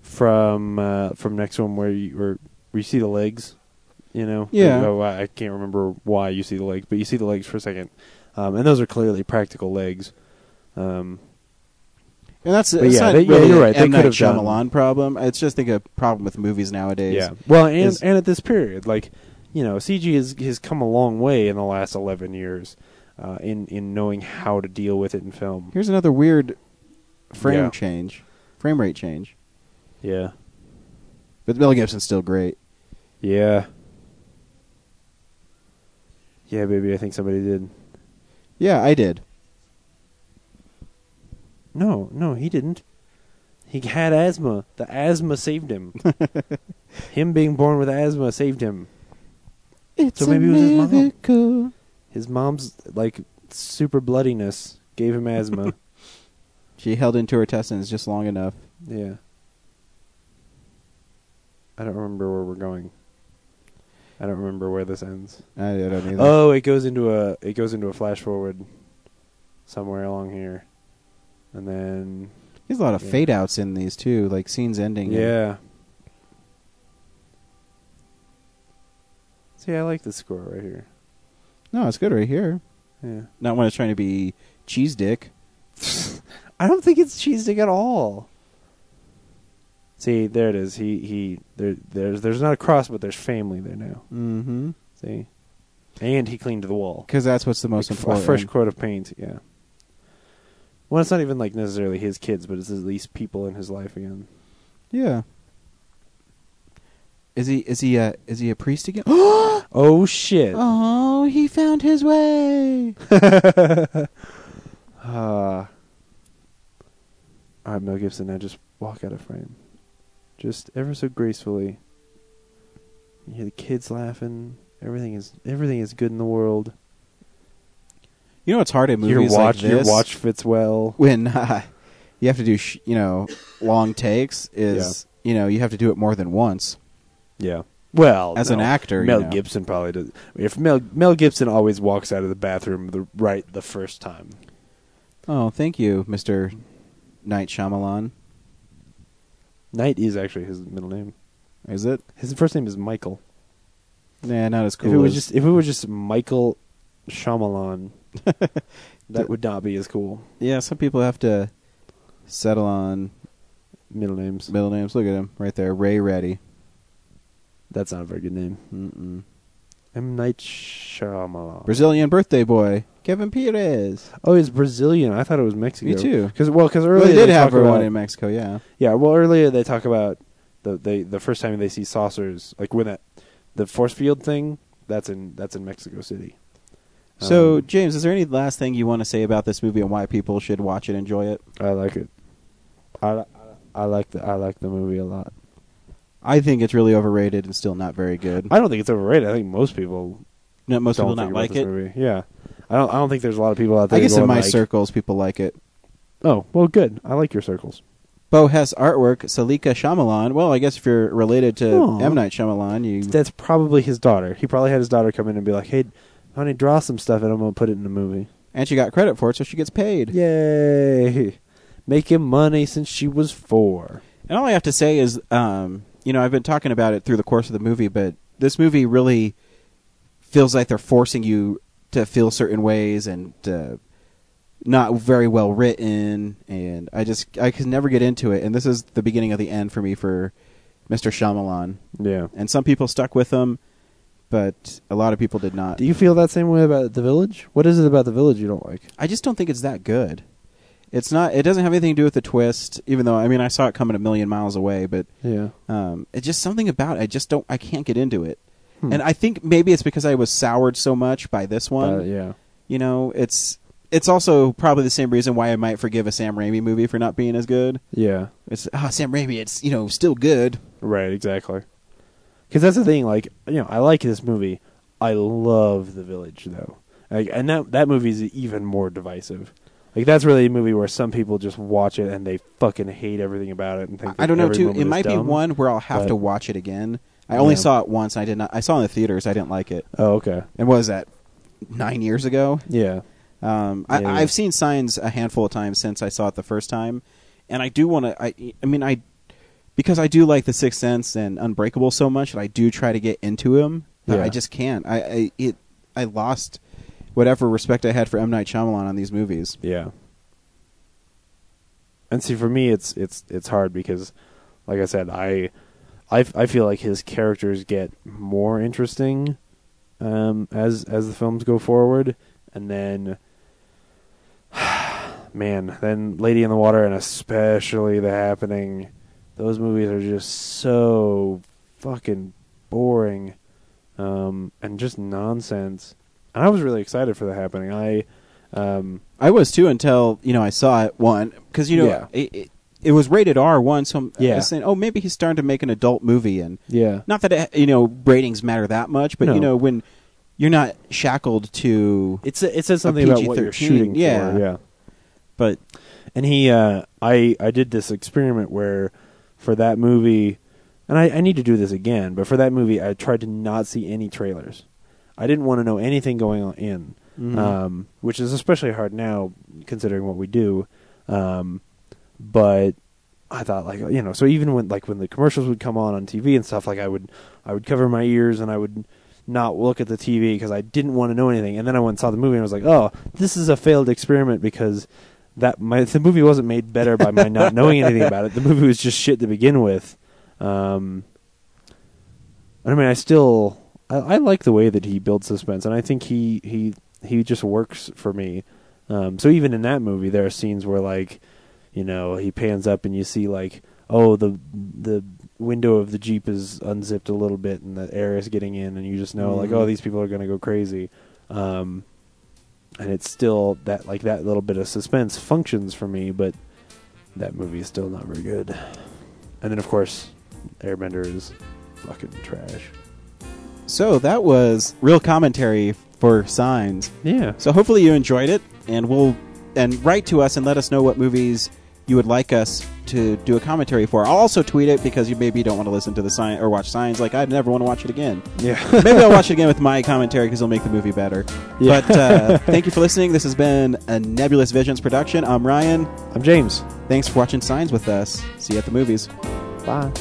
S2: from uh, from next one where you where you see the legs. You know.
S1: Yeah.
S2: Oh, I I can't remember why you see the legs, but you see the legs for a second, um, and those are clearly practical legs. Um,
S1: And that's,
S2: But
S1: that's
S2: yeah,
S1: not
S2: they- yeah,
S1: really
S2: you're
S1: an
S2: right. They
S1: M. Night
S2: could've done-
S1: Shyamalan problem. It's just think a problem with movies nowadays.
S2: yeah. Well, and
S1: is-
S2: and at this period, like you know, CG has has come a long way in the last eleven years. Uh, in in knowing how to deal with it in film,
S1: Here's another weird frame
S2: Yeah.
S1: change, frame rate change.
S2: yeah,
S1: But Mel Gibson's still great.
S2: yeah, yeah, baby. I think somebody did.
S1: Yeah, I did.
S2: No, no, he didn't. He had asthma. The asthma saved him. him being born with asthma saved him.
S1: It's
S2: So maybe it was his mom. His mom's like super bloodiness gave him asthma.
S1: She held into her intestines just long enough.
S2: yeah. I don't remember where we're going. I don't remember where this ends.
S1: I, I don't either.
S2: Oh, it goes into a it goes into a flash forward somewhere along here. And then
S1: There's a lot of
S2: yeah.
S1: fade outs in these too, like scenes ending.
S2: Yeah. See, I like the score right here.
S1: No, it's good right here.
S2: Yeah.
S1: Not when it's trying to be cheese dick.
S2: I don't think it's cheesesteak at all. See, there it is. He he there there's there's not a cross, but there's family there now.
S1: Mm-hmm.
S2: See? And he cleaned the wall.
S1: Because that's what's the most
S2: Like, f-
S1: important.
S2: A fresh coat of paint, yeah. Well, it's not even like necessarily his kids, but it's at least people in his life again.
S1: Yeah. Is he is he uh, is he a priest again?
S2: Oh shit.
S1: oh, he found his way.
S2: Uh, all right, Mel Gibson, now just walk out of frame. Just ever so gracefully. You hear the kids laughing. Everything is everything is good in the world.
S1: You know what's hard in
S2: Your
S1: movies
S2: watch
S1: like
S2: your
S1: this?
S2: watch fits well.
S1: when uh, you have to do sh- you know long takes is you know you have to do it more than once.
S2: Yeah. Well,
S1: As an
S2: no,
S1: actor, you
S2: Mel
S1: know.
S2: Gibson probably does. If Mel Mel Gibson always walks out of the bathroom the right the first time.
S1: Oh, thank you, Mister Night Shyamalan.
S2: Knight is actually his middle name.
S1: Is it?
S2: His first name is Michael.
S1: Nah, not as cool.
S2: If it was
S1: as-
S2: just if it was just Michael Shyamalan, that would not be as cool.
S1: yeah, some people have to settle on
S2: Middle names.
S1: middle names. Look at him right there, Ray Reddy.
S2: That's not a very good name.
S1: Mm-mm.
S2: M Night Shyamalan.
S1: Brazilian birthday boy, Kevin Perez.
S2: oh, it's Brazilian. I thought it was Mexico.
S1: Me too.
S2: Because well, because
S1: Well,
S2: earlier
S1: they did have
S2: talk
S1: one
S2: about, Um,
S1: in Mexico, yeah.
S2: Yeah, well, earlier they talk about the they the first time they see saucers, like when that the force field thing. That's in that's in Mexico City.
S1: So,
S2: Um,
S1: James, is there any last thing you want to say about this movie and why people should watch it, enjoy it?
S2: I like it. I, li- I like the I like the movie a lot.
S1: I think it's really overrated and still not very good.
S2: I don't think it's overrated. I think most people
S1: No, most
S2: don't
S1: people not
S2: think about
S1: like
S2: this
S1: it.
S2: Movie. Yeah, I don't. I don't think there's a lot of people out there.
S1: I guess in
S2: going
S1: my
S2: like,
S1: circles, people like it.
S2: Oh well, good. I like your circles.
S1: Bo Hess artwork, Salika Shyamalan. Well, I guess if you're related to
S2: Oh.
S1: M Night Shyamalan, you
S2: That's probably his daughter. He probably had his daughter come in and be like, "Hey, honey, draw some stuff, and I'm gonna put it in the movie."
S1: and she got credit for it, so she gets paid.
S2: Yay! Making money since she was four.
S1: And all I have to say is, um, you know, I've been talking about it through the course of the movie, but this movie really feels like they're forcing you to feel certain ways and uh, not very well written. And I just, I could never get into it. And this is the beginning of the end for me for Mr. Shyamalan.
S2: Yeah.
S1: And some people stuck with him, but a lot of people did not.
S2: Do you feel that same way about the village? What is it about the village you don't like?
S1: I just don't think it's that good. It's not. It doesn't have anything to do with the twist. Even though, I mean, I saw it coming a million miles away, but
S2: Yeah.
S1: um, it's just something about it. I just don't. I can't get into it.
S2: Hmm.
S1: And I think maybe it's because I was soured so much by this one.
S2: Uh, yeah.
S1: You know, it's it's also probably the same reason why I might forgive a Sam Raimi movie for not being as good.
S2: Yeah.
S1: It's ah Sam Raimi. It's you know still good.
S2: Right, exactly. Because that's the thing. Like, you know, I like this movie. I love The Village, though. Like, and that that movie is even more divisive. Like, that's really a movie where some people just watch it and they fucking hate everything about it and think.
S1: I don't know
S2: that every
S1: too.
S2: moment
S1: It
S2: is
S1: might be
S2: dumb.
S1: one where I'll have
S2: but-
S1: to watch it again. I only
S2: Yeah.
S1: saw it once. And I did not. I saw it in the theaters. I didn't like it.
S2: Oh, okay.
S1: And what was that? Nine years ago.
S2: Yeah.
S1: Um,
S2: Yeah.
S1: I, I've seen Signs a handful of times since I saw it the first time, and I do want to. I, I mean, I because I do like The Sixth Sense and Unbreakable so much, and I do try to get into him, but
S2: Yeah.
S1: I just can't. I, I it I lost whatever respect I had for M Night Shyamalan on these movies.
S2: Yeah. And see, for me, it's it's it's hard because, like I said, I, I, I feel like his characters get more interesting, um, as as the films go forward, and then, man, then Lady in the Water and especially The Happening, those movies are just so fucking boring, um, and just nonsense. And I was really excited for The Happening. I, um,
S1: I was too until you know I saw it one because you know
S2: Yeah.
S1: it, it, it was rated R one, so I'm, I
S2: Yeah.
S1: was saying, oh, maybe he's starting to make an adult movie and.
S2: yeah.
S1: not that it, you know ratings matter that much, but
S2: No.
S1: you know when you're not shackled to.
S2: It's it says something about what
S1: PG-13,
S2: you're shooting
S1: yeah.
S2: for. Yeah.
S1: But
S2: And he uh I I did this experiment where for that movie and I, I need to do this again, but for that movie I tried to not see any trailers. I didn't want to know anything going on in. Um which is especially hard now considering what we do. Um but I thought like you know so even when like when the commercials would come on on TV and stuff like I would I would cover my ears and I would not look at the TV because I didn't want to know anything and then I went and saw the movie and I was like oh this is a failed experiment because that my the movie wasn't made better by my not knowing anything about it the movie was just shit to begin with um I mean I still I, I like the way that he builds suspense and I think he he he just works for me um so even in that movie there are scenes where like you know he pans up and you see like oh the the window of the jeep is unzipped a little bit and the air is getting in and you just know like
S1: Mhm.
S2: oh these people are going to go crazy um and it's still that like that little bit of suspense functions for me but that movie is still not very good and then of course airbender is fucking trash
S1: so that was real commentary for Signs.
S2: yeah
S1: So hopefully you enjoyed it, and we'll and write to us and let us know what movies you would like us to do a commentary for. I'll also tweet it because you maybe don't want to listen to the sign or watch Signs. Like I'd never want to watch it again.
S2: yeah
S1: Maybe I'll watch it again with my commentary because it'll make the movie better.
S2: Yeah.
S1: But uh, thank you for listening. This has been a Nebulous Visions production. I'm Ryan.
S2: i'm james
S1: Thanks for watching Signs with us. See you at the movies.
S2: bye